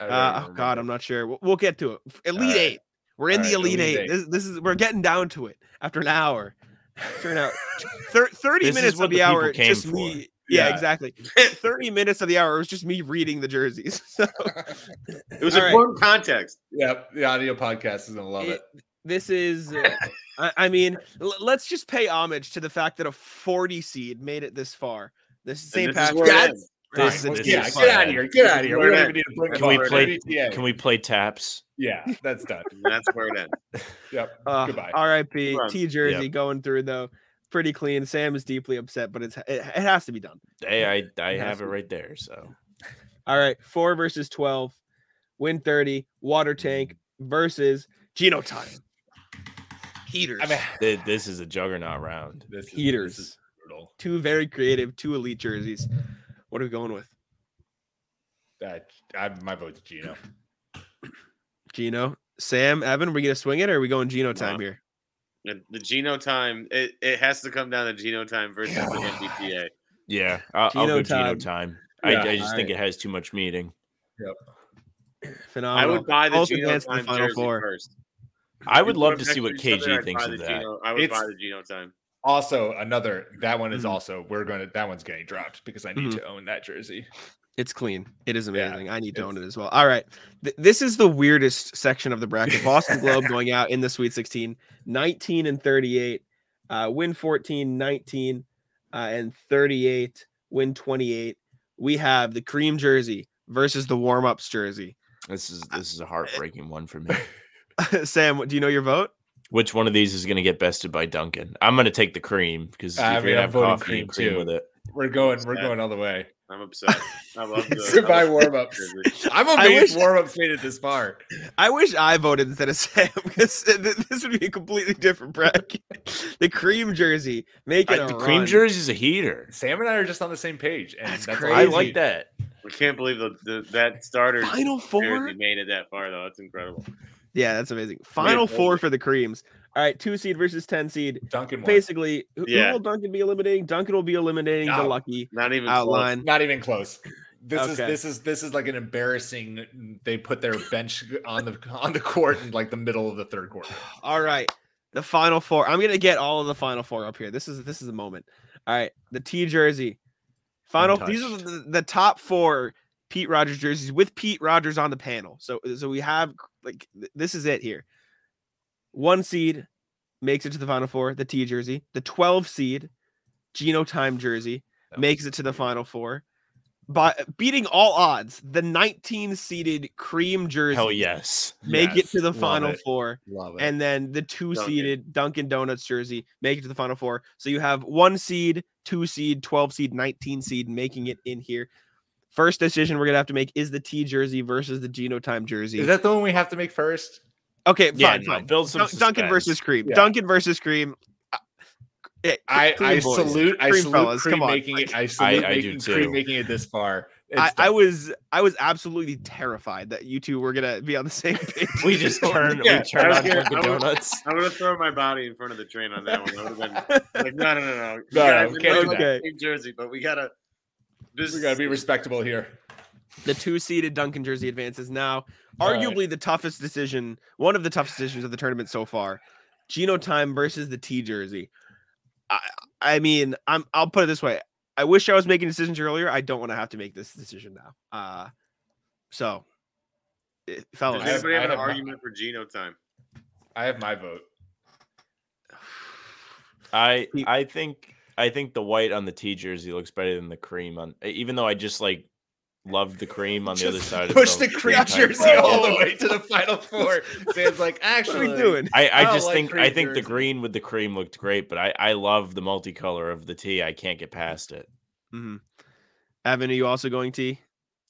E: I don't
C: Uh,
E: even
C: oh God, I'm
E: remember.
C: not sure. We'll, we'll get to it. F- Elite
E: right.
C: Eight. We're in
E: All
C: the
E: right,
C: Elite,
E: Elite
C: Eight.
E: Eight.
C: This, this is we're getting down to it after an hour. After an hour, Thir- thirty
D: This is
C: minutes
D: what
C: of the,
D: the people
C: hour.
D: came
C: Just
D: for.
C: me. Yeah,
E: Yeah.
C: exactly. thirty minutes of the hour was just me reading the jerseys. So
F: It was
C: All right.
F: important context.
E: Yep, the audio podcast is gonna love it.
C: this is. uh, I, I mean, l- let's just pay homage to the fact that a forty seed made it this far. This is
F: And
C: St.
F: this is
C: Patrick's.
F: where it ends.
C: Right,
D: This-
C: let's get
D: this
E: yeah,
D: is
C: it.
E: get out of here. Get out of here. We
F: Where
E: don't
F: it
E: even need to bring
F: Can
E: it
D: we
E: up.
D: play-
E: WTA.
D: Can we play taps?
E: Yeah, that's done.
F: And that's where it ends.
E: Yep.
C: Uh,
E: Goodbye.
C: R.I.P.
F: Run.
C: T jersey going through though. Pretty clean. Sam is deeply upset, but it's it, it has to be done.
D: Hey, I I
C: Yeah,
D: have it
C: so-
D: right there. So
C: All right, four versus twelve, win thirty. Water tank versus genotype. Heaters.
E: I mean,
D: th- this is a juggernaut round.
E: this is,
C: Heaters.
E: This is brutal.
C: two very creative, two elite jerseys. What are we going with?
E: That I, my vote's Gino.
C: Gino, Sam, Evan. Are we gonna swing it, or are we going Gino time
F: Nah.
C: here?
F: The, the Geno time, it, it has to come down to Geno time versus the
E: God.
F: NBPA.
D: Yeah, I'll, I'll go Gino
C: Genotype.
D: time.
E: Yeah,
D: I, I just think
C: alright.
D: it has too much meeting.
F: I
C: Phenomenal.
F: would buy the
C: Both
F: Geno
C: advanced to the
F: time
C: Final
F: jersey
C: Four.
F: first.
D: I would
F: You
D: love
F: put
D: to
F: them
D: see what
F: next to each other,
D: KG
F: I'd
D: thinks
F: buy
D: of
F: the
D: that.
F: Geno- I would buy
E: It's-
F: the Geno time.
E: Also, another that one is
C: Mhm.
E: also we're gonna that one's getting dropped because I need
C: Mhm.
E: to own that jersey.
C: It's clean. It is
E: Yeah,
C: amazing. I need to own it
E: it's-
C: as well. All right. Th- this is the weirdest section of the bracket. Boston Globe going out in the Sweet 16, 19 and 38, uh, win 14, 19 uh, and 38, win 28. We have the cream jersey versus the warm ups jersey.
D: This is this is a heartbreaking one for me.
C: Sam, what- do you know your vote?
D: Which one of these is going to get bested by Duncan? I'm going to take the cream because
E: I
D: if
E: mean,
D: you're
E: I'm
D: gonna have
E: voting
D: coffee
E: cream
D: and cream
E: too.
D: with it,
E: We're going, we're
F: Sad.
E: going all the way.
F: I'm upset. I love the
E: Goodbye
F: I love the
E: warm ups.
F: jersey.
E: I'm
C: I
E: amazed
C: wish-
E: warm ups made it this far.
C: I wish I voted instead of Sam because th- this would be a completely different bracket. the cream jersey, make it
D: I-
C: a
D: the cream
C: run.
D: jersey's a heater.
E: Sam and I are just on the same page, and
C: That's
E: that's,
D: I
C: Crazy.
D: like that.
F: I can't believe the, the, that starter
C: Final four.
F: jersey made it that far though. That's incredible.
C: Yeah, that's amazing. Final
F: that
C: four
F: was-
C: for the creams. All right, two seed versus ten seed.
E: Duncan won.
C: Basically, who, who
F: Yeah.
C: will Duncan be eliminating? Duncan will be eliminating the
E: No.
C: lucky
F: Not even close.
C: outline.
E: Not even close. This is
C: Okay.
E: this is this is like an embarrassing. mm, They put their bench on the on the court in like the middle of the third quarter.
C: All right, the final four. I'm gonna get all of the final four up here. This is this is the moment. All right, the T jersey. Final. These are
D: Untouched.
C: the, the top four Pete Rogers jerseys with Pete Rogers on the panel. So so we have like th- this is it here. One seed makes it to the final four. The T jersey. The 12 seed Geno Time jersey. makes it to the final four by beating all odds the 19 seeded cream jersey
D: Hell yes.
C: make it to
E: Yes,
C: the
E: love
C: final
E: it.
C: four
E: Love it.
C: and then the two
F: Dunkin'.
C: seeded dunkin donuts jersey make it to the final four so you have one seed two seed 12 seed 19 seed making it in here first decision we're gonna have to make is the t jersey versus the Geno time jersey
E: is that the one we have to make first?
C: okay fine,
D: Yeah, no,
C: fine.
D: build some
C: Dun- duncan
D: suspense.
C: versus cream
E: Yeah.
C: duncan versus cream Uh, eh,
E: I,
C: cream
E: I
C: boys.
E: salute I
C: Cream
E: salute
C: fellas,
E: Cream
C: come on.
E: making it. I salute
D: I- I do
E: making Cream
D: too.
E: making it this far.
C: I,
E: It's
C: I
E: done.
C: was I was absolutely terrified that you two were gonna be on the same page.
D: We just turn
F: Yeah,
D: we turn
F: I was
D: on
F: gonna-
D: Dunkin'
F: I was-
D: Donuts.
F: I'm gonna throw my body in front of the train on that one. I would have been like, no, no, no, no. You
E: No,
F: guys
E: we
F: are
E: can't
C: do
F: both
C: that.
F: in Jersey, but we gotta. This
E: we gotta be respectable here.
C: the two seeded Duncan jersey advances now. Arguably the toughest decision, one of the toughest decisions of the tournament so far. Geno time versus the T jersey. I I mean, I'm I'll put it this way. I wish I was making decisions earlier. I don't want to have to make this decision now. Uh so eh,
F: Does
C: fellas.
E: I have-
F: anybody
E: I
F: have an
E: have my-
F: argument for Geno time?
E: I have my vote.
D: I
C: Pete-
D: I think I think the white on the T jersey looks better than the cream on. e, Even though I just like love the cream on the other
E: Just
D: side.
E: Push
D: of
E: the cream
D: entire
E: jersey
D: bracket.
E: all the way to the final four. Sam's like,
C: what
E: actually,
C: are we doing?
D: I, I,
E: I don't
D: just
E: like
D: think I
E: cream
D: think the
E: jersey.
D: green with the cream looked great, but I I love the multicolor of the T. I can't get past it.
C: Mhm. Evan, are you also going T?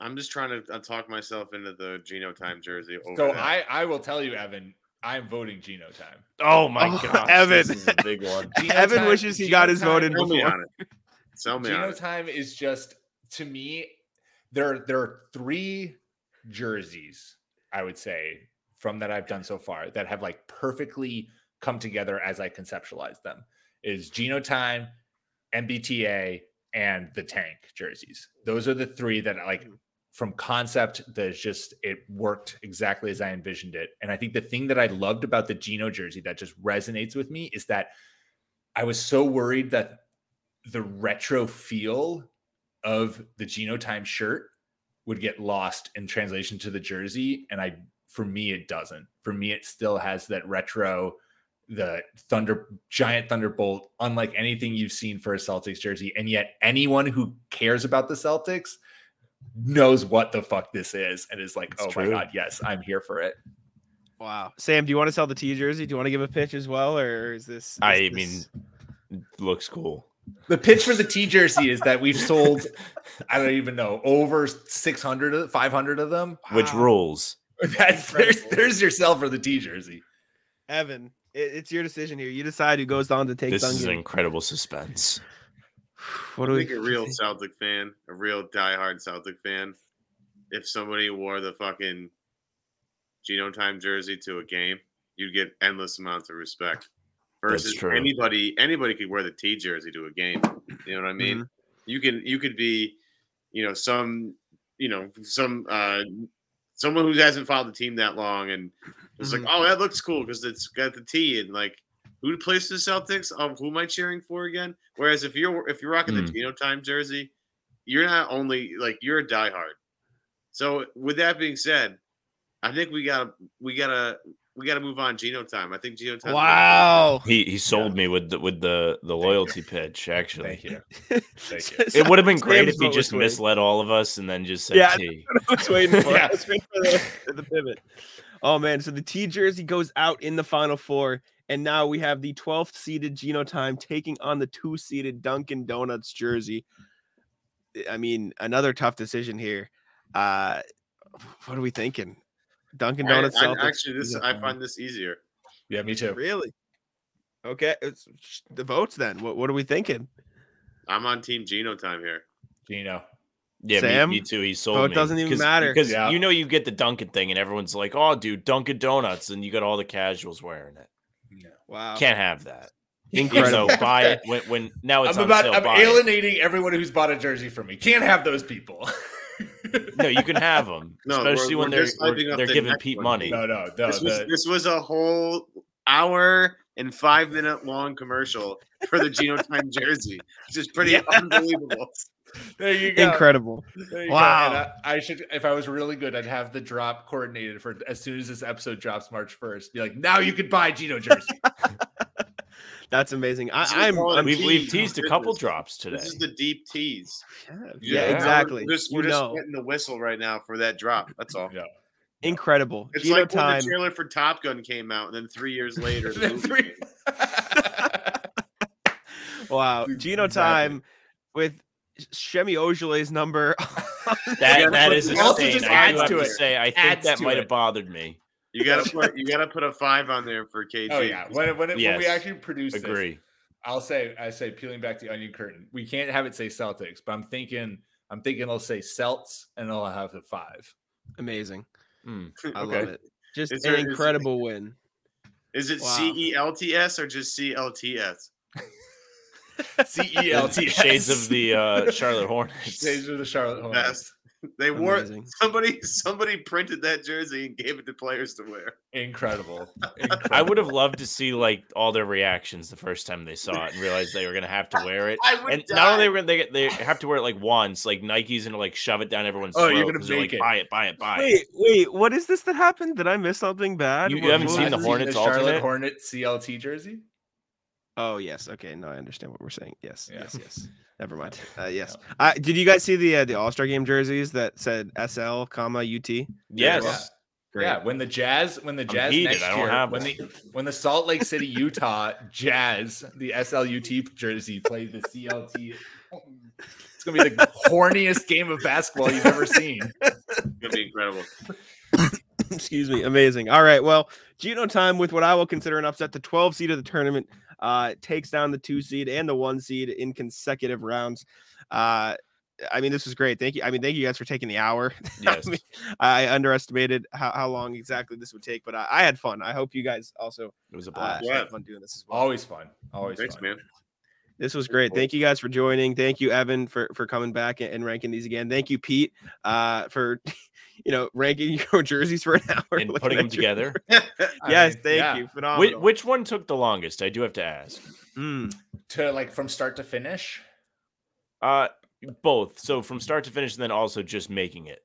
F: I'm just trying to uh, talk myself into the Geno time jersey. Over
E: So
F: that.
E: I, I will tell you, Evan, I'm voting Geno time.
D: Oh my
C: Oh,
D: god,
C: Evan.
D: this is a big one.
E: Geno
C: Evan
E: time-
C: wishes he
E: Geno
C: got his
E: time-
C: vote in
F: sell me
C: before.
F: on it. Sell me on
E: Geno
F: it.
E: time is just to me. There, there are three jerseys I would say from that I've done so far that have like perfectly come together as I conceptualize them. Is Geno time, MBTA, and the tank jerseys. Those are the three that like
F: Hmm.
E: from concept that just it worked exactly as I envisioned it. And I think the thing that I loved about the Geno jersey that just resonates with me is that I was so worried that the retro feel of the Geno time shirt would get lost in translation to the jersey. And I for me it doesn't. For me, it still has that retro, the thunder giant thunderbolt, unlike anything you've seen for a Celtics jersey. And yet anyone who cares about the Celtics knows what the fuck this is and is like,
D: It's
E: oh
D: true.
E: my god, yes, I'm here for it.
C: Wow. Sam, do you want to sell the T jersey? Do you want to give a pitch as well? Or is this
D: I
C: is
D: mean,
C: this-
D: looks cool.
E: The pitch for the T jersey is that we've sold, I don't even know, over 600, of- 500 of them.
D: Which
C: Wow.
D: rules?
E: That's there's
F: Incredible.
E: there's your sell for the T jersey.
C: Evan, it, it's your decision here. You decide who goes on to take
D: This is an
C: Duncan.
D: incredible suspense.
C: What do
F: I
C: we
F: think a real Celtic fan, a real diehard Celtic fan, if somebody wore the fucking Geno Time jersey to a game, you'd get endless amounts of respect.
D: That's
F: Versus
D: true.
F: anybody, anybody could wear the T jersey to a game. You know what I mean?
D: Mm-hmm.
F: You can, you could be, you know, some, you know, some uh someone who hasn't followed the team that long and it's like, oh, that looks cool because it's got the T and like who plays for the Celtics? Um, who am I cheering for again? Whereas if you're if you're rocking the
D: Hmm.
F: Geno Time jersey, you're not only like you're a diehard. So with that being said, I think we gotta we gotta we gotta move on Geno Time. I think Geno Time.
C: Wow.
D: He he sold me with the with the the loyalty pitch. Actually,
E: Thank you. Thank you.
D: it would have been great
C: Sam's
D: if he
C: what
D: just
C: was waiting.
D: misled all of us and then just said
C: Yeah,
D: T.
C: I was waiting for.
D: Yeah.
C: I was waiting for the, the pivot. Oh man, so the T jersey goes out in the final four, and now we have the 12th seeded Geno Time taking on the two seeded Dunkin' Donuts jersey. I mean, another tough decision here. Uh, what are we thinking? Dunkin'
F: I,
C: Donuts.
F: I-
C: Celtics,
F: actually, this
C: Geno
F: I
C: Time.
F: find this easier.
E: Yeah, me too.
C: really okay. It's the votes then. What what are we thinking?
F: I'm on Team Geno Time here.
E: Gino.
D: Yeah, me-
C: Sam?
D: me, too. He sold
C: it
D: me.
C: doesn't even
D: 'Cause-
C: matter.
D: because
E: Yeah.
D: you know you get the Dunkin' thing and everyone's like, "Oh, dude, Dunkin' Donuts," and you got all the casuals wearing it.
C: Wow.
D: Can't have that.
C: Uh, Incredible.
D: So buy it when, when now it's
E: I'm
D: on
E: about
D: sale.
E: I'm
D: buy it.
E: alienating everyone who's bought a jersey from me. Can't have those people.
D: No, you can have them,
F: No, we're-
D: especially when
F: we're
D: they're
F: just
D: we're-
F: hyping up
D: they're
F: the
D: giving
F: next
D: Pete
F: one.
D: money.
E: no, no, no.
F: this was
E: the-
F: this was a whole hour and five minute long commercial for the Geno Time jersey. It's just pretty unbelievable.
E: there you go.
C: Incredible.
E: There you go.
C: Wow.
E: And I, I should, if I was really good, I'd have the drop coordinated for as soon as this episode drops March 1st. Be like, now you could buy Gino jersey.
C: That's amazing. I,
F: This is
C: I'm.
F: all
C: I'm
D: We've, we've
F: Jeez,
D: teased a
F: goodness.
D: couple drops today.
F: This is the deep tease. You
C: yeah,
F: know, we're
C: exactly.
F: Just,
C: You
F: we're just
C: know.
F: getting the whistle right now for that drop. That's all.
E: Yeah.
C: Incredible.
F: It's
C: Geno
F: like when
C: time.
F: the trailer for Top Gun came out, and then three years later, the
E: The
F: movie
E: three-
F: came out.
C: Wow.
E: Dude,
C: Geno
E: exactly.
C: time with Shemi Ojule's number.
F: Yeah,
D: That that is a
F: it also
D: stain.
E: just
D: I do
E: adds
D: have
E: to
D: to
E: it.
D: say, I think
E: Adds
D: that
E: to
D: might have
E: it.
D: bothered me.
F: you gotta put you gotta put a five on there for KG.
E: oh yeah, when it- when, it, when we
D: Yes.
E: actually produce this,
D: Agree.
E: I'll say I say peeling back the onion curtain. We can't have it say Celtics, but I'm thinking I'm thinking it'll say Celts and it'll have the five.
C: amazing.
D: Hmm.
C: I
F: Okay.
C: love it. Just
F: Is
C: an
F: there- is-
C: incredible win.
F: Is it
C: Wow.
F: C E L T S or just C L T S?
E: C E L T
D: Shades of the uh, Charlotte Hornets.
E: Shades of the Charlotte Hornets.
F: Best. They wore
C: Amazing.
F: somebody. Somebody printed that jersey and gave it to players to wear.
E: Incredible.
D: I would have loved to see like all their reactions the first time they saw it and realized they were gonna have to wear it.
F: I would
D: And
F: die.
D: not only were they they have to wear it like once, like Nike's gonna like shove it down everyone's
E: Oh,
D: throat.
E: you're gonna
D: 'cause they're
E: make
D: like,
E: it.
D: buy it, buy it, buy it.
C: Wait, wait. What is this that happened? Did I miss something bad?
D: You- you
C: What-
D: haven't
C: what
D: seen
C: was
D: the
C: it?
D: Hornets alternate?
E: Charlotte Hornets CLT jersey.
C: Oh yes. Okay. No, I understand what we're saying. Yes.
E: Yeah.
C: Yes. Yes. Never mind. Uh, yes. Uh, did you guys see the uh, the All Star Game jerseys that said SL, comma UT?
D: Yes.
E: Yeah. Yeah, when the Jazz, when the Jazz
D: heated,
E: next
D: I don't
E: year,
D: have
E: when
D: one.
E: the when the Salt Lake City, Utah Jazz, the SLUT jersey played the CLT. It's gonna be the horniest game of basketball you've ever seen.
F: That'd be incredible.
C: Excuse me. Amazing. All right. Well, Geno time with what I will consider an upset. The 12 seed of the tournament uh, takes down the two seed and the one seed in consecutive rounds. Uh, I mean, this was great. Thank you. I mean, thank you guys for taking the hour.
D: Yes.
C: I, mean, I underestimated how, how long exactly this would take, but I, I had fun. I hope you guys also
D: It was a
C: uh,
D: blast.
F: Yeah.
C: had fun doing this as well.
E: Always fun. Always
F: Thanks,
E: fun.
F: man.
C: This was great. Thank you guys for joining. Thank you, Evan, for for coming back and, and ranking these again. Thank you, Pete, uh, for you know ranking your jerseys for an hour
D: and
C: looking
D: putting them
C: at your-
D: together.
E: I
C: Yes,
E: mean,
C: thank
E: yeah,
C: you.
D: Which,
C: Phenomenal.
D: which one took the longest? I do have to ask.
C: Mm.
E: To like from start to finish.
D: Uh, both. So from start to finish, and then also just making it,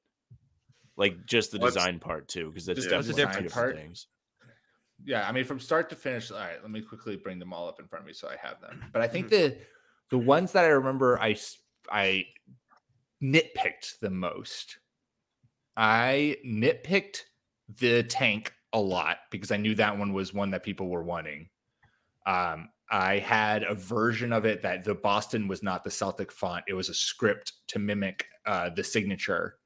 D: like just the
F: What's-
D: design part too, because that's
E: Just
D: definitely
E: the
D: two
E: design
D: different
E: part?
D: things.
E: Yeah, I mean from start to finish. All right, let me quickly bring them all up in front of me so I have them. But I think the the ones that I remember I s- I nitpicked the most. I nitpicked the tank a lot because I knew that one was one that people were wanting. Um, I had a version of it that the Boston was not the Celtic font; it was a script to mimic uh, the signature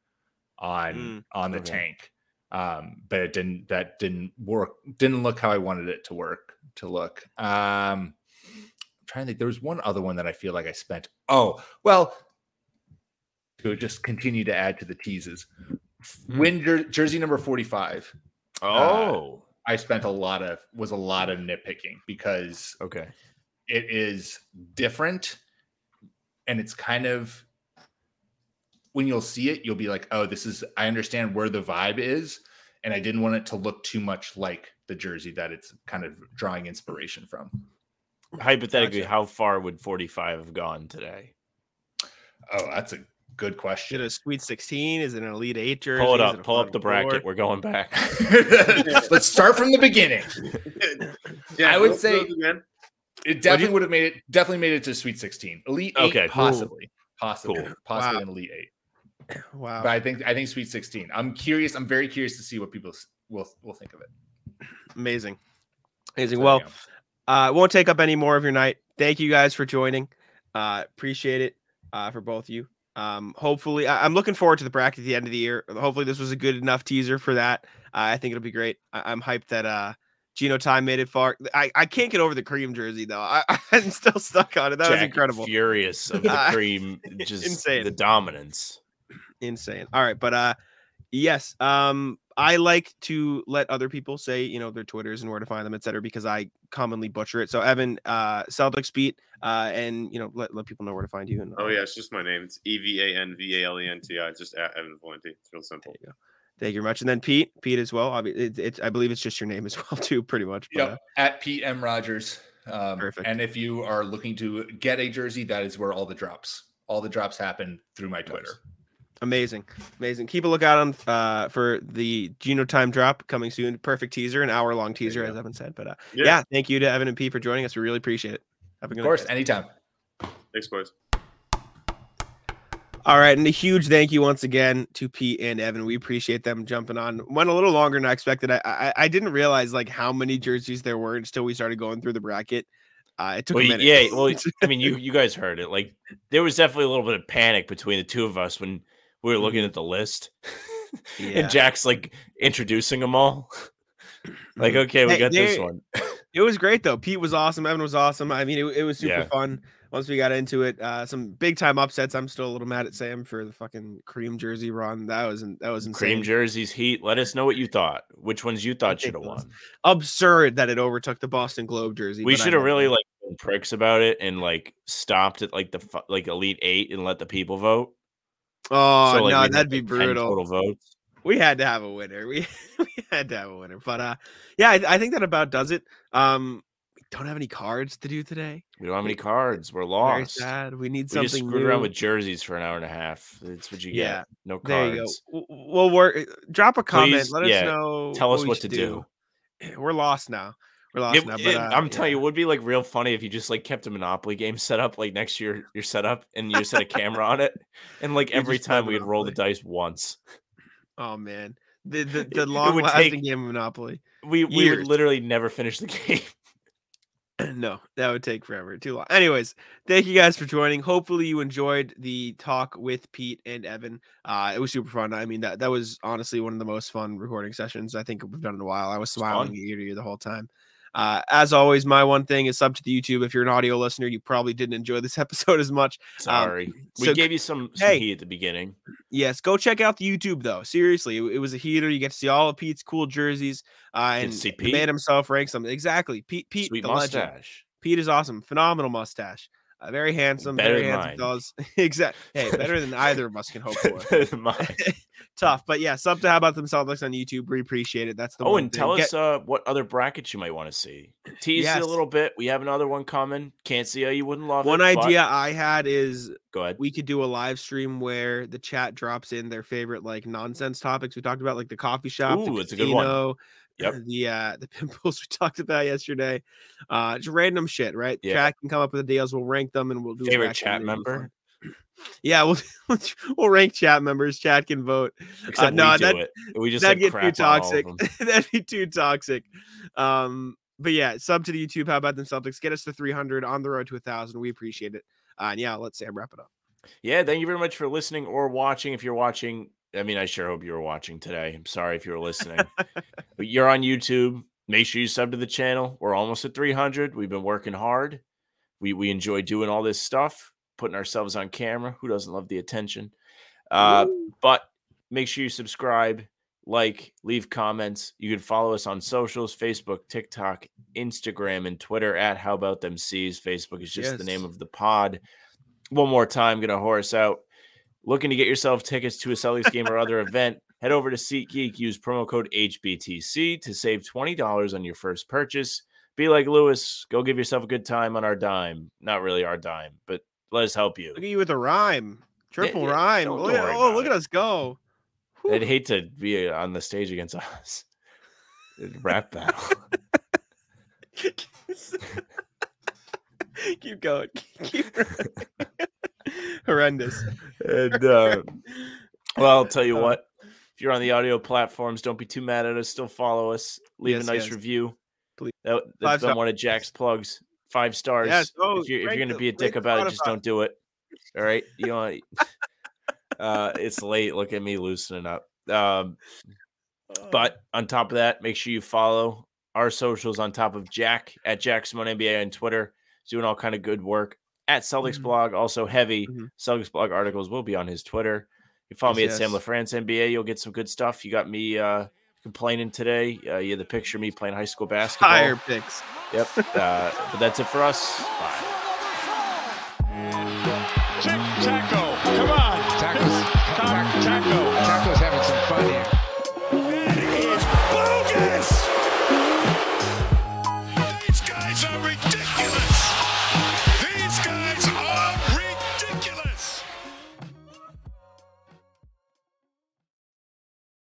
E: on
C: Mm,
E: on the
D: okay.
E: tank. Um, but it didn't. That didn't work. Didn't look how I wanted it to work to look. Um, I'm trying to think. There was one other one that I feel like I spent. Oh well, to just continue to add to the teases. When jer- jersey number forty-five,
D: Oh,
E: I spent a lot of was a lot of nitpicking because
D: okay.
E: it is different and it's kind of when you'll see it, you'll be like, oh, this is, I understand where the vibe is. And I didn't want it to look too much like the jersey that it's kind of drawing inspiration from.
D: Hypothetically,
C: Gotcha.
D: how far would 45 have gone today?
E: Oh, that's a
C: Is
E: good
C: it
E: question.
C: a Sweet 16? Is it an Elite Eight jersey?
D: Pull it
C: Is
D: up.
C: a
D: Pull up
C: Final
D: the bracket.
C: Four?
D: We're going back.
E: Let's start from the beginning.
F: Jeff,
E: I
F: what
E: would
F: was
E: say-
F: it again?
E: It definitely would have made it. Definitely made it to Sweet Sixteen, Elite Eight,
D: Okay, cool.
E: possibly, possibly,
D: Cool.
E: possibly
C: Wow.
E: an Elite Eight.
C: Wow.
E: But I think I think Sweet Sixteen. I'm curious. I'm very curious to see what people s- will will think of it.
C: Amazing. Amazing.
E: So,
C: Well,
E: yeah.
C: Uh, it won't take up any more of your night. Thank you guys for joining. Uh, appreciate it uh, for both of you. Um, hopefully, I- I'm looking forward to the bracket at the end of the year. Hopefully, this was a good enough teaser for that. I I think it'll be great. I- I'm hyped that uh, Gino Time made it far. I-, I can't get over the cream jersey though. I- I'm still stuck on it. That was
D: Jack
C: incredible,
D: Furious of the
C: Uh,
D: cream, just
C: insane.
D: the dominance.
C: insane. All right, but uh, yes, um, I like to let other people say you know their twitters and where to find them, et cetera, because I commonly butcher it. So Evan, uh, Celtics beat, uh, and you know let, let people know where to find you. And uh,
F: Oh
C: all
F: yeah, it's just my name. It's E V A N V A L E N T I. Just at Evan Valenti. It's real simple.
C: There you go. Thank you very much. And then Pete, Pete as well. I it's it's I believe it's just your name as well too, pretty much. but, uh,
E: Yep. At Pete M Rogers. Um,
C: Perfect.
E: And if you are looking to get a jersey, that is where all the drops, all the drops happen through my Twitter.
C: amazing, amazing. Keep a lookout on uh for the Geno time drop coming soon. Perfect teaser, an hour long teaser,
E: you
C: as Evan said. But uh, yeah.
F: Yeah.
C: thank you to Evan and Pete for joining us. We really appreciate it. Have a good
E: Of
C: night,
E: course,
C: guys.
E: anytime.
F: Thanks, boys.
C: All right, and a huge thank you once again to Pete and Evan. We appreciate them jumping on. Went a little longer than I expected. I I, I didn't realize like how many jerseys there were until we started going through the bracket. Uh, it took
D: Well,
C: a
D: y-
C: minute.
D: yeah, well, I mean, you you guys heard it. Like, there was definitely a little bit of panic between the two of us when we were looking at the list,
C: Mm-hmm. Yeah.
D: and Jack's like introducing them all. like,
C: Mhm.
D: okay, we
C: Hey,
D: got this
C: there-
D: one.
C: It was great though. Pete was awesome. Evan was awesome. I mean, it, it was super
D: Yeah.
C: fun once we got into it. Uh, some big time upsets. I'm still a little mad at Sam for the fucking cream jersey run. That was in- that was insane.
D: Cream jerseys, heat. Let us know what you thought. Which ones you thought should have
C: Ridiculous.
D: won.
C: Absurd that it overtook the Boston Globe jersey.
D: We
C: but I
D: should have
C: love
D: really
C: it.
D: like been pricks about it and like stopped at like the fi- like elite eight and let the people vote.
C: Oh
D: like,
C: no,
D: we had,
C: that'd be
D: like, 10
C: brutal.
D: Total votes.
C: we had to have a winner. We we had to have a winner. But uh, yeah, I, I think that about does it. Um, we don't have any cards to do today.
D: We don't have any cards. We're
C: Very
D: lost.
C: sad. We need
D: We
C: something
D: just screwed around
C: new.
D: with jerseys for an hour and a half. That's what you get.
C: Yeah,
D: No
C: There you
D: cards.
C: go. W- w- Well, we're drop a comment.
D: Please,
C: Let us
D: yeah,
C: know.
D: Tell us
C: we
D: what to
C: should
D: do.
C: We're lost now. We're lost
D: It-
C: now. But
D: it-
C: uh,
D: I'm telling you, it would be like real funny if you just like kept a Monopoly game set up like next to your your setup and you just had a camera on it, and like
C: You
D: every
C: just play
D: time we'd roll the
C: Monopoly.
D: dice once.
C: Oh man, the the,
D: It- it
C: the long
D: would
C: lasting
D: take-
C: game of Monopoly.
D: We we would
C: Years. Um,
D: literally never finish the game.
C: no, that would take forever, too long. Anyways, thank you guys for joining. Hopefully, you enjoyed the talk with Pete and Evan. Uh, it was super fun. I mean, that that was honestly one of the most fun recording sessions I think we've done in a while. I was
D: was fun.
C: smiling ear to ear the whole time. Uh, as always, my one thing is sub to the YouTube. If you're an audio listener, you probably didn't enjoy this episode as much.
D: Sorry, we
C: so-
D: gave you some, some
C: hey.
D: heat at the beginning.
C: Yes, go check out the YouTube though. Seriously, it, it was a heater. You get to see all of Pete's cool jerseys. Uh,
D: Get to
C: and
D: see
C: the
D: Pete.
C: man himself ranks them exactly. Pete, Pete,
D: Sweet
C: the
D: mustache.
C: legend. Pete is awesome. Phenomenal mustache. Uh, very handsome.
D: Better
C: very
D: than
C: handsome
D: mine.
C: fellas. exactly. Hey, better than either of us can hope for.
D: Better than mine.
C: Tough, but yeah, sub to how about them Celtics on YouTube. We appreciate it. That's the
D: Oh,
C: one
D: and
C: thing.
D: tell
C: Get-
D: us uh, what other brackets you might want to see. Tease it
C: Yes.
D: a little bit. We have another one coming. Can't see how you wouldn't love
C: one
D: it. but-
C: idea I had is
D: Go ahead.
C: we could do a live stream where the chat drops in their favorite like nonsense topics we talked about, like the coffee shop,
D: Ooh,
C: the
D: that's a good one.
C: casino,
D: Yep.
C: the uh the pimples we talked about yesterday. Uh just random shit, right?
D: Yeah.
C: Chat can come up with the deals, we'll rank them and we'll do a
D: Favorite
C: bracket
D: chat
C: and it'll be fun.
D: member?
C: Yeah, we'll we'll rank chat members. Chat can vote.
D: Except
C: Uh, no,
D: we
C: that-
D: do it. We just
C: that'd
D: like,
C: get too
D: crap on all of
C: toxic.
D: them.
C: That'd be too toxic. Um, but yeah, sub to the YouTube. How about them Celtics? Get us to 300 on the road to a thousand. We appreciate it. Uh, and yeah, let's Sam wrap it up.
D: Yeah, thank you very much for listening or watching. If you're watching, I mean, I sure hope you were watching today. I'm sorry if you were listening, but you're on YouTube. Make sure you sub to the channel. We're almost at 300. We've been working hard. We we enjoy doing all this stuff, putting ourselves on camera. Who doesn't love the attention? Uh, but make sure you subscribe, like, leave comments. You can follow us on socials: Facebook, TikTok, Instagram, and Twitter at How About Them Seas. Facebook is just the name
C: Yes.
D: of the pod. One more time, gonna horse out. Looking to get yourself tickets to a Celtics game or other event? Head over to SeatGeek. Use promo code HBTC to save twenty dollars on your first purchase. Be like Lewis. Go give yourself a good time on our dime. Not really our dime, but let us help you.
C: Look at you with a rhyme, triple
D: yeah,
C: rhyme.
D: don't-
C: Look
D: don't
C: at-
D: worry
C: oh,
D: about
C: look at us go. Whew.
D: I'd hate to be uh, on the stage against us. Rap battle.
C: Keep going. Keep Horrendous.
D: and uh, well, I'll tell you
C: Uh,
D: what. If you're on the audio platforms, don't be too mad at us. Still follow us. Leave
C: Yes,
D: a nice
C: yes.
D: review.
C: Please.
D: That,
C: Five
D: that's been one of Jack's plugs. Five stars.
C: Yes. Oh,
D: if you're, if
C: rate
D: you're going to
C: the-
D: be a dick
C: rate
D: about it, just
C: Spotify.
D: don't do it. All right. You know, uh, it's late. Look at me loosening up. Um, but on top of that, make sure you follow our socials on top of Jack at Jack's Mon NBA on Twitter. He's doing all kind of good work at Celtics
C: Mhm.
D: Blog. Also heavy
C: Mhm.
D: Celtics Blog articles will be on his Twitter. You follow
C: Yes,
D: me at Sam
C: yes.
D: LaFrance NBA. You'll get some good stuff. You got me uh, complaining today. Uh, you had the picture of me playing high school basketball.
C: Fire picks.
D: Yep. Uh, but that's it for us. Bye.
A: Chick Taco, come on.
G: Taco's,
A: Stop Taco.
G: Taco's having some fun here.
A: That is bogus. These guys are ridiculous.